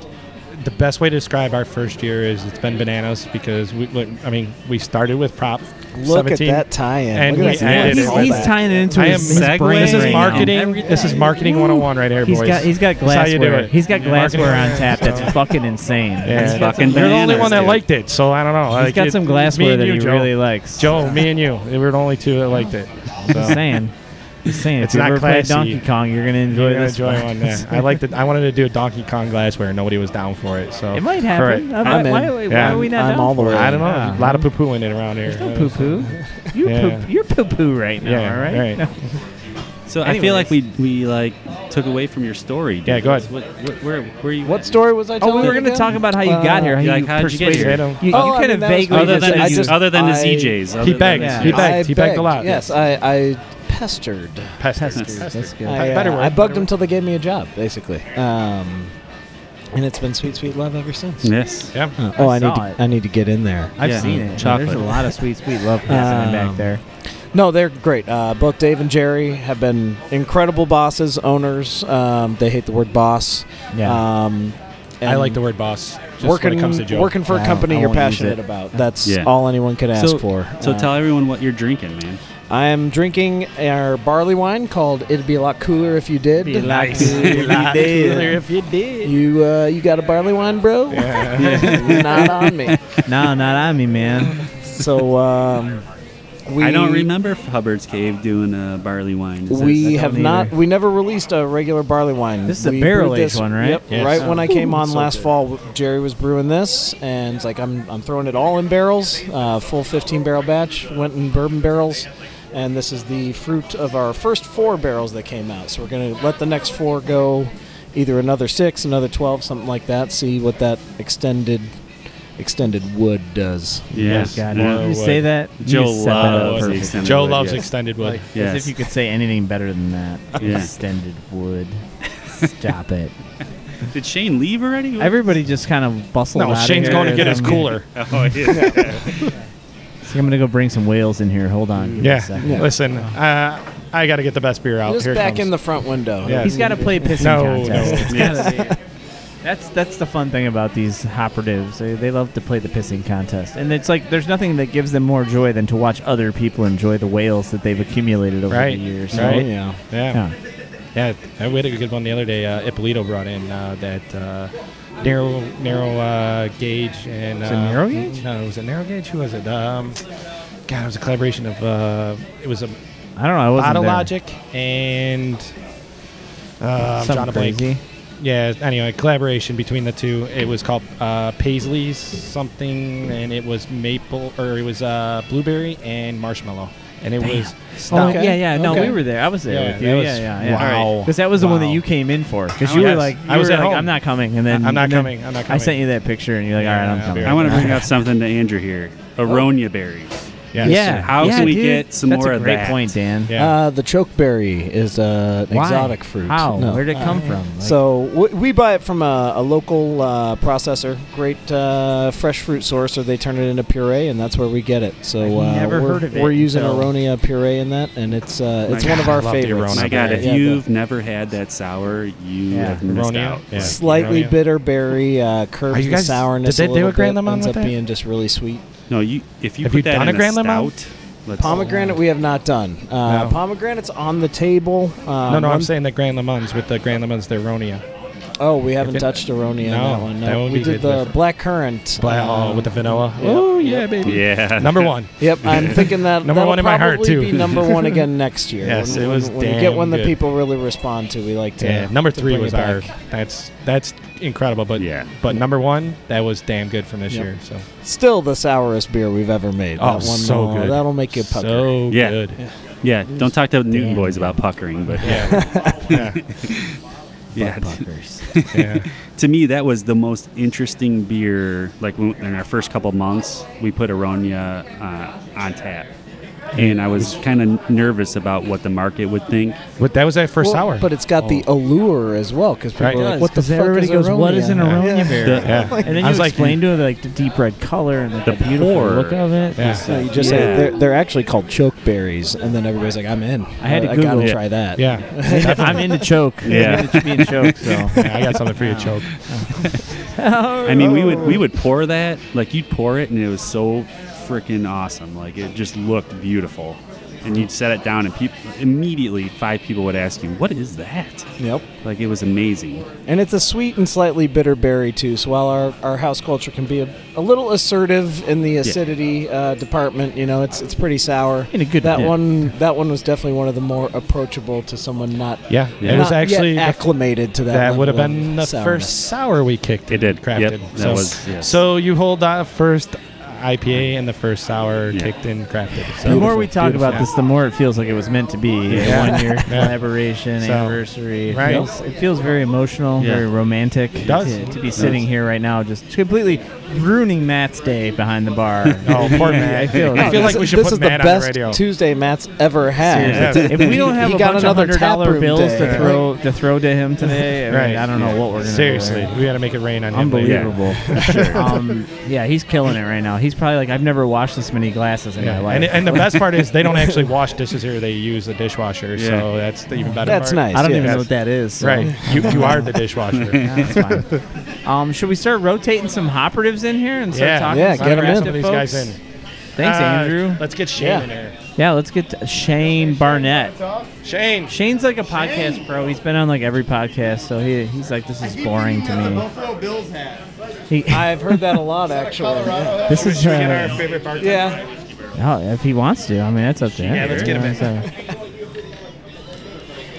the best way to describe our first year is it's been bananas because we, like, I mean, we started with prop. Look at 17, that tie-in. And Look we at that ended tie-in. it He's- with he's that. tying it into I am, his brain This is right now. marketing. This is marketing 101 right here, He's boys. got he's got That's how you do glassware. it. He's got Yeah, marketing. glassware on tap. That's fucking insane. That's Yeah. fucking You're the only bananas, one that dude. liked it, so I don't know. He's got some glassware me and that he Joe. really likes. Joe, me and you, we were the only two that liked it. So. Just saying. Just saying. It's if you not ever play classy. Donkey Kong, you're gonna enjoy You're gonna this enjoy one. one. yeah. I liked it. I wanted to do a Donkey Kong glassware, and nobody was down for it. So It might for happen. it. Uh, why- I'm in. why- why are we not I'm down all the for it? way I don't know. in. A lot of poo poo in it around here. no poo-poo. You Yeah. poo, you're poo poo right now, Yeah, all right? right. So I feel like we we like took away from your story. dude. Yeah, go ahead. What, what, where where you? What story was I Oh, telling? we were going gonna to talk about how you got here, how Like, you how'd you get persuaded. here? You, you, Oh, I kind mean, of that was vaguely Other just than said I you- just- other than the I- ZJs. Other He than begged. the He ZJs. begged. He begged a lot. Yes, I, I pestered. Pestered. That's good. I, uh, Better word, I better bugged word. them till they gave me a job, basically. Um, and it's been sweet, sweet love ever since. Yes. Yeah. Uh, oh, I I, need saw to, it. I need to get in there. I've Yeah, seen it. chocolate. There's a lot of sweet, sweet love happening Um, back there. No, they're great. Uh, both Dave and Jerry have been incredible bosses, owners. Um, they hate the word boss. Yeah. Um, I and like the word boss. Just working, when it comes to Joe. working for I a don't- I company you're won't use passionate it. about. That's Yeah. all anyone could ask so, for. So Uh, tell everyone what you're drinking, man. I am drinking our barley wine called "It'd Be a Lot Cooler If You Did." if you did. You uh, you got a barley wine, bro? Not on me. No, not on me, man. So um, we I don't remember Hubbard's Cave doing a barley wine. Is that- We I have don't not. either. We never released a regular barley wine. This is a We barrel brewed this- aged one, right? Yep. Yes. Right when I came Ooh, on so last good. fall, Jerry was brewing this, and it's like I'm I'm throwing it all in barrels, uh, full 15 barrel batch. Went in bourbon barrels, and this is the fruit of our first four barrels that came out. So we're gonna let the next four go, either another six, another 12, something like that. See what that extended extended wood does. Yeah. God, Yeah. you say that. you Joe just said that up loves perfect. extended Joe wood, loves yes. extended wood. Like, Yes. As if you could say anything better than that. Yeah. Extended wood. Stop it. Did Shane leave already? Everybody just kind of bustled no, out of Shane's here going to as get his I'm cooler. Oh, yeah. getting- See, I'm going to go bring some whales in here. Hold on. give me a Yeah. second. Listen, uh, I got to get the best beer out. Just Here it back comes. in the front window. Yeah. He's got to play pissing No, contest. no. It's gotta be- that's that's the fun thing about these operatives. They, they love to play the pissing contest, and it's like there's nothing that gives them more joy than to watch other people enjoy the whales that they've accumulated over Right, the years. Oh, right. yeah. Yeah. Yeah. Yeah, I- we had a good one the other day. Uh, Ippolito brought in uh, that uh, narrow narrow uh, gauge and Was uh, it narrow gauge? No, it was a narrow gauge. Who was it? Um, God, it was a collaboration of uh, it was a I don't know. I wasn't Bottle there. Logic and uh, Something John crazy. Blake. Yeah, anyway, collaboration between the two. It was called uh, Paisley's something, and it was maple or it was uh, blueberry and marshmallow, and it was Oh stout. yeah, yeah. No, Okay. we were there. I was there Yeah, with you. that was- yeah, yeah, yeah. wow. Because that was the one that Wow. you came in for. Because I you were was- like, I you was were at like, home. I'm not coming. And then I'm not and then coming, I'm not I coming. sent you that picture, and you're like, all right, Yeah, I'm I'll be coming. right I want to bring up something to Andrew here. Aronia berries. Yes. yeah. How yeah, can we dude. get some That's more a of great that? point, Dan. Yeah. Uh, the chokeberry is uh, an Why? exotic fruit. How? No. Uh, Where did it come from? Like- So w- we buy it from a, a local uh, processor, great uh, fresh fruit source, or they turn it into puree, and that's where we get it. So I've uh, never we're, heard of it we're using until- Aronia puree in that, and it's uh, Oh My it's one God, of I our love the favorites. Arona My God, if Yeah, you've never had that sour, you Yeah. have missed Aronia? out. Yeah. the slightly Aronia. bitter berry uh, curbs Are you the guys- sourness. did they a do little a Grand bit, Lemon ends with up that? being just really sweet. No, you. If you Have put you that done in a Grand Lemon? stout, let's- Pomegranate we have not done. Uh, No. Pomegranate's on the table. Um, No, no, one- I'm saying the Grand Lemons with the Grand Lemons, they're Ronia. Oh, we haven't If it- touched Aroni on that one. No, that would we be did good the with- black currant. Black- oh, with the vanilla. yep, Oh, yeah, yep. baby. Yeah. Number one. Yep, I'm thinking that Number that'll one in my heart, probably too. Be number one again next year. Yes, when, it was when, when you get damn one that good. people really respond to. We like to. yeah, number to three bring was it our. back. That's that's incredible, but yeah, but number one that was damn good from this Yep. year. So Still the sourest beer we've ever made. Oh, that one, so uh, good. That'll make you pucker. So yeah. good. Yeah. Don't talk to Newton boys about puckering, but Yeah. yeah. Butt puckers. Yeah. yeah. to me, that was the most interesting beer. Like when, in our first couple months, we put Aronia uh, on tap, and I was kind of nervous about what the market would think. But that was our first Well, hour. Oh. But it's got Oh. the allure as well because people Right. are It like, does, "What the 'cause fuck everybody is goes, Aronia? "What is an Aronia beer?" The- Yeah. And then I you was like, explain to her like the deep red color and like, the, beautiful pour. look of it. It's No, like, you just yeah. say they're, they're actually called choke berries, and then everybody's like, "I'm in. I had to I Google gotta it. try that." Yeah. I'm in- I'm into choke. Yeah. I'm into being choked, so. Yeah, Oh, I got something for you, choke. I mean, we would we would pour that like you'd pour it, and it was so freaking awesome. Like it just looked beautiful, and you'd set it down, and people immediately five people would ask you, "What is that?" Yep. Like it was amazing. And it's a sweet and slightly bitter berry too. So while our, our house culture can be a, a little assertive in the acidity uh, department, you know, it's it's pretty sour. In a good that yeah. one that one was definitely one of the more approachable to someone not Yeah, it was not yet actually the- acclimated to that. That would have level been of the sourness. first sour we kicked. It did. Yep, crafted. that so, was- yes. so you hold that first IPA and the first sour kicked in crafted. So the more we talk Beautiful. about this, the more it feels like it was meant to be. Yeah. A one year Yeah. collaboration, So, anniversary. It, right. feels, it feels very emotional, Yeah. very romantic It does. To, to be It sitting does. here right now, just completely ruining Matt's day behind the bar. Oh, poor Matt. I feel, I feel it. like we should this put is Matt the on the best radio. Tuesday Matt's ever had. Seriously. if we don't have he a got bunch of another hundred dollar taproom bills day. to throw to throw to him today, I, mean, I don't know what we're gonna do. Seriously, we got to make it rain on him. later. Unbelievable. um, yeah, he's killing it right now. He's probably like, I've never washed this many glasses in my Yeah, life. and, and the best part is they don't actually wash dishes here; they use a dishwasher, so Yeah. that's the even better. That's part. nice, I don't yeah. even know what that is, so- Right, you, you are the dishwasher. Yeah, that's fine. Um, should we start rotating some operatives in here and start Yeah. talking? Yeah, to some get 'em in. of These folks? guys in. Thanks, Uh, Andrew. let's get Shane yeah. in here. Yeah, let's get uh, Shane Barnett. Shane. Shane's like a podcast pro. He's been on like every podcast, so he, he's like, this is boring to me. Bills hat. He- I've heard that a lot actually. Colorado? This is, Should we get uh, our favorite bartender? yeah. Oh, if he wants to, I mean that's up to him. Yeah, let's get him in.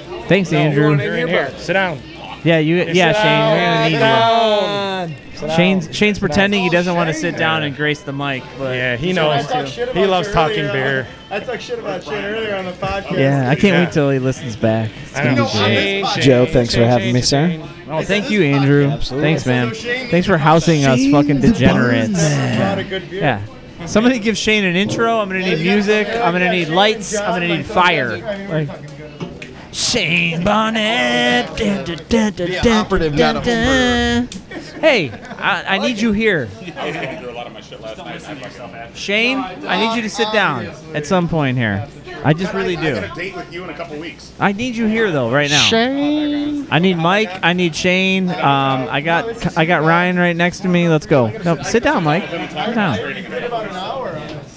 So- Thanks, Andrew. You're in here. Sit down. Yeah, you. Yeah, down, Shane, we're gonna need sit you. down. Shane's Shane's pretending he doesn't want to Shane. sit down and grace the mic, but yeah, he knows. He loves talking beer. I talked shit about shit earlier on the podcast. Yeah, I can't wait till he listens back. It's I gonna know. be great. Shane, Joe, thanks for having me, sir. Oh, thank you, Andrew. Absolutely. Thanks, This is man. how Shane Thanks for housing us, fucking degenerates. Yeah. Somebody give Shane an intro. I'm gonna need music. I'm gonna need lights. I'm gonna need fire. Like, Shane Bonnet. Dun, dun, dun, dun, Be an dun, operative, dun, not a dun. Hey, I, I need you here. I was going through a lot of my shit last night. and I fucked up after. Shane, I need you to sit down at some point here. I just really I do. got a date with you in a couple weeks. I need you here though, right now. Shane. I need Mike. I need Shane. Um, I got I got Ryan right next to me. Let's go. No, sit down, Mike. Sit down.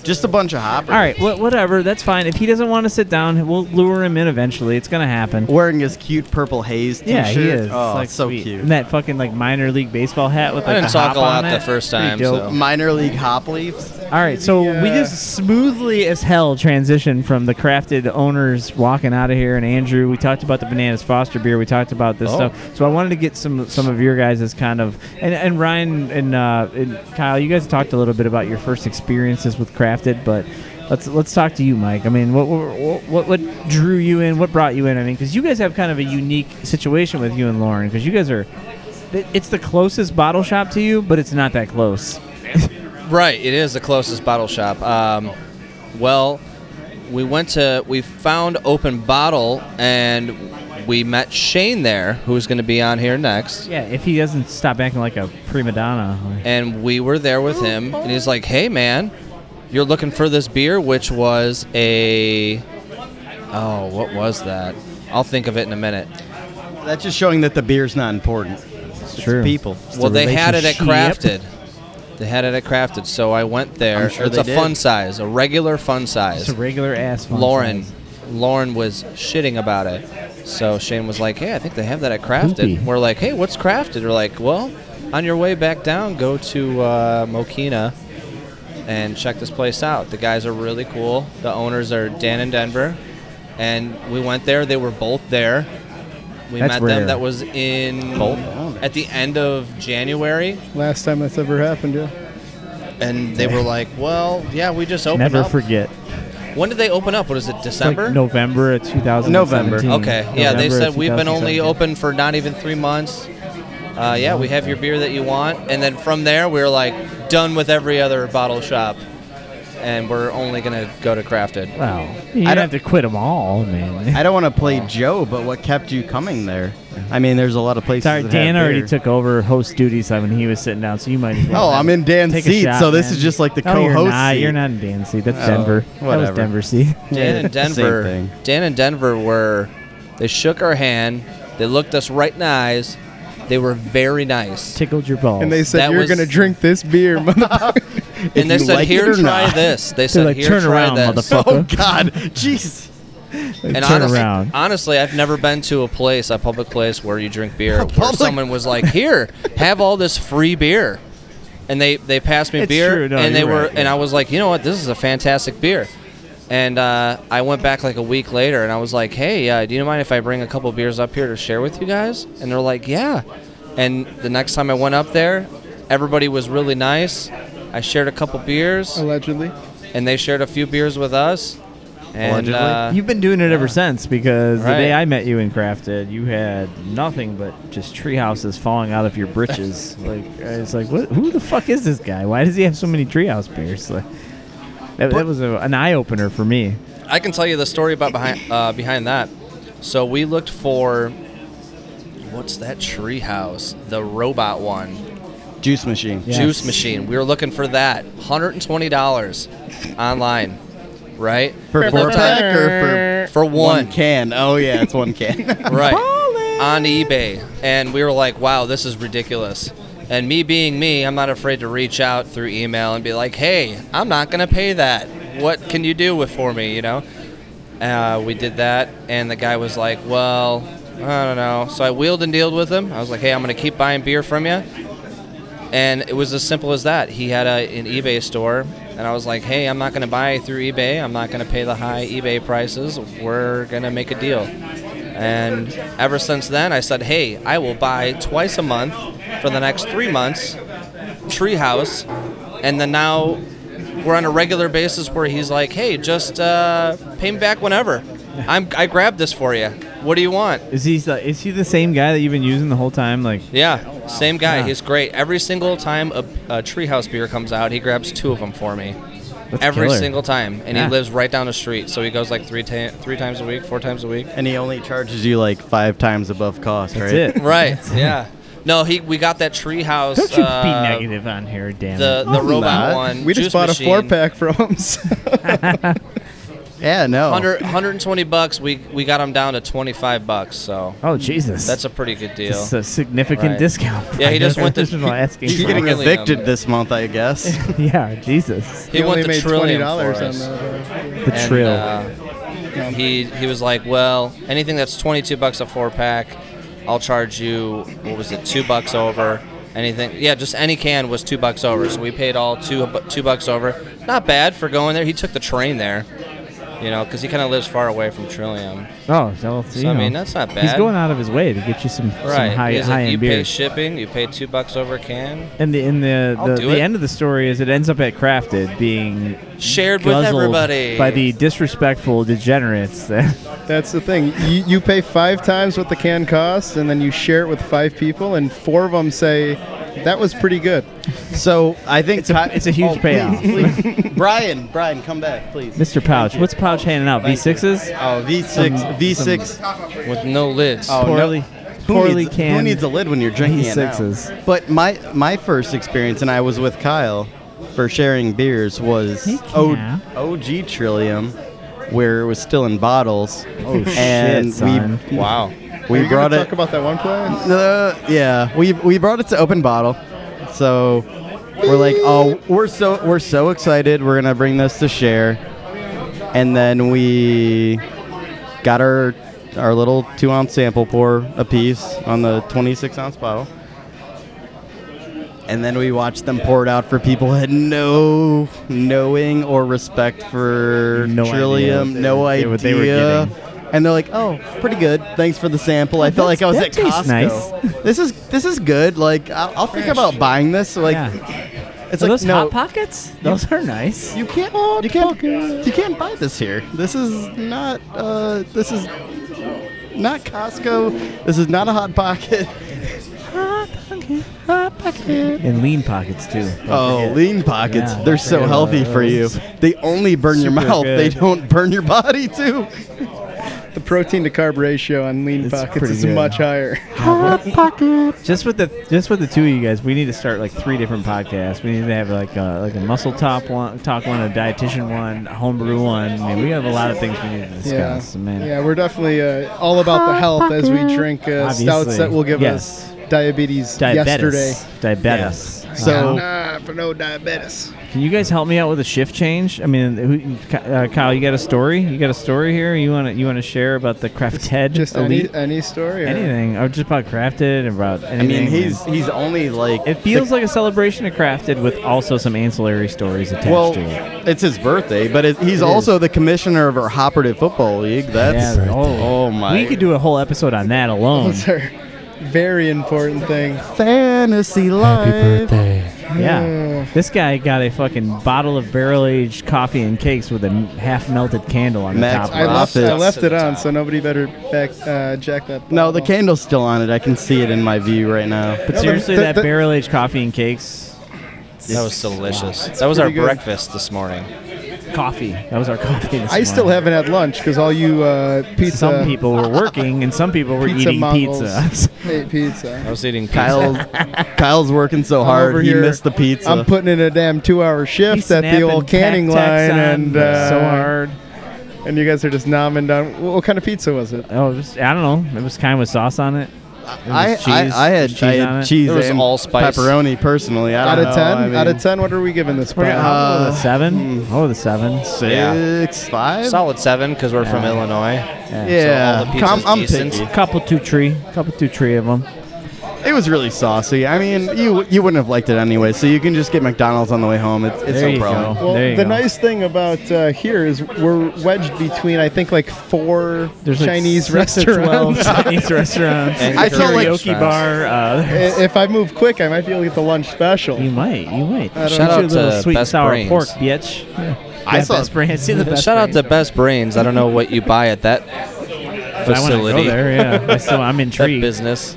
Just a bunch of hoppers. All right, wha- whatever. That's fine. If he doesn't want to sit down, we'll lure him in eventually. It's gonna happen. Wearing his cute purple haze t-shirt. Yeah, he is. Oh, It's, like, it's so sweet. cute. And that fucking like minor league baseball hat with I like didn't the talk hop a lot on the it. first Pretty time, dope. so- Minor league hop leaves. All right, so we just smoothly as hell transitioned from the crafted owners walking out of here and Andrew. We talked about the bananas Foster beer. We talked about this Oh. stuff. So I wanted to get some some of your guys' kind of and, and Ryan and, uh, and Kyle. You guys talked a little bit about your first experiences with crafted, but let's let's talk to you, Mike. I mean, what what what, what drew you in? What brought you in? I mean, because you guys have kind of a unique situation with you and Lauren because you guys are. it- It's the closest bottle shop to you, but it's not that close. Right, it is the closest bottle shop. Um, well, we went to we found Open Bottle and we met Shane there, who's going to be on here next. Yeah, if he doesn't stop acting like a prima donna. like- And we were there with him, and he's like, "Hey, man, you're looking for this beer, which was a oh, what was that? I'll think of it in a minute." That's just showing that the beer's not important. It's true. people. well, they had it at Crafted. They had it at Crafted, so I went there. I'm sure it's they a did. fun size, a regular fun size. Just a regular ass fun Lauren Lauren was shitting about it. So Shane was like, "Hey, I think they have that at Crafted." Poopy. We're like, "Hey, what's Crafted?" We're like, "Well, on your way back down, go to uh, Mokina and check this place out. The guys are really cool. The owners are Dan in Denver, and we went there. They were both there. We That's met rare. them. That was in Both at the end of January, Last time that's ever happened, yeah. and they were like, "Well, yeah, we just opened Never up." forget. When did they open up? What is It's it, like December? November of 2017. November. Okay. yeah, they November of said we've been only 2017. open for not even three months. Uh, yeah, we have your beer that you want, and then from there we are like done with every other bottle shop, and we're only gonna go to Crafted. Wow. You don't have to quit them all, man. I don't want to play Joe, but what kept you coming there? I mean, there's a lot of places. Sorry, that Dan have already beer. took over host duties like, when he was sitting down, so you might. as well Oh, I'm in Dan's take a seat, shot, so this man. is just like the No, co-host. You're not, seat. you're not in Dan's seat. That's Oh, Denver. That whatever. was Denver seat. Dan and Denver. Dan and Denver were. They shook our hand. They looked us right in the eyes. They were very nice. Tickled your balls. And they said That you're was- gonna drink this beer, motherfucker. And they said, "Here, try this." They said, "Here, "Turn try around, this." motherfucker." Oh, God, jeez. And turn honestly, around. honestly, I've never been to a place, a public place, where you drink beer, where someone was like, "Here, have all this free beer," and they they passed me It's beer, true. No, and they you're were, right, and I was like, "You know what? This is a fantastic beer." And uh, I went back like a week later, and I was like, "Hey, uh, do you mind if I bring a couple beers up here to share with you guys?" And they're like, "Yeah." And the next time I went up there, everybody was really nice. I shared a couple beers, allegedly, and they shared a few beers with us. And uh, You've been doing it ever since because the Right. day I met you in Crafted, you had nothing but just tree houses falling out of your britches. like it's like, what, who the fuck is this guy? Why does he have so many treehouse beers? Like, that, that was a, an eye opener for me. I can tell you the story about behind uh, behind that. So we looked for what's that tree house? The robot one. Juice machine. Juice machine. We were looking for that. $120 online. Right? For four pack or for for one. one can? Oh yeah, it's one can. right on ebay and we were like wow this is ridiculous and me being me i'm not afraid to reach out through email and be like hey i'm not going to pay that what can you do with for me you know uh, we did that and the guy was like well i don't know so i wheeled and dealed with him i was like hey i'm going to keep buying beer from you and it was as simple as that he had a, an ebay store and i was like hey i'm not going to buy through ebay i'm not going to pay the high ebay prices we're going to make a deal and ever since then i said hey i will buy twice a month for the next three months treehouse and then now we're on a regular basis where he's like hey just uh, pay me back whenever I'm, i grabbed this for you what do you want Is he s- is he the same guy that you've been using the whole time? Like, yeah, same guy. Yeah. He's great. Every single time a, a Treehouse beer comes out, he grabs two of them for me. That's Every killer. single time, and Yeah. he lives right down the street, so he goes like three ta- three times a week, four times a week. And he only charges you like five times above cost, right? Right? yeah. No, he we got that Treehouse. Don't you uh, be negative on here, damn the it. the robot one. We just juice bought machine. a four pack from. yeah, no. 100, 120 bucks. We we got him down to 25 bucks. So. Oh, Jesus. That's a pretty good deal. This is a significant Right. discount. Yeah, he just went to. Original asking He's price. getting Really, um, evicted this month, I guess. yeah, Jesus. He, went to trillion $20 for on us. that. The And, trill. uh, he he was like, well, anything that's twenty two bucks a four pack, I'll charge you. What was it? Two bucks over. Anything? Yeah, just any can was two bucks over. So we paid all two bu- two bucks over. Not bad for going there. He took the train there, you know, because he kind of lives far away from Trillium. Oh, so, So, you I mean, know, that's not He's bad. going out of his way to get you some, Right. some high He's high like, you end pay beer. shipping. You pay two bucks over a can. And the in the I'll the, do the it. end of the story is it ends up at Crafted being Shared with guzzled everybody. by the disrespectful degenerates. that- That's the thing. You, you pay five times what the can costs, and then you share it with five people, and four of them say, "That was pretty good." So I think Oh, it's a, it's a huge payoff. Brian, Brian, come back, please. Mr. Pouch, what's Pouch handing out? V sixes? Oh, V6, V6 with no lids. Oh, no. poorly Who poorly needs, canned Who needs a lid when you're drinking it now? V6s. But my my first experience, and I was with Kyle for sharing beers, was Kyle. o- OG Trillium, where it was still in bottles. Oh, shit, and son. we wow, Are we you brought gonna it. Talk about that one place. Uh, yeah, we we brought it to open bottle, so we're like, oh, we're so we're so excited. We're gonna bring this to share, and then we got our our little two ounce sample pour a piece on the 26 ounce bottle. And then we watched them pour it out for people who had no knowing or respect for No Trillium, idea. no They- idea. what they were getting. and they're like, "Oh, pretty good. Thanks for the sample. Oh, I felt like I was at that's- that Costco. tastes This is this is good. Like I'll, I'll think about buying this. So, like, it's Are like those no, hot pockets? Those are nice. You can't. You can't. You can't buy this here. This is not. Uh, this is not Costco. This is not a hot pocket. Hot pocket, hot pocket. And lean pockets too. Don't Oh, forget. lean pockets. Yeah, They're don't so forget healthy about for you. those. They only burn your Super mouth. They good. don't burn your body too. The protein to carb ratio on lean pockets pretty is good. much higher. Hot pocket. Just with the just with the two of you guys, we need to start like three different podcasts. We need to have like a, like a muscle top one, talk one, a dietitian one, a homebrew one. I mean, we have a lot of things we need to discuss. Yeah, Man, yeah we're definitely uh, all about the health as we drink uh, Obviously. stouts that will give Yes. us diabetes, Diabetes. yesterday. Diabetes. Yeah. So- nah, for no diabetes. can you guys help me out with a shift change? I mean, who, Ky- uh, Kyle, you got a story? You got a story here? You want to you want to share about the crafted Just elite? any, any story? Or? anything? Or just about crafted and about I anything? mean, he's he's only like. it feels like a celebration of crafted with also some ancillary stories attached Well, to it. it's his birthday, but it, he's It also the commissioner of our Hopperative Football League. That's Yeah, oh, my. We could do a whole episode on that alone. Those are very important things. Fantasy life. Yeah. This guy got a fucking bottle of barrel aged coffee and cakes with a half melted candle on Max the top. I left, I Profits. left it on, so nobody better back, uh, jack that. No, the candle's still on it. I can see it in my view right now. But seriously, that barrel aged coffee and cakes. That was delicious. Wow. that was our pretty good. breakfast this morning. coffee. That was our coffee. This I still morning. haven't had lunch because all you uh, pizza. Some people were working and some people were pizza eating Mongols pizza. ate pizza. I was eating pizza. Kyle's, Kyle's working so I'm hard. over He here. missed the pizza. I'm putting in a damn two-hour shift He's at the snapping old canning Tac-Tacs line, on, and but uh, so hard. And you guys are just nomming down. What what kind of pizza was it? Oh, it was, I don't know. It was kind of with sauce on it. It I, was I, cheese- I had cheese I on had it. cheese There was and allspice. pepperoni personally. I Out don't of know, ten, I mean, uh, hmm. out of ten, what are we giving this? We're gonna, pie? I'll go with a seven. Oh, the seven. six five. Solid seven because we're from Yeah. Illinois. Yeah. So all the pizza's Com- I'm decent. picky. Couple two tree. Couple two tree of them. It was really saucy. I mean, you you wouldn't have liked it anyway. So you can just get McDonald's on the way home. It's, it's There no you problem. go. Well, There you the go. nice thing about uh, here is we're wedged between I think like four There's like Chinese six to 12 restaurants. Chinese restaurants. And a I felt like- karaoke bar. Uh, I- if I move quick, I might be able to get the lunch special. you might. You might. I don't Shout know. out Your little to sweet and Best sour Brains. pork, bitch. I Yeah, saw- best brains. See the best Shout out brains. to Best Brains. I don't know what you buy at that I want to go facility. there. Yeah. I still, I'm That intrigued. business.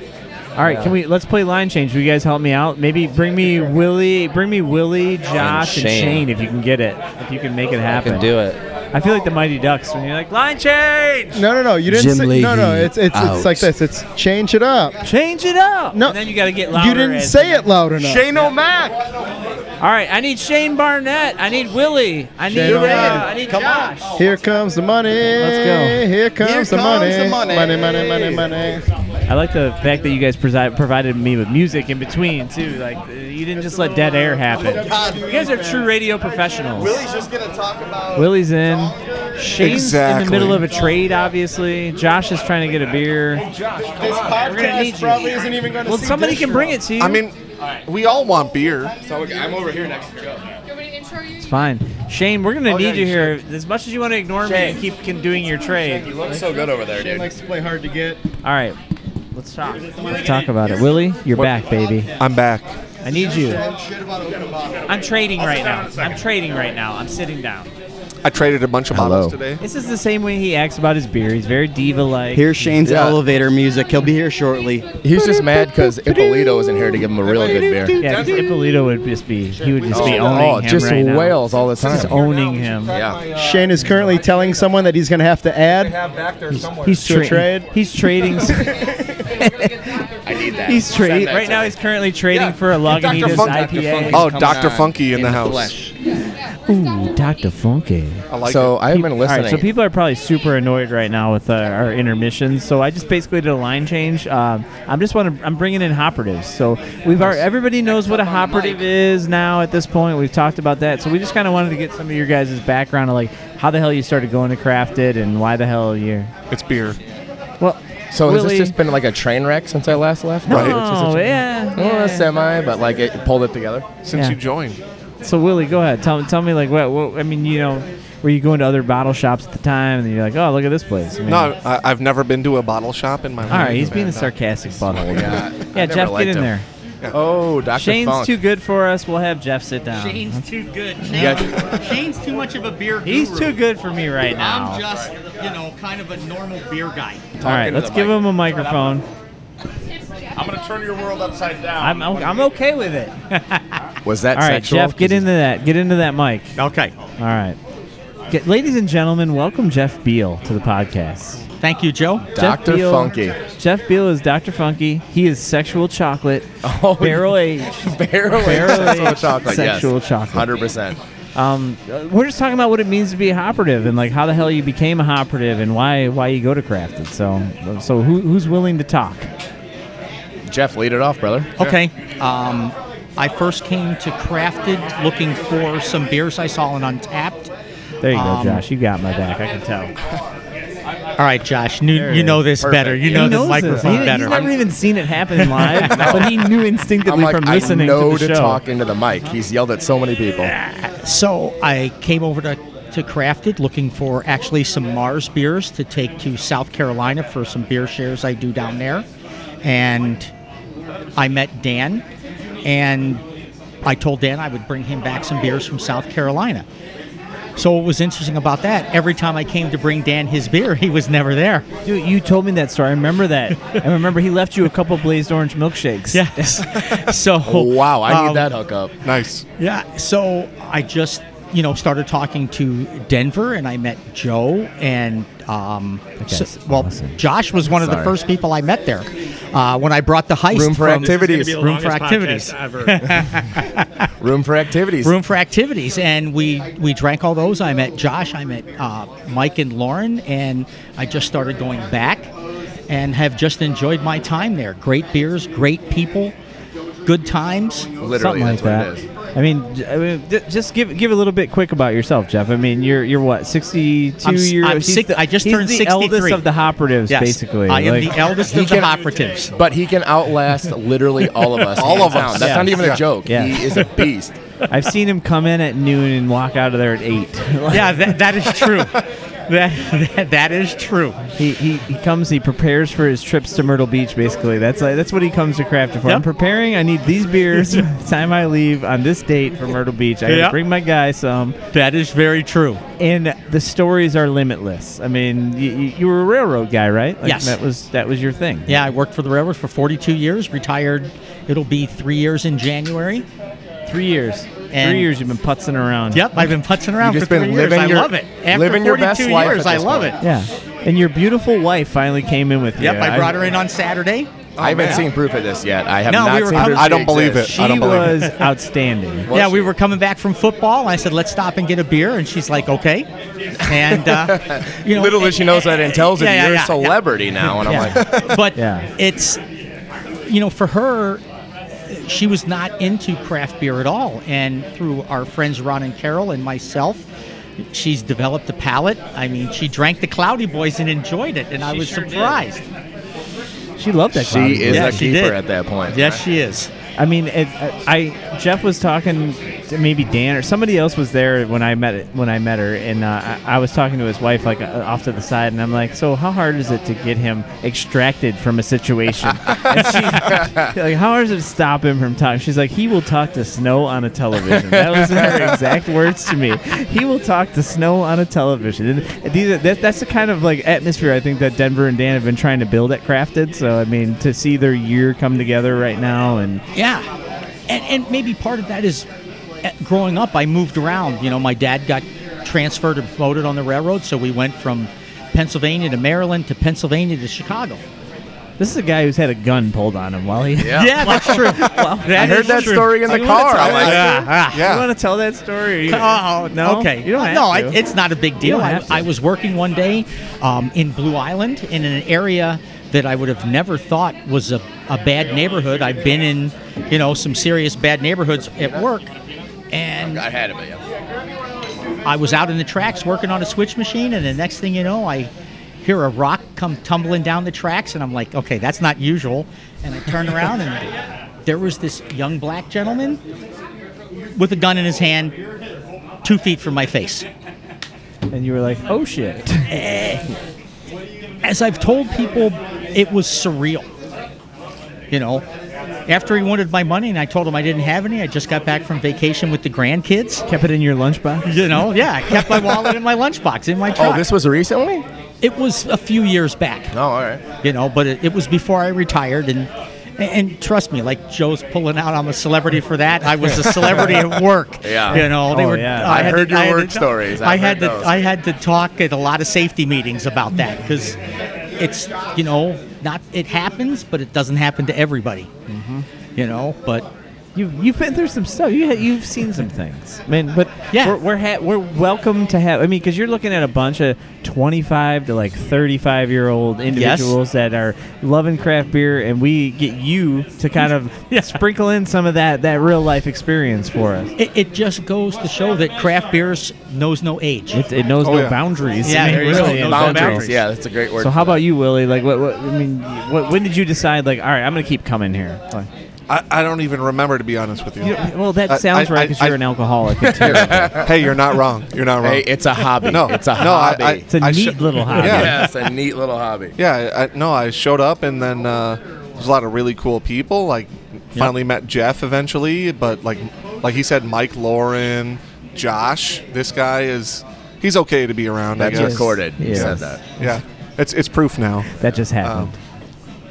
All right, can we let's play line change? Will you guys help me out? Maybe bring me Willie, bring me Willie, Josh, and Shane. Shane if you can get it. If you can make it I happen, can do it. I feel like the Mighty Ducks when you're like line change, No, no, no. You didn't. Jim Say, no, no. Leahy It's it's, it's like out. this. It's change it up. change it up. No. and then you got to get louder. you didn't as- say it loud enough. O'Mac. All right, I need Shane Barnett. I need Willie. I need Shane uh, O'Mac. I need Josh. Here comes the money. Let's go. Here comes, Here the, comes money. the money. Money, money, money, money. I like the fact that you guys presi- provided me with music in between too. Like uh, you didn't just let dead air happen. You guys are true radio professionals. just gonna talk about. Willie's in. Shane's in the Exactly. middle of a trade, obviously. Josh is trying to get a beer. This need you. probably isn't even going Well, somebody can bring it to you. I mean, we all want beer. I'm over here next to Joe. it's fine. Shane, we're gonna Oh, need yeah, you you here as much as you want to ignore me Shane. and keep can doing your trade. You look so good over there, Shane dude. likes to play hard to get. All right, let's talk. talk about it, Willie. You're back, baby. I'm back. I need you. I'm trading right now. I'm trading right now. I'm sitting down. I traded a bunch of bottles today. This is the same way he acts about his beer. He's very diva-like. Here's Shane's Yeah. elevator music. He'll be here shortly. He's just mad because Ippolito isn't here to give him a really good beer. yeah, 'cause Ippolito would just be. He would just be owning Oh, him just right now. wails all the Just time. owning him. Yeah. Shane is currently telling someone that he's going to have to add. Have back there somewhere. He's To a tra- trade? He's trading. I need that. he's Send trading that right to now. me. He's currently trading Yeah. for a Lagunitas IPA. Oh, Dr. Funky in the house. Flesh. Ooh, Dr. Dr. Funky. I like So, it. I haven't been All right, so listening. people are probably super annoyed right now with uh, our intermissions. So I just basically did a line change. Um, I'm just want to. I'm bringing in operatives. So we've already, everybody knows what a operative is now at this point. We've talked about that. So we just kind of wanted to get some of your guys' background of like how the hell you started going to crafted and why the hell you're. It's beer. Well, So has Willie- this just been like a train wreck since I last left? No, It's Oh, just a- Oh, yeah, Well, yeah. semi, but like it pulled it together Since Yeah. you joined. So Willie, go ahead. Tell tell me like what, what I mean. You know, were you going to other bottle shops at the time, and you're like, oh, look at this place. I mean- No, I, I've never been to a bottle shop in my life. All right, he's being a sarcastic butthole. Yeah. yeah, Jeff, get in there. Oh, Dr. Shane's Funk. too good for us. We'll have Jeff sit down. Shane's too good. You Shane, got- Shane's too much of a beer. He's too guru. good for me right now. I'm just, you know, kind of a normal beer guy. All right, let's give him a microphone. I'm gonna turn your world upside down. I'm o- I'm okay with it. Was that All right, sexual? Jeff, get into that. Get into that mic. Okay. All right. Get, ladies and gentlemen, welcome Jeff Beal to the podcast. Thank you, Joe. Jeff Dr. Beal- Funky. Jeff Beal is Dr. Funky. He is sexual chocolate. Oh, barrel aged. barrel Barrel sexual aged chocolate. Sexual yes. chocolate. Hundred percent. Um, uh, we're just talking about what it means to be a operative and like how the hell you became a operative and why why you go to crafted. So so who, who's willing to talk? Jeff, lead it off, brother. Okay. Um, I first came to Crafted looking for some beers I saw on Untapped. There you go, Um, Josh. You got my back. I can tell. All right, Josh. You, There you it know is. this Perfect. better. You He know knows this microphone He- better. He's never even seen it happen live, but he knew instinctively I'm like, from I listening know to to, the show. talk into the mic. He's yelled at so many people. So I came over to, to Crafted looking for actually some Mars beers to take to South Carolina for some beer shares I do down there. And I met Dan, and I told Dan I would bring him back some beers from South Carolina. So what was interesting about that, every time I came to bring Dan his beer, he was never there. Dude, you told me that story. I remember that. I remember he left you a couple blazed orange milkshakes. Yes. so Oh, wow, I um, need that hookup. Nice. Yeah. So I just, you know, started talking to Denver and I met Joe and, um, so- well, Josh was one of the Sorry. first people I met there uh, when I brought the heist. Room for from- activities. This is gonna Room be for the activities. longest Room for activities. Room for activities, and we we drank all those. I met Josh, I met uh, Mike and Lauren, and I just started going back, and have just enjoyed my time there. Great beers, great people, good times. Something like that. I mean, j- I mean, j- just give give a little bit quick about yourself, Jeff. I mean, you're you're what, 62 I'm s- years? I'm He's six- the- I just he's turned the 63. eldest of the operatives, Yes. basically. I am Like- the eldest He of the can- operatives. But he can outlast literally all of us. hands down. That's not even a joke. Yeah. He is a beast. I've seen him come in at noon and walk out of there at eight. yeah, that, that is true. that, that that is true. He, he he comes. He prepares for his trips to Myrtle Beach. Basically, that's like that's what he comes to crafted for. I'm Yep. preparing. I need these beers. by the time I leave on this date for Myrtle Beach, I gotta Yep. bring my guy some. That is very true. And the stories are limitless. I mean, you, you were a railroad guy, right? Like, Yes. That was that was your thing. Yeah, I worked for the railroad for 42 years. Retired. It'll be three years in January. Three years. And- Three years you've been putzing around. Yep, I've been putzing around You've for just been three living years. your- I love it. After living 42 your best life at years, I this love point. it. Yeah. And your beautiful wife finally came in with you. Yep, I brought her in Oh, on Saturday. I haven't seen proof of this yet. I have not seen proof. She was outstanding. yeah, we were coming back from football. And I said, "Let's stop and get a beer," and she's like, "Okay." And uh, you know, Little did she knows that intelligence. Yeah, yeah, You're yeah, a yeah. celebrity now, and I'm Yeah. like, but it's you know for her she was not into craft beer at all and through our friends ron and carol and myself she's developed a palate i mean she drank the cloudy boys and enjoyed it and i She was sure did. surprised She loved that. She clown. is Yeah, a she keeper did. at that point. Yes, she is. I mean, it, I I- Jeff was talking, to maybe Dan or somebody else was there when I met when I met her, and uh, I, I was talking to his wife like uh, off to the side, and I'm like, so how hard is it to get him extracted from a situation? And she- like, how hard is it to stop him from talking? She's like, he will talk to snow on a television. That was her exact words to me. He will talk to snow on a television. And these are, that, that's the kind of like atmosphere I think that Denver and Dan have been trying to build at Crafted. So I mean, to see their year come together right now and. Yeah, and and maybe part of that is uh, growing up. I moved around. You know, my dad got transferred and promoted on the railroad, so we went from Pennsylvania to Maryland to Pennsylvania to Chicago. This is a guy who's had a gun pulled on him while he. Yeah. Yeah, that's Wow. true. Wow, I heard is that true. story in Do the you wanna car. tell I that like story? it. Yeah. Yeah. You want to tell that story? Oh, no. Okay. You don't have no, to. I, it's not a big You deal. don't I, have to. I was working one day um, in Blue Island in an area that I would have never thought was a, a bad neighborhood. I've been in, you know, some serious bad neighborhoods at work. And I had it, but yeah. I was out in the tracks working on a switch machine, and the next thing you know, I hear a rock come tumbling down the tracks, and I'm like, okay, that's not usual. And I turn around, and there was this young black gentleman with a gun in his hand, two feet from my face. And you were like, oh shit. As I've told people, it was surreal. You know, after he wanted my money and I told him I didn't have any, I just got back from vacation with the grandkids. Kept it in your lunchbox? You know, yeah, I kept my wallet in my lunchbox in my truck. Oh, this was recently? It was a few years back. Oh, all right. You know, but it, it was before I retired and. And trust me, like Joe's pulling out, I'm a celebrity for that. I was a celebrity at work. Yeah. you know they Oh, were. yeah. I had heard to- your had work to- stories. I I've had heard to. those. I had to talk at a lot of safety meetings about that because it's you know not it happens, but it doesn't happen to everybody. You know, but you've you've been through some stuff. oh, You ha- you've seen some things, man. But yeah, we're we're, ha- we're welcome to have. I mean, because you're looking at a bunch of 25 to like 35 year old individuals that are loving craft beer, and we get you to kind of sprinkle in some of that that real life experience for us. It, it just goes to show that craft beers knows no age. It, it knows Oh, no yeah. boundaries. Yeah, I mean, there you really, go. it knows Boundaries. no boundaries. Yeah, that's a great word So, how for about you, Willie? Like, what, what? I mean, what, when did you decide? Like, all right, I'm going to keep coming here. Like, I, I don't even remember, to be honest with you. You know, well, that I- sounds I- right I- because I- you're an alcoholic. and terrible. hey, you're not wrong. You're not wrong. Hey, it's a hobby. No, It's a no, hobby. I, I, It's a I neat little hobby. Yeah, Yeah, it's a neat little hobby. Yeah, I, I, no, I showed up and then uh, there's a lot of really cool people. Like, finally met Jeff eventually, but like, like he said, Mike, Lauren, Josh. This guy is he's okay to be around. That's I guess. recorded. You Yes. said that. Yeah, it's it's proof now. Um, That just happened.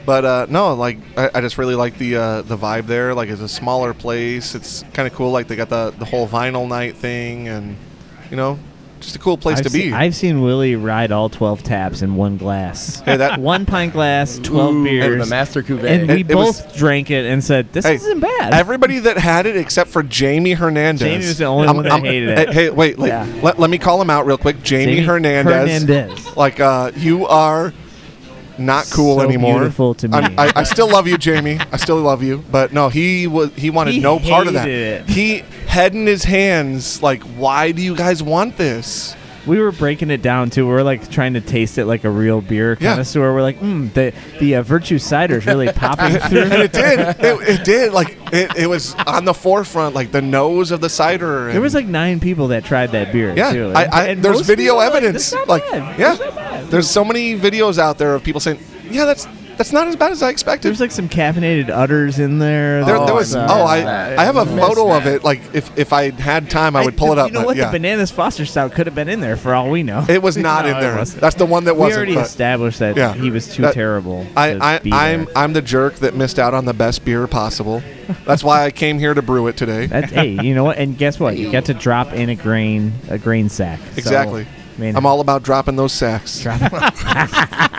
but uh, no, like I, I just really like the uh, the vibe there. Like it's a smaller place. It's kind of cool. Like they got the the whole vinyl night thing, and you know, just a cool place I've to seen- be. I've seen Willie ride all twelve taps in one glass. Hey, that- one pint glass, twelve Ooh. beers, And the master cuvee. and we It- it was- both drank it and said, "This Hey, isn't bad." Everybody that had it except for Jamie Hernandez. Jamie was the only one that hated hey, it. Hey, wait, like, Yeah. let, let me call him out real quick. Jamie, Jamie Hernandez. Hernandez. Like, uh, you are not cool So anymore. beautiful to me. I'm- I, I still love you, Jamie. I still love you. But no, he was he wanted He no part of that. hated it. He had in his hands, like, why do you guys want this? we were breaking it down too. We were like trying to taste it like a real beer Yeah. connoisseur. We're like, mm, the the uh, virtue cider is really popping through. and it did. It, it did. Like it, it was on the forefront, like the nose of the cider. There and- was like nine people that tried that beer. Yeah, too. I, I, And there's most video people were like, evidence. "This is not Like, bad. yeah, there's so many videos out there of people saying, "Yeah, that's that's not as bad as I expected." There's like some caffeinated udders in there. There, there was. uh, oh, I, I have a photo of it. Like, if if I had time, I would pull it up. You know but what? yeah. The bananas Foster Stout could have been in there for all we know. It was not No, in it there. wasn't. That's the one that We wasn't. already but- established that he was too terrible to I, be I, I'm I'm the jerk that missed out on the best beer possible. That's why I came here to brew it today. That's, hey, you know what? And guess what? You got to drop in a grain, a grain sack. So, Exactly. I mean, I'm all about dropping those sacks.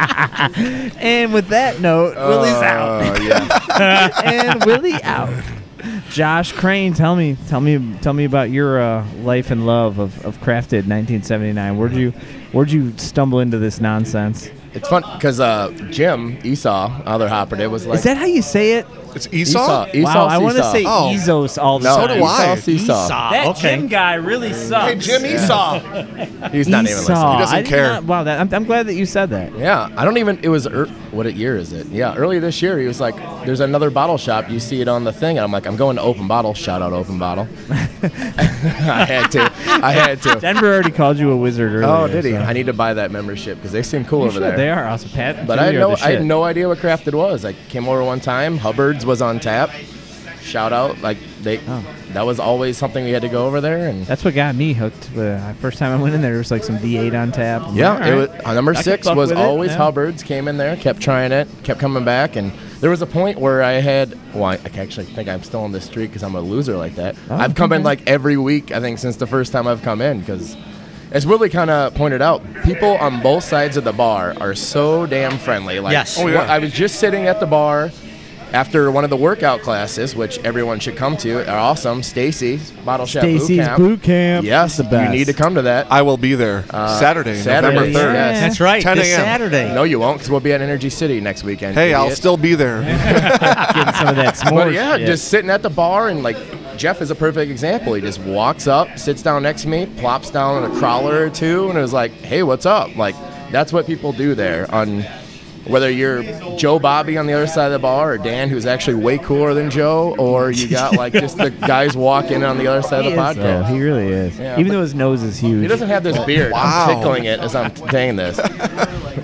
and with that note, Willie's Oh, out. and Willie out. Josh Crane, tell me, tell me, tell me about your uh, life and love of, of crafted 1979. Where'd you, where'd you stumble into this nonsense? It's fun because uh, Jim Esau, other operative, was like, Is that how you say it? It's Esau? Esau, wow, I Esau, want to Esau. say Oh. Ezos all the No, time. so do I. Esau, Esau. That Okay. Jim guy really sucks. Hey, Jim Esau. He's not even listening. Esau. He doesn't I did care. not- wow, that, I'm, I'm glad that you said that. Yeah, I don't even. It was ear what year is it? Yeah, earlier this year he was like, "There's another bottle shop. You see it on the thing." And I'm like, "I'm going to Open Bottle. Shout out Open Bottle." I had to. I had to. Denver already called you a wizard earlier. Oh, did he? so- I need to buy that membership because they seem cool You over should. there. They are awesome. Pat, But Jimmy I had, are no, the I shit. had no idea what crafted was. I came over one time. Hubbard's was on tap. Shout out, like they. Oh. That was always something we had to go over there and. That's what got me hooked. The first time I went in there, there was like some V8 on tap. I'm Yeah, like, it all was, right. uh, number I could six fuck was with it, always yeah. Hubbard's. Came in there, kept trying it, kept coming back, and there was a point where I had. Well, I, I actually think I'm still on this Oh, streak because I'm a loser like that. I've come in okay. like every week. I think since the first time I've come in because As Willie kind of pointed out, people on both sides of the bar are so damn friendly. Like, Yes. Oh, yeah. I was just sitting at the bar after one of the workout classes, which everyone should come to. Are awesome. Stacy's Bottle Shop Stacy's Boot Camp. Boot Camp. Yes, The best. you need to come to that. Uh, I will be there Saturday, November 3rd. That's right, 10 this a.m.. Saturday. No, you won't, because we'll be at Energy City next weekend. Hey, you I'll idiot. still be there. getting some of that s'more But yeah, shit. just sitting at the bar and like Jeff is a perfect example. He just walks up, sits down next to me, plops down on a crawler or two, and it was like, "Hey, what's up?" Like that's what people do there. On whether you're Joe Bobby on the other side of the bar, or Dan, who's actually way cooler than Joe, or you got like just the guys walking on the other side of the He is, podcast. though. He really is. Yeah, Even but- Oh, though his nose is huge. He doesn't have this beard. I'm tickling it as I'm saying this.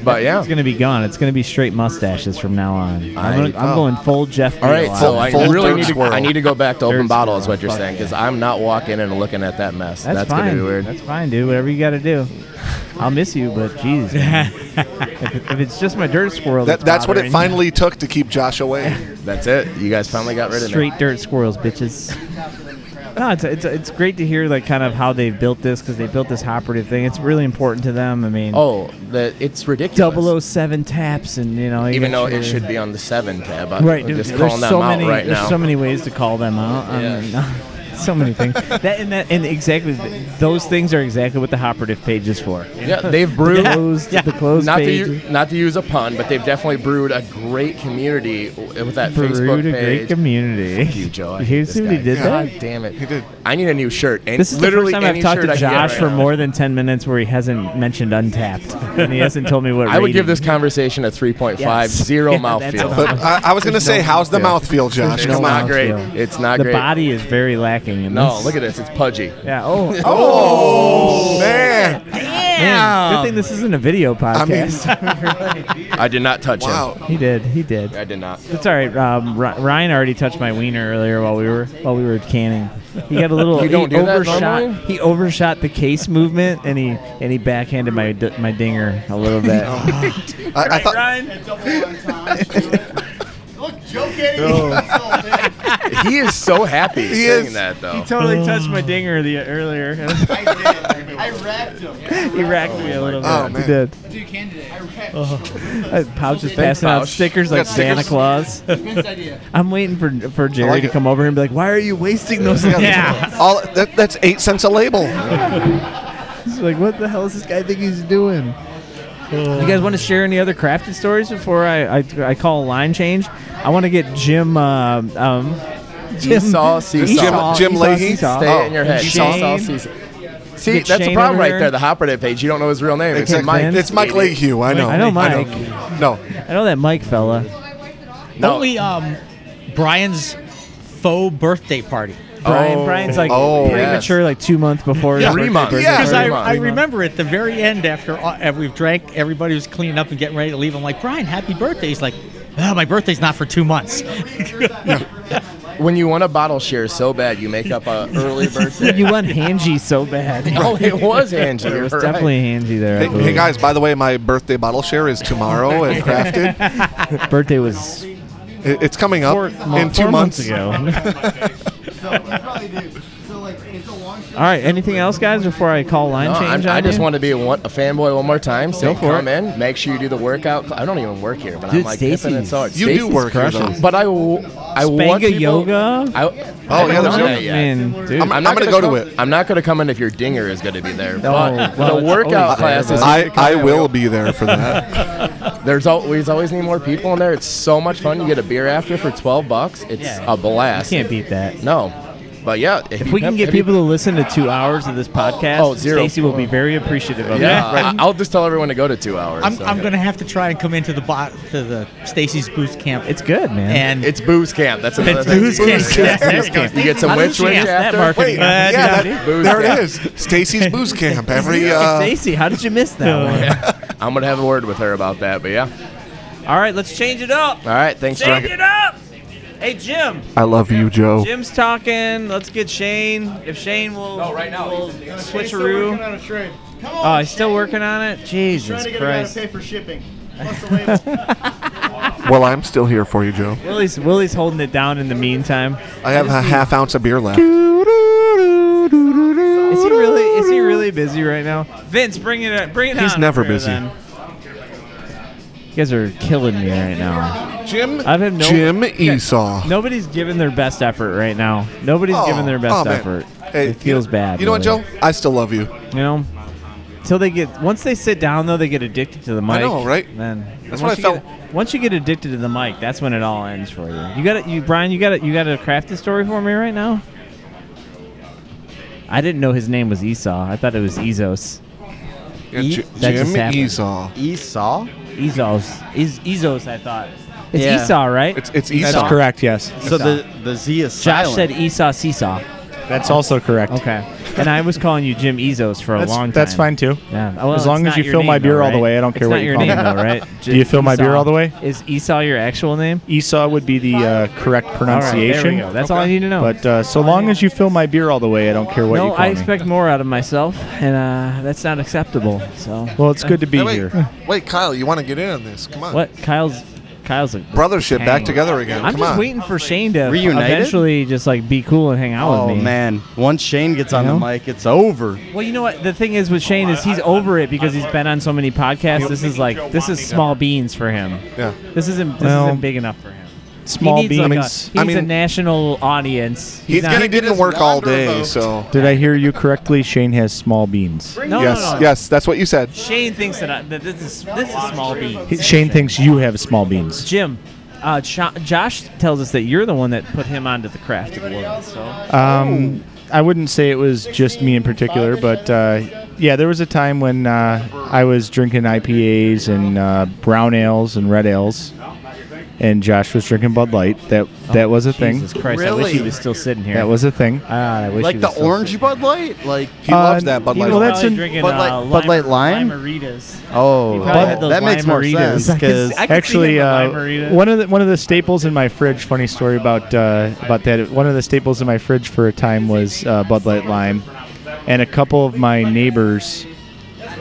But yeah, It's gonna be gone. It's gonna be straight mustaches from now on. I'm, I- gonna, I'm oh. going full Jeff. All right, Beal so out. I really need to, I need to go back to open bottle is what you're saying because I'm not walking in and looking at that mess. That's, That's, fine. gonna be weird. That's fine, dude. Whatever you got to do. I'll miss you, but jeez. man. if, if it's just my dirt squirrel, That, that's what it bothering- finally took to keep Josh away. That's it. You guys finally got rid of Straight dirt squirrels, bitches. No, it's, it's, it's great to hear like kind of how they've built this because they built this operative thing. It's really important to them. I mean, Oh, that it's ridiculous. 007 taps and you know you Even got though your- it should be on the seven tab. I'm right, dude. Just there's calling them so out many. right there's now. so many ways to call them out. I Yeah. mean, so many things. That and that and exactly those things are exactly what the operative page is for. Yeah, they've brewed the closed, the closed not, to page. u- not to use a pun, but they've definitely brewed a great community w- with that Brewed Facebook a page. great community. Fuck you, Joe. I You hate see this what he guy. did God there? damn it. He did. I need a new shirt. And This is literally the first time I've any talked shirt to I can get Josh right for now. more than ten minutes where he hasn't mentioned Untapped and he hasn't told me what. I would rating. give this conversation a 3.5, zero Yeah, mouth that's feel. what I'm- I- I was gonna There's say, no how's the mouth feel. mouth feel, Josh? It's Come not on. great. It's not the great. body is very lacking in No, this. look at this. It's pudgy. Yeah. Oh. Oh, man. Damn. Good thing this isn't a video podcast. I did not touch him. he did. He did. I did not. It's all right. Um, Ry- Ryan already touched my wiener earlier while we were while we were canning. He got a little. You don't he do that overshot. normally? He overshot the case movement and he and he backhanded my d- my dinger a little bit. Oh, I, I thought. Look, Joe can't Oh, No. even he is so happy He saying is. that, though. He totally touched my dinger the earlier. Oh. I racked him. he racked me a little bit. Oh, He did. Dude, you can today. I racked Uh, Pouch is Thanks, passing out Pouch. stickers We like got stickers. Santa Claus. Vince's idea. I'm waiting for for Jerry like to it. come over and be like, "Why are you wasting those?" All, that, that's eight cents a label. He's like, what the hell does this guy think he's doing? You guys want to share any other crafted stories before I, I, I call a line change? I want to get Jim. Um, um, Esau Seesaw. Esau- Jim- Jim Esau Leahy? Seesaw. Stay it in your head. And Esau Oh. Shane. Seesaw. See, Get that's Shane the problem over right there. there. The operative page. You don't know his real name. It's Exactly. Mike. It's Mike Idiot. Leahy, I know. I know I know. Mike. No. I know that Mike fella. uh, No. Only um, Brian's faux birthday party. Oh. Brian. Brian's like premature, like two months before. his birthday birthday Because I, party. I remember at the very end after all- after we've drank, everybody was cleaning up and getting ready to leave. I'm like, Brian, happy birthday. He's like, oh, my birthday's not for two months. When you want a bottle share so bad, you make up a early birthday. you want Hangy so bad. Oh, it was Hangy, it you're was right. definitely Hangy there. I Hey, hey believe. guys, by the way, my birthday bottle share is tomorrow at Crafted. birthday was. It- It's coming up Four- mo- in two four months months. ago. So, like, it's a long All right. Anything else, guys? Before I call line No, change, I'm- I on just you? want to be a, one, a fanboy one more time. So for come in, make sure you do the workout. I don't even work here, but I'm Dude, like dipping and Stacy's- salt. You do work here, though. But I, w- I Spanga want people- yoga? I, I haven't Oh, yeah, there's done yoga. that yet. Man, dude. I'm- I'm not gonna gonna go to come- I'm not going to come in if your dinger is going to be there. but the well, it's workout always there, classes. but- I- I will be there for that. There's always always need more people in there. It's so much fun. You get a beer after for 12 bucks. It's Yeah. a blast. You can't beat that. No, but yeah, if, If you we can have- get have you- people to listen to two hours of this podcast, Oh, zero. Stacy will be very appreciative of Yeah, that. I- I'll just tell everyone to go to two hours. I'm, so. I'm going to have to try and come into the bot to the Stacy's Booze Camp. It's good, man. And it's booze camp. That's another It's thing. booze camp. Booze camp. There we go. You get some How witch did you witch guess that after. marketing? Wait, Uh, yeah, dude. that- there it is. Stacy's Booze Camp every. Uh, Stacy, how did you miss that one? I'm gonna have a word with her about that, but yeah. All right, let's change it up. All right, thanks, Change Drunk- it up. Hey, Jim. I love you, Joe. Jim's talking. Let's get Shane. If Shane will, no, right now, will switcheroo. on a trade. Come Oh, he's still working on it. trying Jesus to get a guy to Christ. pay for shipping. Plus the label. Well, I'm still here for you, Joe. Willie's Willie's holding it down in the meantime. I have a half ounce of beer left. Is Is he really? Is he really busy right now? Vince, bring it. Bring it He's on never up here, busy. then. You guys are killing me right now. Jim- I've had no, Jim Okay. Esau. Nobody's giving their best effort right now. Nobody's Oh, giving their best oh, man. effort. Hey, you it feels know- bad. you know what, really. Joe? I still love you. You know, until they get once they sit down though, they get addicted to the mic. I know, right? Then That's once what I you felt. Get, once you get addicted to the mic, that's when it all ends for you. You got it, you Brian. You got it. You got to craft a story for me right now. I didn't know his name was Esau. I thought it was Ezos. E? Yeah, J- that just Jim happened. Esau. Esau. Ezos. Is Ezos? I thought. It's Yeah. Esau, right? It's- it's That's Esau. correct, yes. So the- the Z is Josh silent. said Esau Seesaw. That's also correct. Okay. And I was calling you Jim Ezos for a That's- long time. that's fine, too. Yeah. Uh, Well, As it's long as not you your fill my name, beer though, all the right? way, I don't It's care not what you your call name, me. though, right? Do you fill my beer all the way? Is Esau your actual name? Esau would be the uh, correct there we pronunciation. go. That's all I need to know. But uh, so long as you fill my beer all the way, I don't care what no, you call I me. expect more out of myself, and uh, that's not acceptable. So. Well, it's good to be Hey, wait, here. Wait, Kyle, you want to get in on this? Come on. What? Kyle's. Kyle's like Brothership back together again. I'm Come just on. waiting for Shane to Reunited? eventually just like be cool and hang out Oh with me. man, once Shane gets on You the know? mic, it's over. Well, you know what the thing is with Shane is he's over it because he's been on so many podcasts. This is like this is small beans for him. Yeah. This isn't this Well, isn't big enough for him. small he needs like, beans- a, I he's a mean- national audience. He's not- gonna He get didn't his work all wander day, vote. so- Did I hear you correctly? Shane has small beans. No, yes, no, no. yes, that's what you said. Shane thinks that, I, that this is this is small beans. He- Shane thinks you have small beans. Jim, uh, Jo- Josh tells us that you're the one that put him onto the craft of the world. So Um, I wouldn't say it was just me in particular, but uh, yeah, there was a time when uh, I was drinking IPAs and uh, brown ales and red ales, and Josh was drinking Bud Light. That that was a thing. Jesus Christ, I wish he was still sitting here. Ah, That was a thing. I wish like he the was still orange Bud Light, like He Uh, loves that Bud he Light. was Well, probably drinking, Bud Light, uh, Bud Light lime- lime. Limeritas. Oh, He probably Bud- had those that makes more Limeritas. sense I could because see- I could Actually, see him uh, in Lime Marita. one of the one of the staples in my fridge. Funny story about uh, about that. One of the staples in my fridge for a time was uh, Bud Light Lime, and a couple of my neighbors,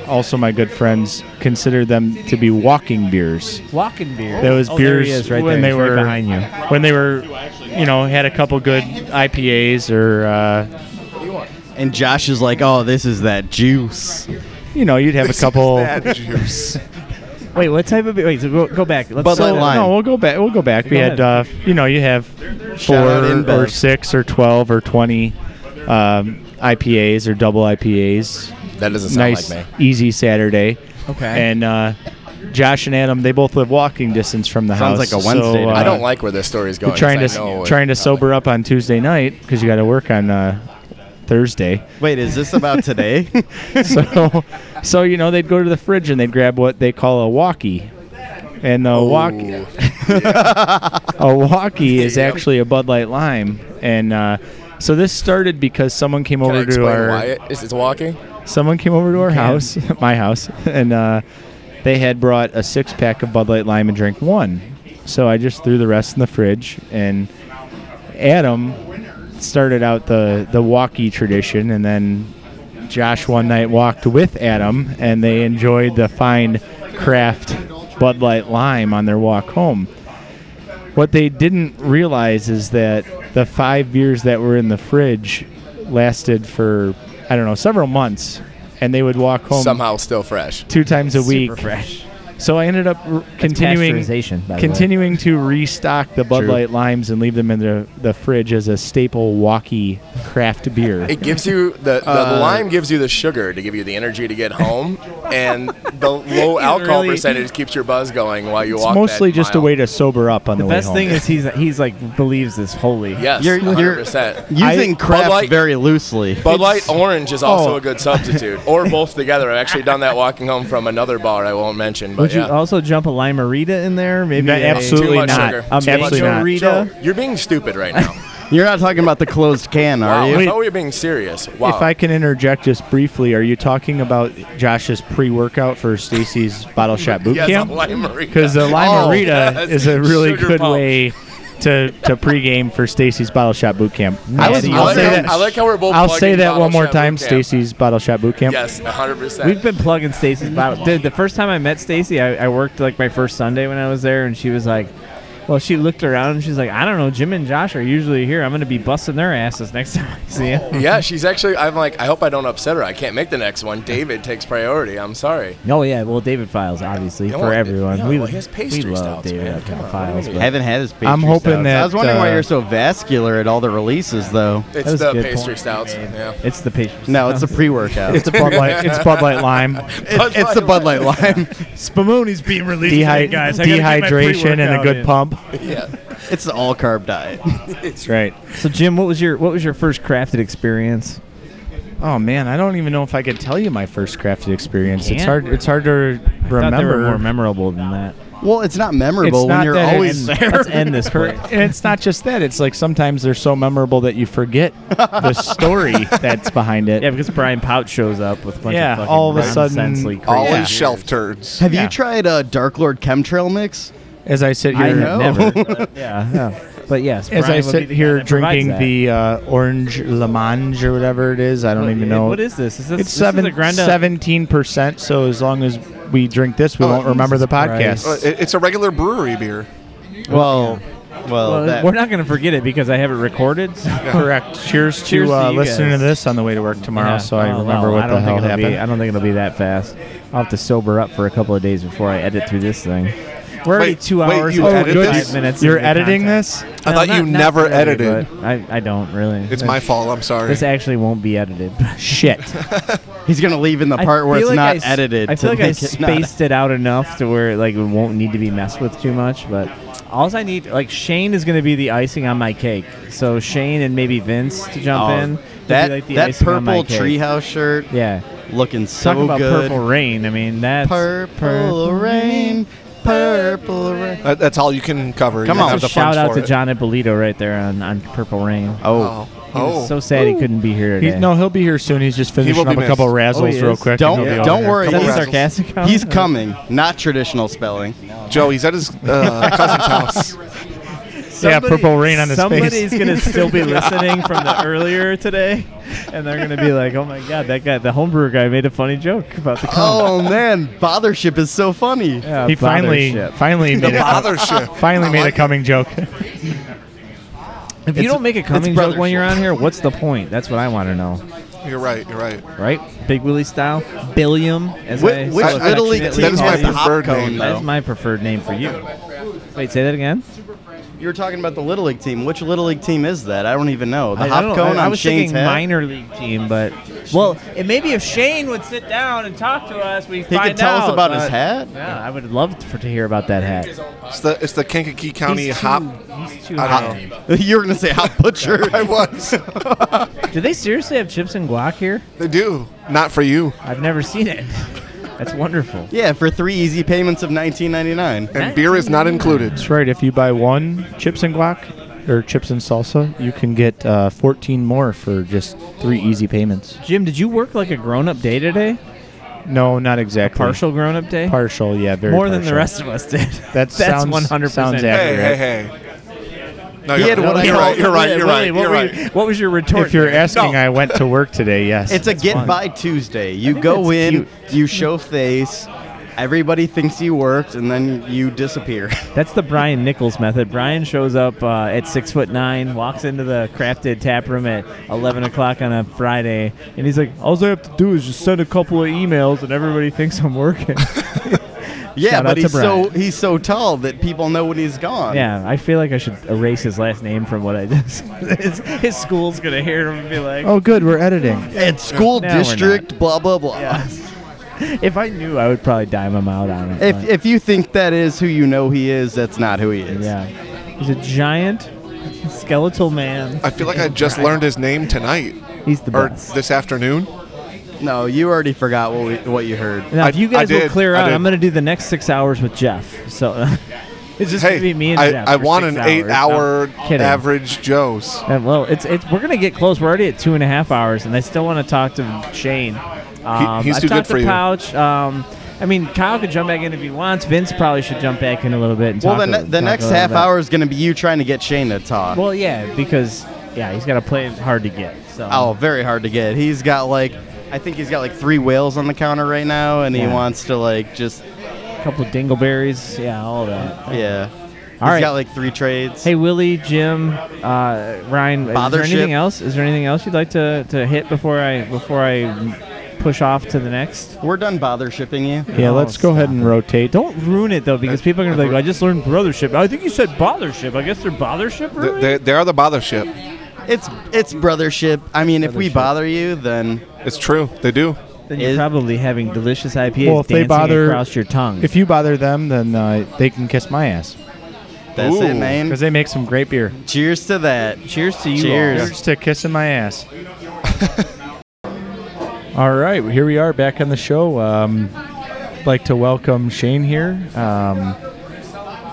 also my good friends, considered them to be walking beers. Walking beer. That was Oh, there beers he is right there. when they He's right were behind you. When they were, you know, had a couple good IPAs or. Uh, and Josh is like, "Oh, this is that juice." You know, you'd have a couple. juice. Wait, what type of beer? Wait, so go, go back. Let's So- No, we'll go back. We'll go back. We Go had, uh, ahead. you know, you have Shout out four InBev. or six or twelve or twenty um, IPAs or double IPAs. That doesn't sound nice, like Easy Saturday. Okay. And uh, Josh and Adam, they both live walking distance from the Sounds like house. a Wednesday So, to uh, me. I don't like where this story is you're going, Trying to 'cause I know it- trying to sober up on Tuesday night because you got to work on uh, Thursday. Wait, is this about today? so, so you know, they'd go to the fridge and they'd grab what they call a walkie, and Oh. the walkie, a walkie is actually a Bud Light Lime, and uh, so this started because someone came Can I over to explain our why it is it's walking? someone came over to our house, my house, and uh, they had brought a six pack of Bud Light Lime and drank one. So I just threw the rest in the fridge, and Adam started out the the walkie tradition, and then Josh one night walked with Adam, and they enjoyed the fine craft Bud Light Lime on their walk home. What they didn't realize is that the five beers that were in the fridge lasted for I don't know several months, and they would walk home Somehow still fresh. two times a Super week. fresh. So I ended up r- continuing pasteurization, by the way. continuing to restock the Bud True. Light limes and leave them in the the fridge as a staple walkie craft beer. It gives you the, the Uh, lime gives you the sugar to give you the energy to get home, and the low alcohol really- percentage keeps your buzz going while you it's walk. mostly that just mile. a way to sober up on the, the way best home. thing is he's he's like believes this wholly. Yes, You're- you're- 100%. Using craft Bud Light, very loosely. Bud Light Orange is also Oh. a good substitute, or both together. I've actually done that walking home from another bar I won't mention, but Would you yeah. also jump a limerita in there? Maybe No, a- absolutely Too much not. sugar. A Too much sugar. mango Joe, you're being stupid right now. You're not talking about the closed can, are wow, you? I thought we were being serious. Wow. If I can interject just briefly, are you talking about Josh's pre-workout for Stacy's Bottle Shot Boot Yes, Camp? a Lime-A-Rita. Because the Oh, Limerita yes. is a really Sugar good pop. way to to pregame for Stacy's Bottle Shot Boot Camp. I was- I I'll like say how- that. I like how we're both I'll plugging say that Bottle one more Shot Boot time. Camp. Stacy's Bottle Shot Boot Camp. Yes, 100%. We've been plugging Stacy's bottle. Dude, the first time I met Stacy, I, I worked like my first Sunday when I was there, and she was like, Well, she looked around and she's like, I don't know. Jim and Josh are usually here. I'm going to be busting their asses next time I see them. yeah, she's actually. I'm like, I hope I don't upset her. I can't make the next one. David takes priority. I'm sorry. Oh yeah, well David Files obviously Yeah, for well, everyone. yeah, we, well, he has pastry we love stouts, David man. Come Files. on, Files. but- Haven't had his pastry I'm hoping stouts. that, I was wondering uh, why you're so vascular at all the releases, though. It's was the good pastry point. stouts. Yeah. It's the pastry. No, it's the pre-workout. It's Bud Light- it's Bud Light Lime. It's, it's the Bud Light Lime. Spamooni's being released, Dehy- guys. I gotta get my dehydration and a good pre-workout in. pump. Yeah, it's the all carb diet. That's right. So Jim, what was your what was your first crafted experience? Oh man, I don't even know if I could tell you my first crafted experience. It's can't? hard. It's hard to I thought they were remember. more memorable than that. Well, it's not memorable It's when not you're that always it's- there. Let's end this part. and it's not just that. It's like sometimes they're so memorable that you forget the story that's behind it. Yeah, because Brian Pout shows up with a bunch yeah, of fucking all of a nonsensely sudden, crazy ideas. turds. Have Yeah. you tried a Dark Lord Chemtrail mix? As I sit I here, have never, but yeah, yeah. But yes, as I Brian would be sit the guy here that provides drinking that. the uh, orange Lamange or whatever it is, I don't even know. what is this? Is this- it's this is seven, a ground up- 17%. So as long as we drink this, we Oh, won't remember the Jesus podcast. Well, it- It's a regular brewery beer. Well, well, we're not going to forget it because I have it recorded. Correct. Cheers to, uh, you listening guys. Oh, to this on the way to work tomorrow, so I remember what I the don't hell think it'll be- happened. I don't think it'll be that fast. I'll have to sober up for a couple of days before I edit through this thing. We're already Wait, two wait, hours you and edit 45 this? minutes. You're into editing content. this? I thought you never really, edited. but I, I don't really. It's my fault, I'm sorry. This actually won't be edited. Shit. He's gonna leave in the I part where it's feel like not I s- edited. I to feel like I make it not- spaced it out enough to where like it won't need to be messed with too much. But all I need, like Shane, is going to be the icing on my cake. So Shane and maybe Vince to jump Oh, in. will be, That like, the that icing on my purple cake. treehouse shirt. Yeah, looking so Talk about good. purple rain. I mean, that's Purple rain, purple rain. That, that's all you can cover. Come you on, have the shout funds out for to it. John Ippolito right there on, on Purple Rain. Oh. He was Oh. so sad he couldn't be here He- today. no, he'll be here soon. He's just will finishing be up a missed. couple Oh, he razzles real is? quick. and Don't he'll be over don't here. worry. Couple he's- razzles. sarcastic He's comment? coming. Not traditional spelling. Joe, he's at his uh, cousin's house. Somebody- Somebody's gonna still be listening from the earlier today, and they're gonna be like, "Oh my god, that guy, the homebrewer guy, made a funny joke about the comment." Oh man, bothership is so funny. Yeah, He finally, bothership. finally The made a, bothership. finally I made a like it. coming joke. If you It's- don't make a it's coming joke when brothership. you're on here, what's the point? That's what I want to know. You're right. You're right. Right, Big Willie style, Billiam. As Whi- I so which Little League affectionately team That is my call you. preferred Popcorn, name, though. That's my preferred name for you. Wait, say that again. You were talking about the little league team. Which little league team is that? I don't even know. The I- I hop don't- cone I- I on was Shane's thinking head. minor league team, but well, and maybe if Shane would sit down and talk to us, we He could tell us about his hat. Yeah, I would love for, to hear about that hat. It's the it's the Kankakee County He's too- hop. he's too I high. don't know. You were gonna say hot butcher. I was. Do they seriously have chips and guac here? They do. Not for you. I've never seen it. That's wonderful. Yeah, for three easy payments of 19.99. And beer is not included. That's right. If you buy one chips and guac or chips and salsa, you can get uh, 14 more for just three easy payments. Jim, did you work like a grown-up day today? No, not exactly. partial grown-up day? Partial, yeah, very More than the partial. rest of us did. That That's sounds 100% sounds Hey, accurate. Hey, hey, hey. No, you're, no, I you're call- right. You're right. Yeah, You're really, right. what You're were right. you- What was your retort? If you're there? asking, I went to work today. Yes, It's a That's get fun. by Tuesday. You think go that's in, cute. you show face, everybody thinks you worked, and then you disappear. That's the Brian Nichols method. Brian shows up uh, at six foot nine, walks into the crafted tap room at eleven o'clock on a Friday, and he's like, "All I have to do is just send a couple of emails, and everybody thinks I'm working." yeah, Shout out but to he's Brian. so he's so tall that people know when he's gone. Yeah, I feel like I should erase his last name from what I just. his, his school's gonna hear him and be like, Oh, good. We're editing. At school No, we're not. district, blah blah blah. If I knew, I would probably dime him out on it. If, but if you think that is who you know he is, that's not who he is. Yeah. he's a giant skeletal man. I feel like I just learned his name tonight. He's the or best. this afternoon. No, you already forgot what we, what you heard. Now, if you guys will clear I out, did. I'm going to do the next six hours with Jeff. So it's just going to be me and I, Jeff. I for want six an hours. eight-hour No, kidding. average Joe's. Uh, well, it's it's we're going to get close. We're already at two and a half hours, and I still want to talk to Shane. Um, he's I've too good talked for to you. Pouch. Um, I mean, Kyle could jump back in if he wants. Vince probably should jump back in a little bit. And Well, talk the, a- ne- the talk a next little half bit. hour is going to be you trying to get Shane to talk. Well, yeah, because yeah, he's got to play it hard to get. So oh, very hard to get. He's got like, I think he's got like three whales on the counter right now, and he Yeah. wants to like just, a couple of dingleberries, yeah, all that. yeah. All All right. got like three trades. Hey, Willie, Jim, uh, Ryan. Is there Fathership. anything else? Is there anything else you'd like to, to hit before I before I push off to the next? We're done bother shipping you. Yeah, Yeah, let's go ahead and rotate. Don't ruin it though, because people are gonna be like, "I just learned brothership." I think you said bothership. I guess they're bothership. Really? They, they are the bothership. It's it's brothership. I mean, if we bother you, then it's true. They do. Then you're probably having delicious IPAs Well, if dancing they bother across your tongue. if you bother them, then uh, they can kiss my ass. That's it, Ooh. man. Because they make some great beer. Cheers to that. Cheers to you Cheers, all. to kissing my ass. all right, well, here we are back on the show. Um, like to welcome Shane here. Um,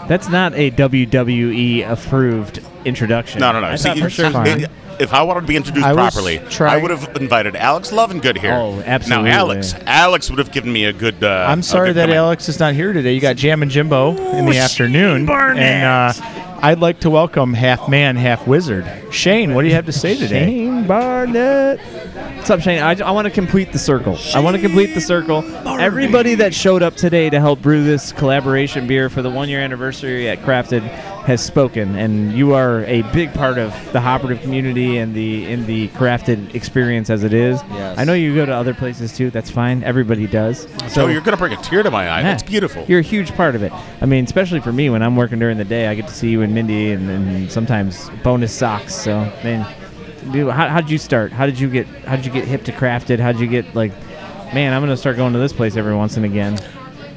That's not a WWE approved introduction. No, no, no. I See, thought for sure. it- if I wanted to be introduced I was properly, I trying- would have invited Alex Lovengood here. Oh, absolutely. Now, Alex, Alex would have given me a good. Uh, I'm a sorry good that comment. Alex is not here today. You got Jam and Jimbo in the Shane afternoon, Barnett. and uh, I'd like to welcome half man, half wizard Shane. What do you have to say today? Shane Barnett. What's up, Shane? I, want to complete the circle. I want to complete the circle. Everybody that showed up today to help brew this collaboration beer for the one year anniversary at Crafted has spoken, and you are a big part of the hopperative community and the in the Crafted experience as it is. Yes. I know you go to other places too. That's fine. Everybody does. So you're going to bring a tear to my eye. That's Yeah. beautiful. You're a huge part of it. I mean, especially for me when I'm working during the day, I get to see you and Mindy, and, and sometimes bonus socks. So, man, dude, how how'd you start? How did you get? How did you get hip to crafted? How'd you get like, man, I'm gonna start going to this place every once and again.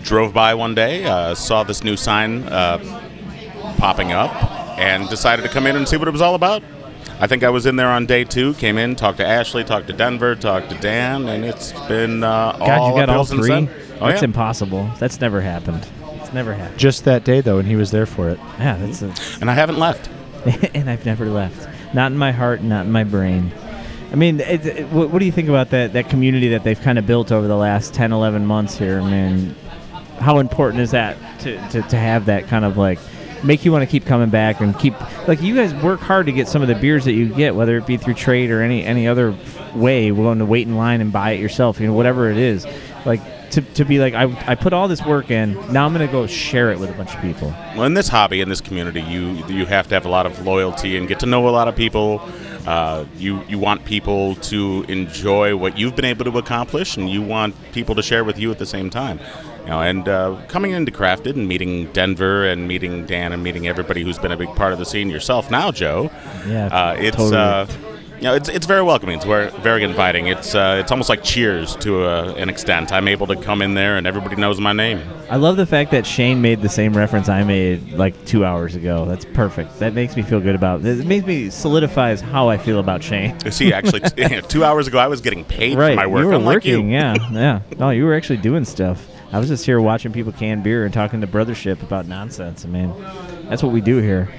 Drove by one day, uh, saw this new sign uh, popping up, and decided to come in and see what it was all about. I think I was in there on day two. Came in, talked to Ashley, talked to Denver, talked to Dan, and it's been uh, all God, you got all uphills and three. sun. Oh, That's yeah. impossible. That's never happened. It's never happened. Just that day though, and he was there for it. Yeah, that's a, and I haven't left. and I've never left. Not in my heart, not in my brain. I mean, it, it- what, what do you think about that, that community that they've kind of built over the last 10, 11 months here? I mean, how important is that to, to, to have that kind of like make you want to keep coming back and keep like you guys work hard to get some of the beers that you get, whether it be through trade or any, any other way, willing to wait in line and buy it yourself, you know, whatever it is. Like to, to be like, I, I put all this work in, now I'm going to go share it with a bunch of people. Well, in this hobby, in this community, you you have to have a lot of loyalty and get to know a lot of people. Uh, you you want people to enjoy what you've been able to accomplish, and you want people to share with you at the same time. You know, and uh, coming into Crafted and meeting Denver and meeting Dan and meeting everybody who's been a big part of the scene yourself now, Joe. Yeah, uh, it's totally. uh, you know, it's, it's very welcoming. It's very, very inviting. It's uh, it's almost like Cheers to uh, an extent. I'm able to come in there and everybody knows my name. I love the fact that Shane made the same reference I made like two hours ago. That's perfect. That makes me feel good about it. It makes me solidifies how I feel about Shane. See, actually, t- two hours ago, I was getting paid right. for my work. You were unlike working, you. yeah. Yeah. No, you were actually doing stuff. I was just here watching people can beer and talking to brothership about nonsense. I mean, that's what we do here.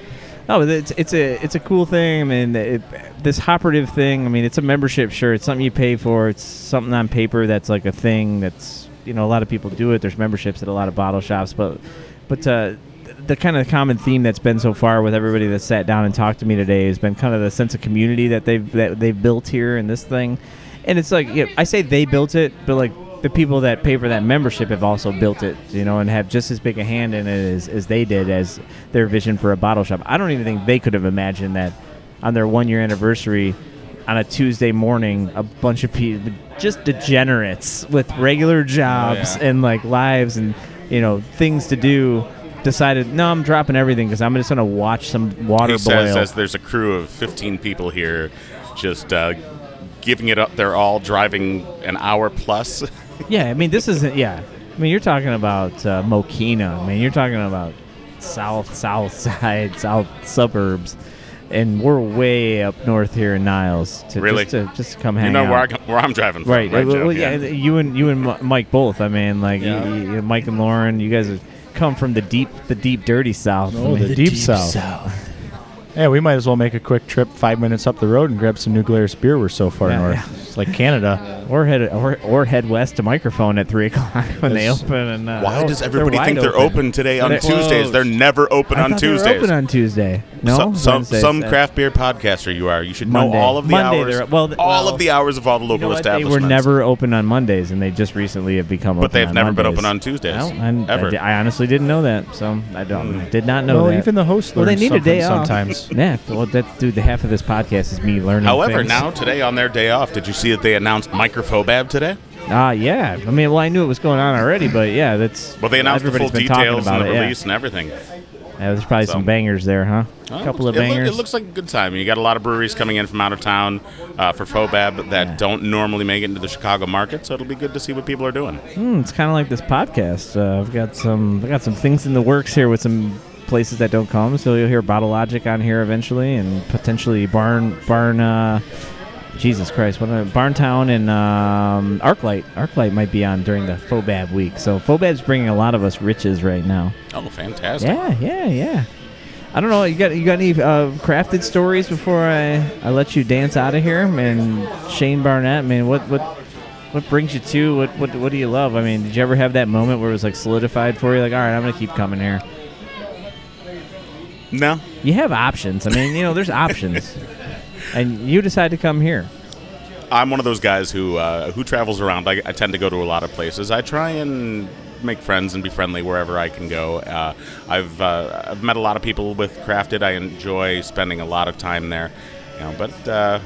No, but it's it's a it's a cool thing. I mean, it, this hopperative thing. I mean, it's a membership. Sure, it's something you pay for. It's something on paper that's like a thing. That's you know a lot of people do it. There's memberships at a lot of bottle shops, but but uh, th- the kind of common theme that's been so far with everybody that sat down and talked to me today has been kind of the sense of community that they've that they've built here in this thing, and it's like you know, I say they built it, but like the people that pay for that membership have also built it, you know, and have just as big a hand in it as, as they did as their vision for a bottle shop. I don't even think they could have imagined that on their one year anniversary on a Tuesday morning, a bunch of people, just degenerates with regular jobs yeah. and like lives and, you know, things to do, decided, no, I'm dropping everything because I'm just going to watch some water he boil. says as there's a crew of 15 people here, just uh, giving it up. They're all driving an hour plus. Yeah, I mean, this isn't. Yeah, I mean, you're talking about uh, Mokina. I mean, you're talking about south, south side, south suburbs, and we're way up north here in Niles. To, Really? Just to, just to come You hang know out. where I come- where I'm driving from, Right. right, well, Joe? well, yeah. Yeah. You and you and Mi- Mike both. I mean, like you- Yeah. you, you- Mike and Lauren. You guys have come from the deep, the deep, dirty south. Oh, I mean, the The deep deep south. south. Yeah, we might as well make a quick trip five minutes up the road and grab some New Glarus beer. We're so far Yeah, north. yeah. It's like Canada. Or head or, or head west to microphone at three o'clock when they It's- open. And uh, Why does they're everybody wide think they're open today on They're Tuesdays? closed. They're never open I on thought they were Tuesdays. open on Tuesday. No, some some, Wednesdays. some Uh, craft beer podcaster you are. You should Monday. know all of the Monday hours. they're- well, th- all well, of the hours of all the you know local what? They establishments. were never open on Mondays, and they just recently have become. But open they've on never been Mondays. open on Tuesdays, Well, I'm- I ever. Hmm. di- I, honestly didn't know that, so I don't did not know Well, that. even the host Well, they learns need a something day off. sometimes. yeah. Well, that's dude. The half of this podcast is me learning. However, things. now today on their day off, did you see that they announced Microphobab today? Ah, yeah. I mean, well, I knew it was going on already, but yeah, that's. Well, they announced the full everybody's been talking details and about the it, yeah. release and everything. Yeah, there's probably some bangers there, huh? Oh, A couple it looks- of it look- bangers. it looks like a good time. You got a lot of breweries coming in from out of town uh, for Fobab that don't normally make it into the Chicago market, so it'll be good to see what people are doing. Hmm, it's kind of like this podcast. Uh, I've got some, I've got some things in the works here with some places that don't come. So you'll hear Bottle Logic on here eventually, and potentially Barn Barn. Uh, Jesus Christ, what are, Barntown and um, ArcLight. ArcLight might be on during the Fobab week. So Fobab's bringing a lot of us riches right now. Oh, fantastic! Yeah, yeah, yeah. I don't know. You got you got any uh, crafted stories before I, I let you dance out of here? Man, Shane Barnett. Man, what what what brings you to what what what do you love? I mean, did you ever have that moment where it was like solidified for you? Like, all right, I'm gonna keep coming here. No. You have options. I mean, you know, there's options, and you decide to come here. I'm one of those guys who uh, who travels around. I, I tend to go to a lot of places. I try and make friends and be friendly wherever I can go. Uh, I've uh, I've met a lot of people with Crafted. I enjoy spending a lot of time there. You know, but uh,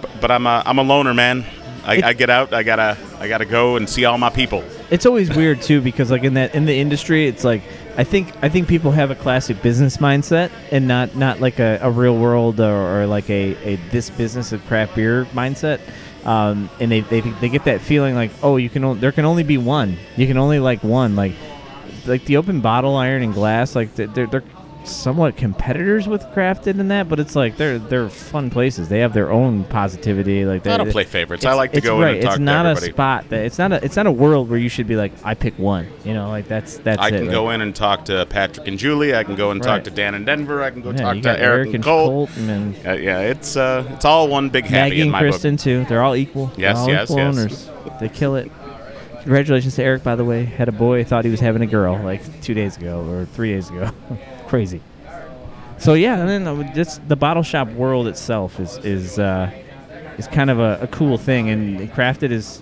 but, but I'm a I'm a loner man. I, I get out. I gotta I gotta go and see all my people. It's always weird too because like in that in the industry, it's like I think I think people have a classic business mindset and not not like a, a real world or, or like a, a this business of craft beer mindset. Um, and they, they they get that feeling like oh you can o- there can only be one you can only like one like like the open bottle iron and glass like they're they're, they're somewhat competitors with crafted and that but it's like they're they're fun places they have their own positivity like they, I don't play favorites. I it's- like to it's go in right. and talk it's to not a everybody. spot that it's not a it's not a world where you should be like I pick one you know like that's that's I it, can like- go in and talk to Patrick and Julie. I can go and Right. talk to Dan in Denver. I can go Yeah, talk you to got Eric, and and Colt. Colt and then Uh, yeah, it's uh, it's all one big happy Maggie in and my Kristen book. too they're all equal They're Yes, all yes, equal yes. owners. they kill it congratulations to Eric by the way had a boy thought he was having a girl like two days ago or three days ago crazy so yeah and then uh, just the bottle shop world itself is is uh, is kind of a, a cool thing and crafted is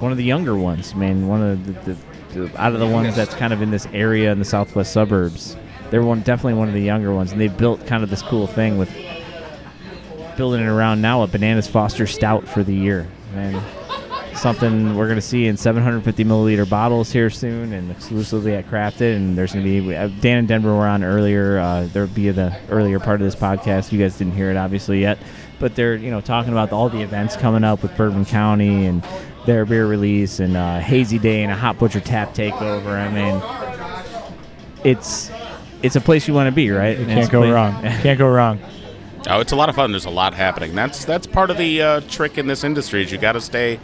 one of the younger ones I mean one of the, the, the out of the ones that's kind of in this area in the southwest suburbs they're one definitely one of the younger ones and they built kind of this cool thing with building it around now a bananas foster stout for the year and something we're going to see in 750 milliliter bottles here soon and exclusively at crafted and there's going to be we- uh, dan and denver were on earlier uh, there'll be the earlier part of this podcast you guys didn't hear it obviously yet but they're you know talking about all the events coming up with bourbon county and their beer release and uh, hazy day and a hot butcher tap takeover i mean it's it's a place you want to be right you can't go wrong. can't go wrong Oh, it's a lot of fun. There's a lot happening. That's that's part of the uh, trick in this industry. Is you got to stay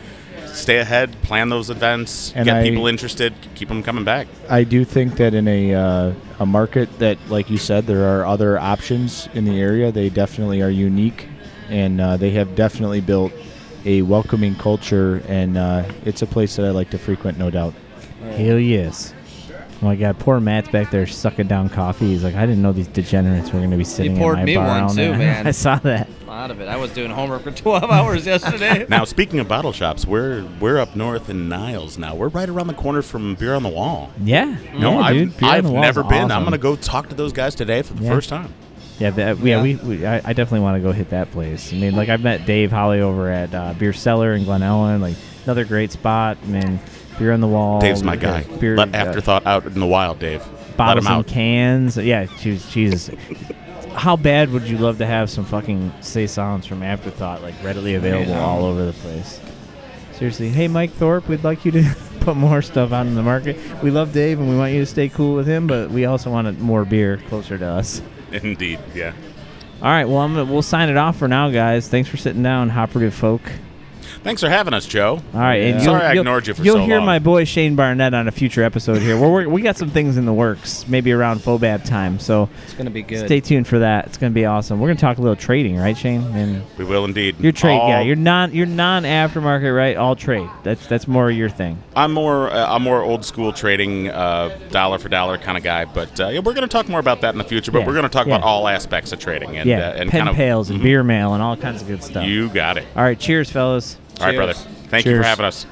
stay ahead, plan those events, And get I- people interested, keep them coming back. I do think that in a uh, a market that, like you said, there are other options in the area. They definitely are unique, and uh, they have definitely built a welcoming culture. And uh, it's a place that I like to frequent, no doubt. Hell yes. Oh my god, poor Matt's back there sucking down coffee. He's like, I didn't know these degenerates were going to be sitting poured at my me bar one all too, night." man. I saw that. I'm out of it. I was doing homework for 12 hours yesterday. Now, speaking of bottle shops, we're we're up north in Niles now. We're right around the corner from Beer on the Wall. Yeah. No, Yeah, I've, dude. Beer on I've the Wall's never been. I'm awesome. going to go talk to those guys today for the Yeah. first time. Yeah, that, yeah, we, we I, I definitely want to go hit that place. I mean, like I've met Dave Holly over at uh, Beer Cellar in Glen Ellen, like another great spot. I mean, beer on the wall. Dave's my We've got guy. Let Afterthought out in the wild, Dave. Let bottles him and out. cans. Yeah, Jesus, Jesus. How bad would you love to have some fucking saisons from Afterthought like readily available Yeah. all over the place? Seriously, hey Mike Thorpe, we'd like you to put more stuff out in the market. We love Dave and we want you to stay cool with him, but we also want more beer closer to us. Indeed, yeah. All right, well I'm gonna, we'll sign it off for now, guys. Thanks for sitting down, Hopperative folk. Thanks for having us, Joe. All right, and sorry you'll, I you'll- ignored you for You'll so hear long. my boy Shane Barnett on a future episode here. We're, we we got some things in the works, maybe around Fobab time. So It's gonna be good. Stay tuned for that. It's gonna be awesome. We're gonna talk a little trading, right, Shane? And we will indeed. Your trade, All- yeah. You're non, you're non aftermarket, right? All trade. That's that's more your thing. I'm more uh, I'm more old school trading, uh, dollar for dollar kind of guy. But uh, yeah, we're going to talk more about that in the future. But Yeah, we're going to talk about yeah. all aspects of trading and yeah, uh, and pen kind of pals and beer mail and all kinds of good stuff. You got it. All right, cheers, fellas. All right, brother. Thank you for having us.